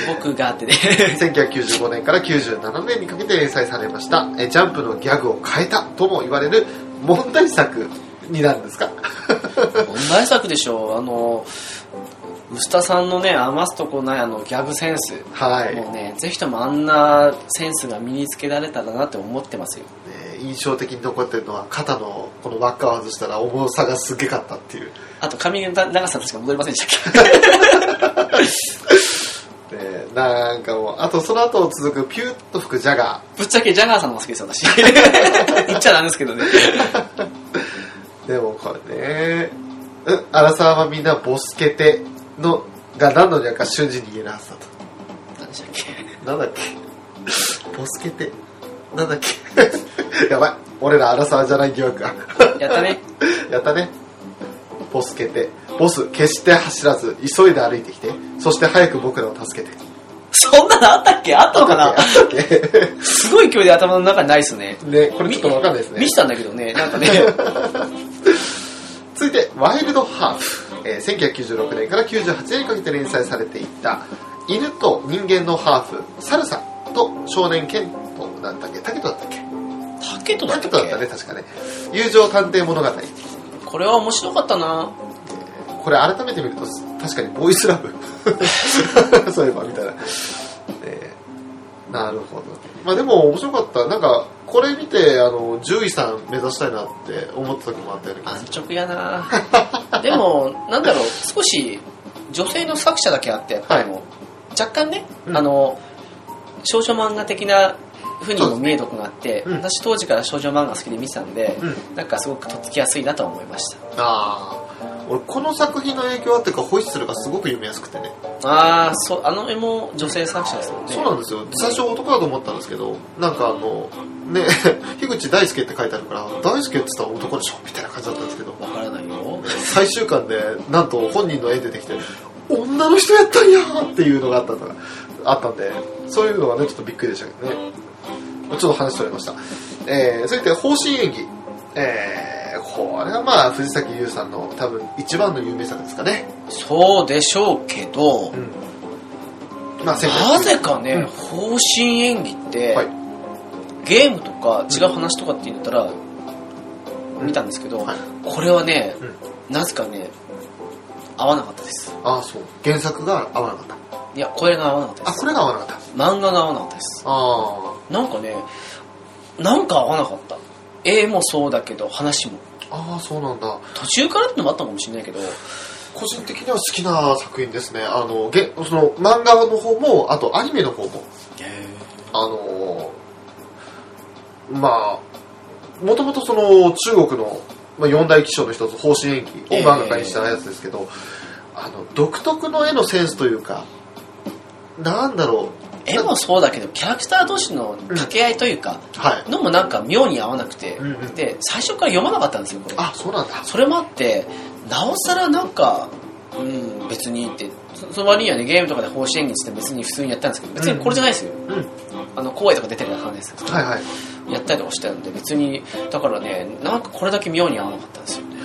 Speaker 1: 僕があってね
Speaker 2: 1995年から97年にかけて連載されました、えージャンプのギャグを変えたとも言われる問題作になるんですか
Speaker 1: 問題作でしょうあの虫田さんのね余すとこないあのギャグセンス
Speaker 2: はい、
Speaker 1: もうね、ぜひともあんなセンスが身につけられたらなって思ってますよ。
Speaker 2: えー印象的に残ってるのは肩のこの輪っかを外したら重さがすげかったっていう、
Speaker 1: あと、髪の長さとしか戻りませんでした
Speaker 2: *laughs*
Speaker 1: っけ
Speaker 2: えーなんかもうあとその後続くピューッと吹くジャガ
Speaker 1: ぶっちゃけジャガーさんの方が好きですよ、私。
Speaker 2: *laughs*
Speaker 1: 言っちゃなんですけどね。
Speaker 2: ーでもこれねうん荒沢はみんなボスケテのが何の略か瞬時に言えるはずだと
Speaker 1: 何でしたっけ
Speaker 2: なんだっけボスケテなんだっけ *laughs* やばい俺ら荒沢じゃない疑惑が *laughs*
Speaker 1: やったね。
Speaker 2: やったねボスケテボス決して走らず急いで歩いてきてそして早く僕らを助けて
Speaker 1: そんなのあったっけあったの
Speaker 2: *laughs*
Speaker 1: かな
Speaker 2: あったっけ
Speaker 1: すごい勢いで頭の中にないっすね。
Speaker 2: ねこれちょっとわかんないですね
Speaker 1: 見せたんだけどね、なん
Speaker 2: *laughs*
Speaker 1: かね。
Speaker 2: 続いて「ワイルドハーフ」えー1996年から98年にかけて連載されていた犬と人間のハーフサルサと少年ケントなんだっけタケトだったっけ
Speaker 1: タケトだ
Speaker 2: タ
Speaker 1: っ
Speaker 2: ケ
Speaker 1: たっ
Speaker 2: トだった
Speaker 1: け
Speaker 2: ね確かね友情探偵物語
Speaker 1: これは面白かったな。
Speaker 2: これ改めて見ると確かにボーイスラブ *laughs* そういえばみたいな、えーなるほどまあでも面白かったなんかこれ見てあの獣医さん目指したいなって思った時もあったような気が
Speaker 1: 安
Speaker 2: す
Speaker 1: 直やな *laughs* でもなんだろう少し女性の作者だけあってやっぱりもう、若干ね、
Speaker 2: うん
Speaker 1: あの少女漫画的な風にも見えるとこがあって、
Speaker 2: うん
Speaker 1: 私当時から少女漫画好きで見てたんで、
Speaker 2: る、うん
Speaker 1: なんかすごくとっつきやすいなとは思いました
Speaker 2: ああ俺この作品の影響あってかホイッスルがすごく読みやすくてね、
Speaker 1: ああそうあの絵も女性作者ですもんね
Speaker 2: そうなんですよ最初男だと思ったんですけどなんかあのね *laughs* 樋口大輔って書いてあるから大輔って言ったら男でしょみたいな感じだったんですけど
Speaker 1: わからないよ
Speaker 2: 最終巻でなんと本人の絵出てきて女の人やったんやーっていうのがあったとかあったんでそういうのがねちょっとびっくりでしたけどねちょっと話取れました、えー、それで方針演技えー、これはまあ藤崎優さんの多分一番の有名作ですかね
Speaker 1: そうでしょうけど、
Speaker 2: うんまあ、
Speaker 1: なぜかね、
Speaker 2: うん
Speaker 1: 方針演技って、
Speaker 2: はい
Speaker 1: ゲームとか違う話とかって言ったら、見たんですけど、
Speaker 2: はい
Speaker 1: これはね、
Speaker 2: うん
Speaker 1: なぜかね合わなかったです
Speaker 2: ああそう原作が合わなかった
Speaker 1: いやこれが合わなかったで
Speaker 2: あ
Speaker 1: す
Speaker 2: これが合わなかった
Speaker 1: 漫画が合わなかったです
Speaker 2: あ
Speaker 1: なんかねなんか合わなかった絵もそうだけど話も
Speaker 2: ーあーそうなんだ
Speaker 1: 途中からってのもあったのかもしれないけど
Speaker 2: 個人的には好きな作品ですねあのげその漫画の方もあとアニメの方もあのーまあもともとその中国のまあ、四大気象の一つ方針演
Speaker 1: え
Speaker 2: 技
Speaker 1: え
Speaker 2: を漫画家にしたやつですけど、あの独特の絵のセンスというかなんだろう
Speaker 1: 絵もそうだけどキャラクター同士の掛け合いというか、
Speaker 2: はい
Speaker 1: のもなんか妙に合わなくて、
Speaker 2: うんうん
Speaker 1: で最初から読まなかったんですよこれ
Speaker 2: あそうなんだ
Speaker 1: それもあってなおさらなんかうん別にってそその割にはねゲームとかで方針演技して別に普通にやったんですけど別にこれじゃないですよ、
Speaker 2: うんはい
Speaker 1: あの公演とか出てるような話ですけど
Speaker 2: はい
Speaker 1: やったりとかしてたので別にだからねなんかこれだけ妙に合わなかったんですよね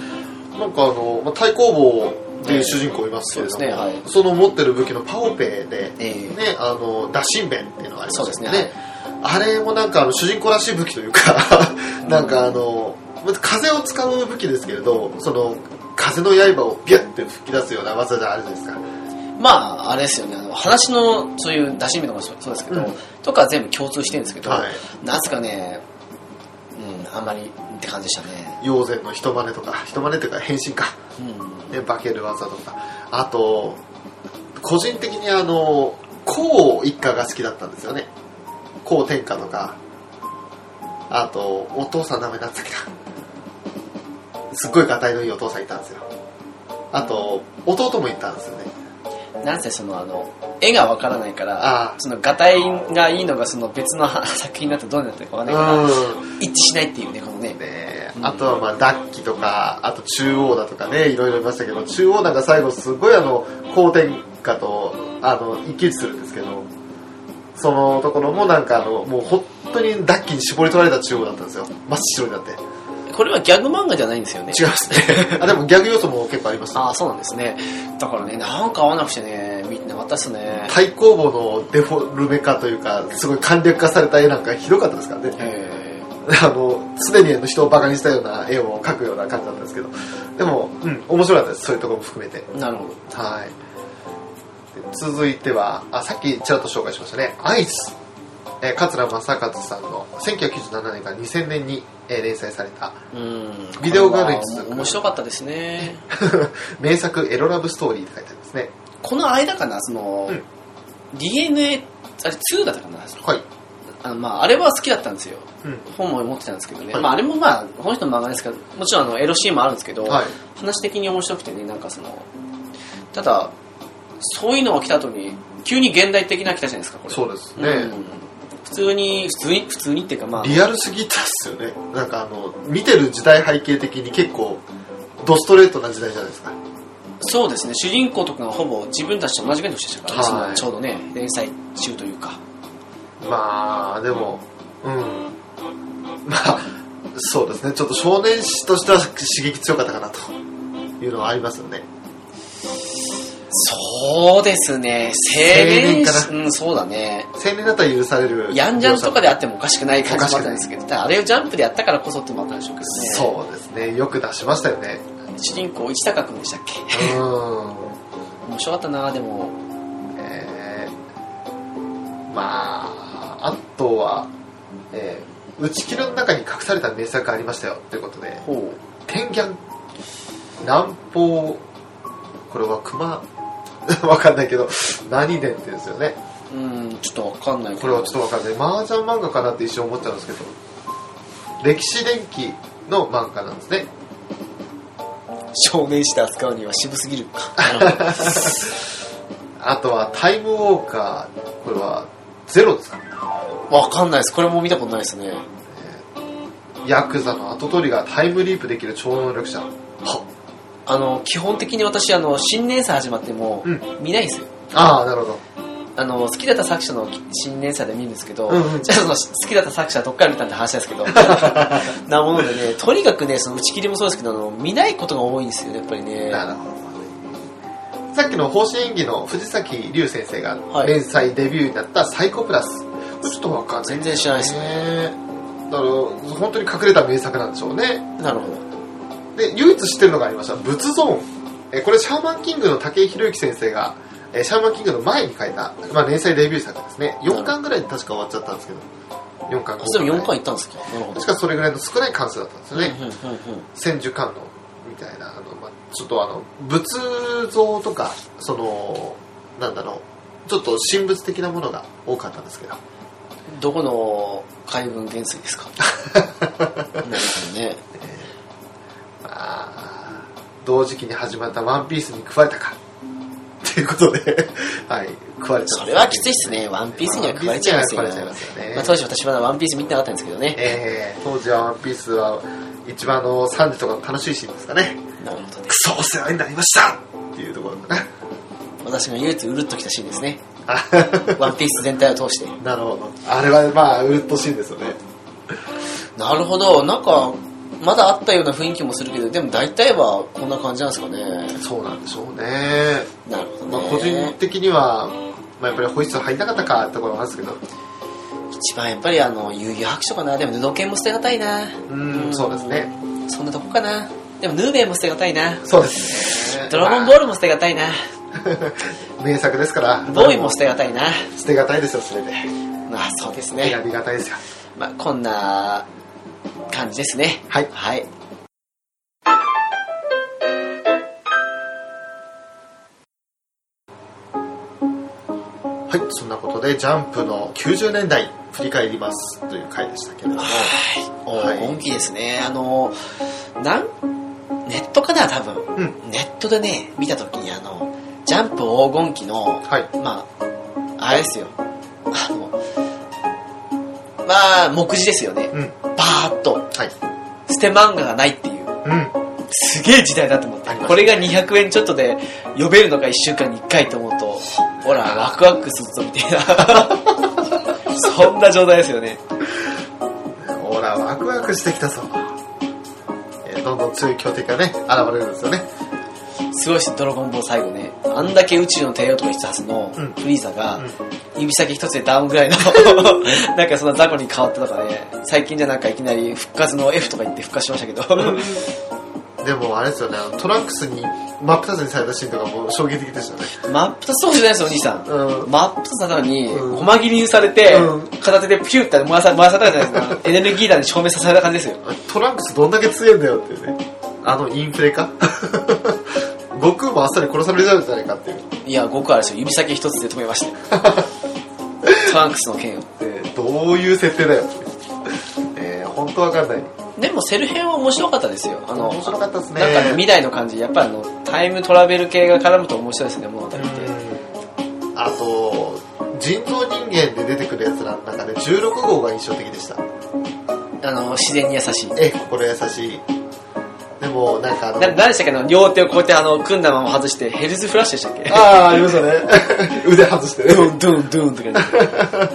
Speaker 2: なんかあの、まあ、太工房っていう主人公いますけれども、
Speaker 1: ええそうですねはい
Speaker 2: その持ってる武器のパオペイで、
Speaker 1: ええ
Speaker 2: ね、あの打神弁っていうのがあります
Speaker 1: そ
Speaker 2: よね
Speaker 1: うですね
Speaker 2: あれもなんかあの主人公らしい武器というか *laughs* なんかあの、風を使う武器ですけれどその風の刃をビャッて吹き出すような技じゃあるじゃないですか
Speaker 1: まああれですよねあの話のそういう出し身とかもそうそうですけど、
Speaker 2: うん
Speaker 1: とかは全部共通してるんですけど、
Speaker 2: はい
Speaker 1: なぜかねうんあんまりって感じでしたね
Speaker 2: 妖然の人真似とか人真似というか変身か、
Speaker 1: うん
Speaker 2: ね、化ける技とかあと個人的にあの孔一家が好きだったんですよね孔天下とかあとお父さん名前なんつったっけなすっごい硬いのいいお父さんいたんですよあと弟もいたんですよね
Speaker 1: なんせそのあの絵がわからないから
Speaker 2: あ
Speaker 1: その画体がいいのがその別の *laughs* 作品だとどうなってるかわからないから、
Speaker 2: あうん
Speaker 1: 一致しないっていうねこのね
Speaker 2: ねあとはまあダッキとかあと中央だとかねいろいろいましたけど中央なんか最後すごいあの好天下とあの一騎打ちするんですけどそのところもなんかあのもう本当にダッキに絞り取られた中央だったんですよ真っ白になって違
Speaker 1: これはギャグ漫画じゃないんですよね
Speaker 2: いますね *laughs* あでもギャグ要素も結構ありました
Speaker 1: ああそうなんですねだからねなんか合わなくてね見てなかったっすね
Speaker 2: 対抗棒のデフォルメ化というかすごい簡略化された絵なんかひどかったですからね
Speaker 1: え
Speaker 2: *laughs* あの、常にあの人をバカにしたような絵を描くような感じだったんですけど、でも、うん、面白かったです、そういうところも含めて。
Speaker 1: ー、なるほど
Speaker 2: はい。で続いては、あ、さっきちらっと紹介しましたね、アイス。えー、桂正和さんの1997年から2000年に、えー連載された *laughs*
Speaker 1: うん
Speaker 2: ビデオガールに続く
Speaker 1: これは面白かったですね
Speaker 2: 名作エロラブストーリーって書いてありますね。
Speaker 1: この間かなその、
Speaker 2: うん
Speaker 1: DNA あれ2だったかな
Speaker 2: はい。
Speaker 1: あの、まあ、あれは好きだったんですよ
Speaker 2: うん。
Speaker 1: 本も持ってたんですけどね、
Speaker 2: はい
Speaker 1: まあ、あれもまあこの人の漫画ですけどもちろんあのエロシーンもあるんですけど、
Speaker 2: はい。
Speaker 1: 話的に面白くてねなんかそのただそういうのが来た後に急に現代的なの来たじゃないですかこれ
Speaker 2: そうです
Speaker 1: う
Speaker 2: ね。
Speaker 1: ん普通に普通に普通にっていうかまあ
Speaker 2: リアルすぎたっすよね。なんかあの、見てる時代背景的に結構、ドストレートな時代じゃないですか。
Speaker 1: そうですね主人公とかがほぼ自分たちと同じぐらいの年でしたからね、
Speaker 2: はい
Speaker 1: そのちょうどね連載中というか
Speaker 2: まあでもうんまあそうですねちょっと少年誌としては刺激強かったかなというのはありますよね
Speaker 1: そうですね青
Speaker 2: 年
Speaker 1: 年
Speaker 2: かな
Speaker 1: 誌うんそうだね
Speaker 2: 青年だったら許される
Speaker 1: ヤンジャンとかであってもおかしくない感じ
Speaker 2: おかし
Speaker 1: もあっ
Speaker 2: くな
Speaker 1: た
Speaker 2: い
Speaker 1: んですけどただあれをジャンプでやったからこそっていうのもあったんでしょうけどね
Speaker 2: そうですねよく出しましたよね
Speaker 1: 主人公市高君でしたっけ
Speaker 2: う
Speaker 1: 面白かったなでも
Speaker 2: んえー、まああとは、えー打ち切りの中に隠された名作がありましたよということで
Speaker 1: ほ
Speaker 2: 「ペンギャン南方これは熊 *laughs* わかんないけど何年って言うんですよね
Speaker 1: ううんちょっとわかんないけど
Speaker 2: これはちょっとわかんない麻雀漫画かなって一瞬思っちゃうんですけど歴史伝記の漫画なんですね
Speaker 1: 少年誌で扱うには渋すぎるかなるほど
Speaker 2: あとはタイムウォーカーこれはゼロですか
Speaker 1: わかんないです。これも見たことないですね。
Speaker 2: ヤクザの後取りがタイムリープできる超能力者は
Speaker 1: あの、基本的に私、あの、新年祭始まっても
Speaker 2: うん、
Speaker 1: 見ないんですよ。
Speaker 2: ああなるほど
Speaker 1: あの、好きだった作者の新年祭で見るんですけど、
Speaker 2: うんうん
Speaker 1: じゃあその、好きだった作者はどっから見たんって話ですけど、 *laughs* なものでね、とにかくね、その打ち切りもそうですけど、あの、見ないことが多いんですよね、やっぱりね。
Speaker 2: なるほどさっきの方針演技の藤崎龍先生が
Speaker 1: はい
Speaker 2: 連載デビューになったサイコプラス、これちょっとわかんない
Speaker 1: 全然知らないですね。
Speaker 2: ねだから本当に隠れた名作なんでしょうね
Speaker 1: なるほど。
Speaker 2: で唯一知ってるのがありました仏ゾーンえーこれシャーマンキングの武井宏之先生がえーシャーマンキングの前に書いた、まあ、連載デビュー作ですね4巻ぐらいで確か終わっちゃったんですけど4巻
Speaker 1: あ、それも4
Speaker 2: ぐら
Speaker 1: 回
Speaker 2: い
Speaker 1: 行ったんですかなるほど。
Speaker 2: 確かそれぐらいの少ない関数だったんですよね
Speaker 1: うんうんうん
Speaker 2: 千手観音みたいなあの、まあ、ちょっとあの仏像とかそのなんだろうちょっと神仏的なものが多かったんですけど
Speaker 1: うんどこ
Speaker 2: *laughs*
Speaker 1: の海軍元帥ですかなるほどね。
Speaker 2: ま同時期に始まったワンピースに食われたか。ということで、 *laughs* はい、食われた。
Speaker 1: それはきついっすね。ワンピースには食われちゃいますよ。
Speaker 2: ワンピースには食われちゃいますよね
Speaker 1: まあ、当時私まだワンピース見てなかったんですけどね。
Speaker 2: えー、当時はワンピースは一番あの3時とかの楽しいシーンですかね。
Speaker 1: なるほどね
Speaker 2: ク。ソお世話になりましたっていうところかな。 *laughs*
Speaker 1: 私の唯一うるっときたシーンですね。
Speaker 2: あ
Speaker 1: ワンピース全体を通して。
Speaker 2: なるほど。あれはまあ、うるっとしいんですよね。
Speaker 1: なるほど。なんか、まだあったような雰囲気もするけど、でも大体はこんな感じなんですかね。
Speaker 2: そうなんでしょうね。
Speaker 1: なるほどね。
Speaker 2: まあ、個人的には、まあ、やっぱり保湿入りたかったかってところはあるんですけど、
Speaker 1: 一番やっぱりあの、遊戯白書かな。でも布剣も捨てがたいな。
Speaker 2: うん、そうですね。
Speaker 1: そんなとこかな。でもヌーベイも捨てがたいな。
Speaker 2: そうですね。
Speaker 1: ドラゴンボールも捨てがたいな。
Speaker 2: まあ *laughs* 名作ですから、
Speaker 1: ボーイも捨てがたいな。
Speaker 2: 捨てがたいですよ、それで。
Speaker 1: まあそうですね
Speaker 2: 選。びがたいですよ。
Speaker 1: まあこんな感じですね。
Speaker 2: はい
Speaker 1: はい。
Speaker 2: はい、そんなことで、ジャンプの90年代、振り返りますという回でしたけれども、は
Speaker 1: はいい。本気ですね。あの、なん、ネットかな、多分。
Speaker 2: うん、
Speaker 1: ネットでね、見たときにあの、ジャンプ黄金期の、
Speaker 2: はい、
Speaker 1: まあ、あれですよ。あの、まあ、目次ですよね。
Speaker 2: うん、
Speaker 1: バーっと、
Speaker 2: はい、
Speaker 1: 捨て漫画がないっていう。
Speaker 2: うん、
Speaker 1: すげえ時代だと思って
Speaker 2: ありま。した
Speaker 1: これが200円ちょっとで呼べるのか1週間に1回と思うと、ほら、ワクワクするぞみたい *laughs* な。そんな状態ですよね。
Speaker 2: ほら、ワクワクしてきたぞ。えーどんどん強い強敵がね、現れるんですよね。
Speaker 1: すごいし、ドラゴンボール最後ね。あんだけ宇宙の帝王とか言ってたはずの
Speaker 2: うん
Speaker 1: フリーザが
Speaker 2: う、
Speaker 1: 指先一つでダウンぐらいの、なんかそんな雑魚に変わったとかね。最近じゃなんかいきなり復活の F とか言って復活しましたけど。
Speaker 2: ん、でも、あれですよね、あのトランクスに真っ二つにされたシーンとかもう衝撃的でしたね。
Speaker 1: 真っ二つそうじゃないですよ、お兄さん。
Speaker 2: うん、
Speaker 1: 真っ二つなのに、
Speaker 2: うん
Speaker 1: 細切りにされて、
Speaker 2: うん
Speaker 1: 片手でピューって燃やさ燃やされたじゃないです
Speaker 2: *laughs*
Speaker 1: か。エネルギー弾で照明させられた感じですよ。
Speaker 2: トランクスどんだけ強いんだよっていうね。あのインフレか *laughs* 悟空もあっさり殺されちゃうんじゃないかっていう。
Speaker 1: いや、ごくあれですよ。指先一つで止めま
Speaker 2: *laughs*
Speaker 1: したよ。トランクスの剣を。
Speaker 2: でどういう設定だよって。えー、本当わかんない。
Speaker 1: でも、セル編は面白かったですよ。あの、
Speaker 2: 面白かったですね。
Speaker 1: なんかね未来の感じ、やっぱりあの、タイムトラベル系が絡むと面白いですね、物語って。
Speaker 2: うんあと、人造人間で出てくるやつらの中で16号が印象的でした。
Speaker 1: あの、自然に優しい。
Speaker 2: ええ、心優しい。でも、なんかあの、 *laughs*
Speaker 1: な、何でしたっけあの、両手をこうやってあの、組んだまま外して、ヘルズフラッシュでしたっけ
Speaker 2: ああ、ありましたね。 *laughs* 腕外してね。
Speaker 1: ドゥンドゥンドゥンって感じ。懐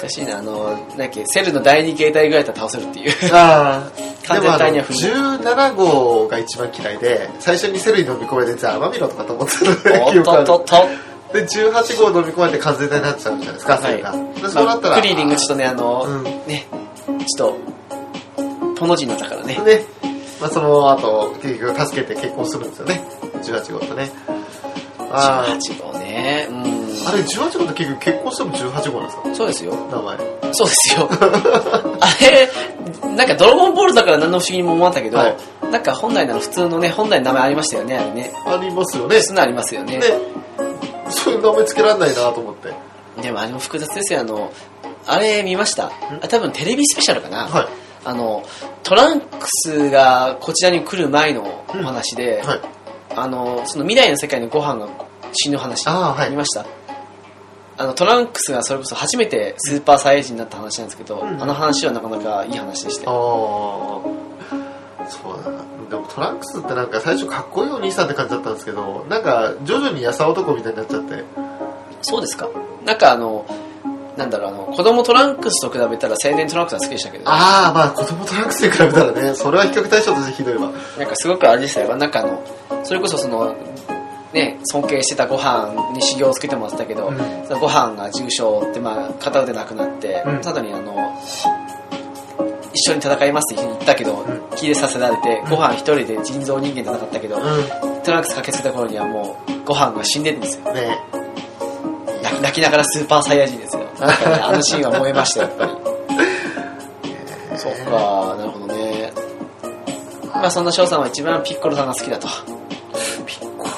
Speaker 1: かしいな、あの、なんだっけ、セルの第二形態ぐらいだったら倒せるっていう。
Speaker 2: ああ、で
Speaker 1: 完
Speaker 2: も
Speaker 1: 全
Speaker 2: あの
Speaker 1: 体には不明
Speaker 2: 17号が一番嫌いで、最初にセルに飲み込まれて、じゃあ甘みろとかと思ってた
Speaker 1: お
Speaker 2: 記
Speaker 1: っ
Speaker 2: 憶あ
Speaker 1: とっ
Speaker 2: る
Speaker 1: とっと。
Speaker 2: で、18号飲み込まれて完全体になっちゃうじゃないですか、セルが。でそうなっ
Speaker 1: ま
Speaker 2: たら。
Speaker 1: あクリーリングちょっとね、あの、
Speaker 2: うん
Speaker 1: ね、ちょっと、ポの字になったからね。
Speaker 2: で、まあ、その後、結局助けて結婚するんですよね。18号とね。あ
Speaker 1: 18号ね。うん。
Speaker 2: あ、あれ18号と結局結婚しても18号なんですか
Speaker 1: そうですよ。
Speaker 2: 名前。
Speaker 1: そうですよ。 *laughs* あれ、なんかドラゴンボールだから何の不思議にも思わなかったけど、
Speaker 2: はい
Speaker 1: なんか本来なら普通のね、本来の名前ありましたよね、あれね。
Speaker 2: ありますよね。
Speaker 1: そんなのありますよね。
Speaker 2: ね。そういう名前つけられないなと思って。
Speaker 1: でもあれも複雑ですよ、あの、あれ見ましたあ多分テレビスペシャルかな。
Speaker 2: はい。
Speaker 1: あの、トランクスがこちらに来る前のお話で、
Speaker 2: はい。
Speaker 1: あのその未来の世界のご飯が死ぬ話
Speaker 2: あーはい
Speaker 1: 見ましたあのトランクスがそれこそ初めてスーパーサイヤ人になった話なんですけど、
Speaker 2: うん
Speaker 1: あの話はなかなかいい話でして
Speaker 2: ああそうだなでもトランクスってなんか最初かっこいいお兄さんって感じだったんですけどなんか徐々に優男みたいになっちゃって
Speaker 1: そうですかなんかあのなんだろうあの子供トランクスと比べたら青年トランクスは好きでしたけどな
Speaker 2: ああまあ子供トランクスに比べたらねそれは比較対象としてひどいわ
Speaker 1: んかすごくあれでしたよなんかあのそれこそそのね尊敬してたご飯に修行をつけてもらってたけど、
Speaker 2: うん
Speaker 1: そのご飯が重傷を負って、まあ、片腕なくなって、
Speaker 2: うん
Speaker 1: ただにあの一緒に戦いますって言ったけど、
Speaker 2: ん
Speaker 1: 切れさせられて、ご飯一人で人造人間戦ったけど、
Speaker 2: う
Speaker 1: トランクス駆けつけた頃にはもうご飯が死んでるんですよ
Speaker 2: んね
Speaker 1: 泣き泣きながらスーパーサイヤ人ですよなんかねあのシーンは燃えましたよやっ
Speaker 2: *laughs*
Speaker 1: ぱり *laughs* そっかなるほどねまあそんな翔さんは一番ピッコロさんが好きだと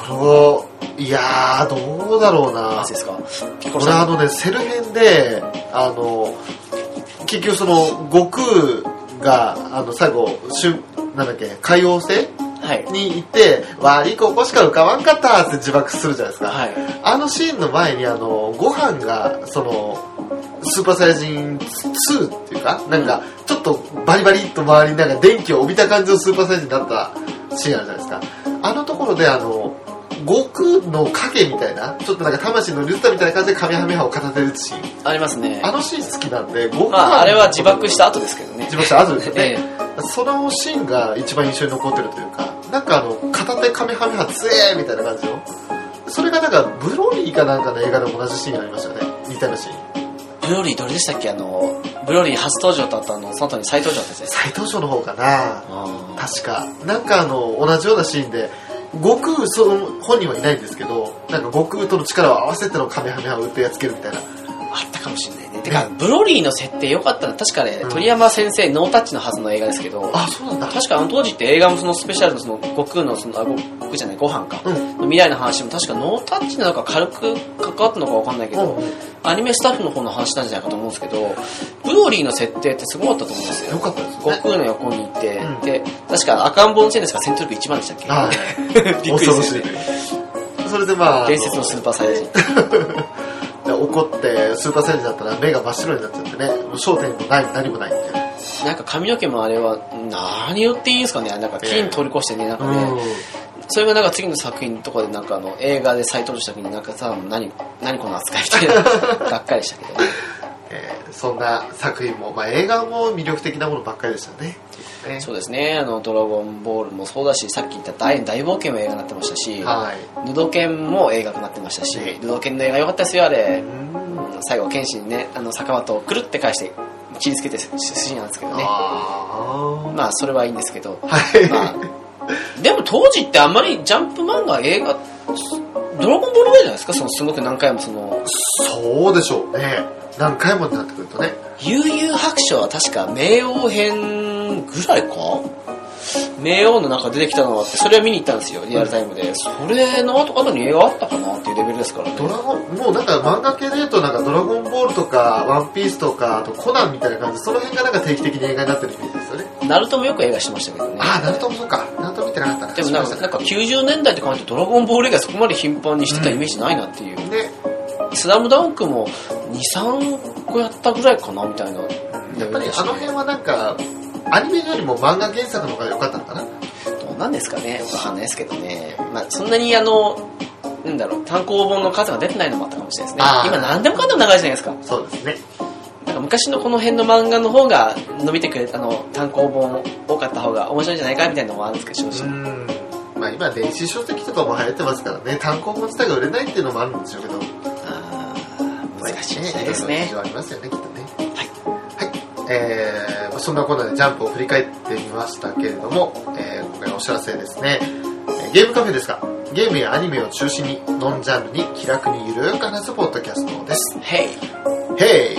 Speaker 2: このいやーどうだろうな
Speaker 1: 話ですかピッコロ
Speaker 2: 俺あ
Speaker 1: さん
Speaker 2: のねセル編であの結局その悟空があの最後しゅんなんだっけ海王星
Speaker 1: はい
Speaker 2: に行って、わーい、ここしか浮かばんかったって自爆するじゃないですか。
Speaker 1: はい
Speaker 2: あのシーンの前に、あの、ご飯が、その、スーパーサイヤ人2っていうか、なんか、ちょっとバリバリっと周りになんか電気を帯びた感じのスーパーサイヤ人だったシーンあるじゃないですか。あのところで、あの、悟空の影みたいな、ちょっとなんか魂のルータみたいな感じでカミハミハを片手で打つシーン。
Speaker 1: ありますね
Speaker 2: あのシーン好きなんで、悟空
Speaker 1: まああれは自爆した後ですけどね
Speaker 2: 自爆した後ですよね。
Speaker 1: え
Speaker 2: そのシーンが一番印象に残ってるというか、なんかあの、片手カメハメハつえーみたいな感じの。それがなんか、ブロリーかなんかの映画でも同じシーンがありましたよね。似たようなシーン。
Speaker 1: えブロリーどれでしたっけあのブロリー初登場とあとあのその後に再登場だったやつです
Speaker 2: 斎藤賞の方かな
Speaker 1: あ
Speaker 2: 確か。なんかあの、同じようなシーンで、悟空、その、本人はいないんですけど、なんか悟空との力を合わせてのカメハメハを打ってやっつけるみたいな。
Speaker 1: あったかもしれないねてかブロリーの設定良かったのは確かね、鳥山先生ノータッチのはずの映画ですけど
Speaker 2: あ、そうなんだ。
Speaker 1: 確かあの当時って映画もそのスペシャルのその悟空のそのあご悟空じゃないご飯か、
Speaker 2: うん
Speaker 1: 未来の話も確かノータッチなのか軽く関わったのかわかんないけど、
Speaker 2: うん
Speaker 1: アニメスタッフの方の話なんじゃないかと思うんですけどブロリーの設定ってすごかったと思うんですよ
Speaker 2: よかったですね
Speaker 1: 悟空の横にいて、
Speaker 2: うん
Speaker 1: で確か赤ん坊のせいですか戦闘力1番でしたっけ、
Speaker 2: は
Speaker 1: *laughs* びっくりですよ
Speaker 2: 恐
Speaker 1: ね
Speaker 2: ろしいそれでまあ、
Speaker 1: 伝説のスーパーサイヤ人
Speaker 2: で怒ってスーパーサイズだったら目が真っ白になっちゃってねもう焦点もない何もないみたいな
Speaker 1: *laughs* なんか髪の毛もあれは何をっていいんですかねなんか金取り越してねなんかね、それがなんか次の作品とかでなんかあの映画で再登場した時になんかさ何何この扱いみたい *laughs* ながっかりしたけどね
Speaker 2: えーそんな作品も、まあ、映画も魅力的なものばっかりでしたねね
Speaker 1: そうですねあの「ドラゴンボール」もそうだしさっき言った大「大冒険」も映画になってましたし
Speaker 2: は
Speaker 1: 「
Speaker 2: い
Speaker 1: ヌドケン」も映画になってましたし「ヌドケン」の映画良かったですよあれ
Speaker 2: う、ん
Speaker 1: うん最後剣心ねあの坂本をくるって返して切りつけてすシーンなんですけどね
Speaker 2: あ
Speaker 1: まあそれはいいんですけど
Speaker 2: あはい、
Speaker 1: まあでも当時ってあんまりジャンプ漫画映画ドラゴンボールぐらいじゃないですかそのすごく何回もその
Speaker 2: そうでしょうね何回もになってくるとね
Speaker 1: 悠々白書は確か冥王編ぐらいか冥王の中出てきたのはあってそれは見に行ったんですよリアルタイムで、それの後後に映画あったかなっていうレベルですからね
Speaker 2: ドラゴンもうなんか漫画系で言うとなんか「ドラゴンボール」とか「ワンピース」とかあと「コナン」みたいな感じでその辺がなんか定期的に映画になってるイメージですよね
Speaker 1: ナルトもよく映画してましたけどね
Speaker 2: ああナルトもそうかナルト見てなかった
Speaker 1: でもなんかなんか90年代って考えてドラゴンボール以外そこまで頻繁にしてたイメージないなっていう、
Speaker 2: ね
Speaker 1: スラムダンクも23個やったぐらいかなみたいな
Speaker 2: やっぱりあの辺はなんか、アニメよりも漫画原作の方が良かったのかな。
Speaker 1: どうなんですかねわかんないですけどね、まあ、そんなにあのなんだろう単行本の数が出てないのもあったかもしれないですね
Speaker 2: あー
Speaker 1: 今何でもかんでも長いじゃないですか
Speaker 2: そうですね。
Speaker 1: なんか昔のこの辺の漫画の方が伸びてくれたあの単行本多かった方が面白いんじゃないかみたいなのもあるんですけど正直
Speaker 2: ん。まあ今、電子書籍とかも流行ってますからね、単行本自体が売れないっていうのもあるんでしょうけど、
Speaker 1: あー難しい時代です
Speaker 2: まあ
Speaker 1: ね
Speaker 2: いろいろ事情ありますよね、きっとね。はい。えーまあ、そんなこんなでジャンプを振り返ってみましたけれども、えー今回のお知らせですね、えーゲームカフェですが、ゲームやアニメを中心に、ノンジャンルに気楽にゆるく話すポッドキャストです。
Speaker 1: Hey
Speaker 2: Hey!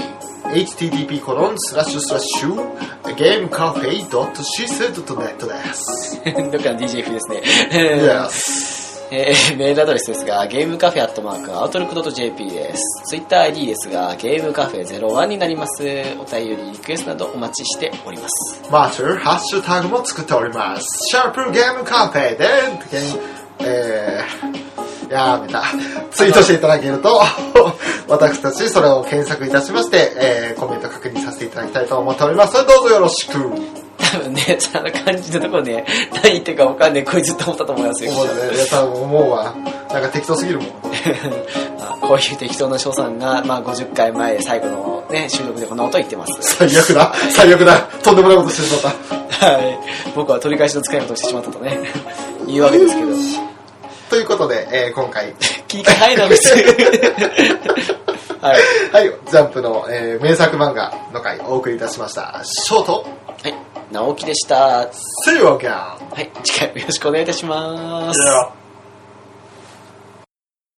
Speaker 2: http コロンスラッシュスラッシュゲームカフェ .cc.net です。
Speaker 1: どっかの DJF ですね
Speaker 2: Yes.
Speaker 1: えーメールアドレスですが、ゲームカフェアットマーク、アウトルック .jp です。ツイッター ID ですが、ゲームカフェ01になります。お便り、リクエストなどお待ちしております。
Speaker 2: マーチュー、ハッシュタグも作っております。シャープゲームカフェで、ゲームえー、やめた。ツイートしていただけると、 *laughs* 私たちそれを検索いたしまして、えー、コメント確認させていただきたいと思っております。どうぞよろしく。
Speaker 1: 多分ね、そんな感じのところね、何言ってるかわかんない、こいつって思ったと思いますよ。
Speaker 2: 思うね。皆さん思うわ。なんか適当すぎるもん。
Speaker 1: *laughs* まあこういう適当な翔さんが、まあ、50回前、最後のね、収録でこんなこと言ってます。
Speaker 2: 最悪だ。最悪だ。とんでもないことしてしまった。
Speaker 1: はい。僕は取り返しの使い方をしてしまったとね、言うわけですけど。
Speaker 2: ということで、えー今回、 *laughs*
Speaker 1: 切り替えないの、普通 *laughs* はい。
Speaker 2: はい、ジャンプの、えー名作漫画の回お送りいたしました。ショート、
Speaker 1: はい。直樹でした。
Speaker 2: セイワーキャン
Speaker 1: はい、次回もよろしくお願いいたします。
Speaker 2: Yeah.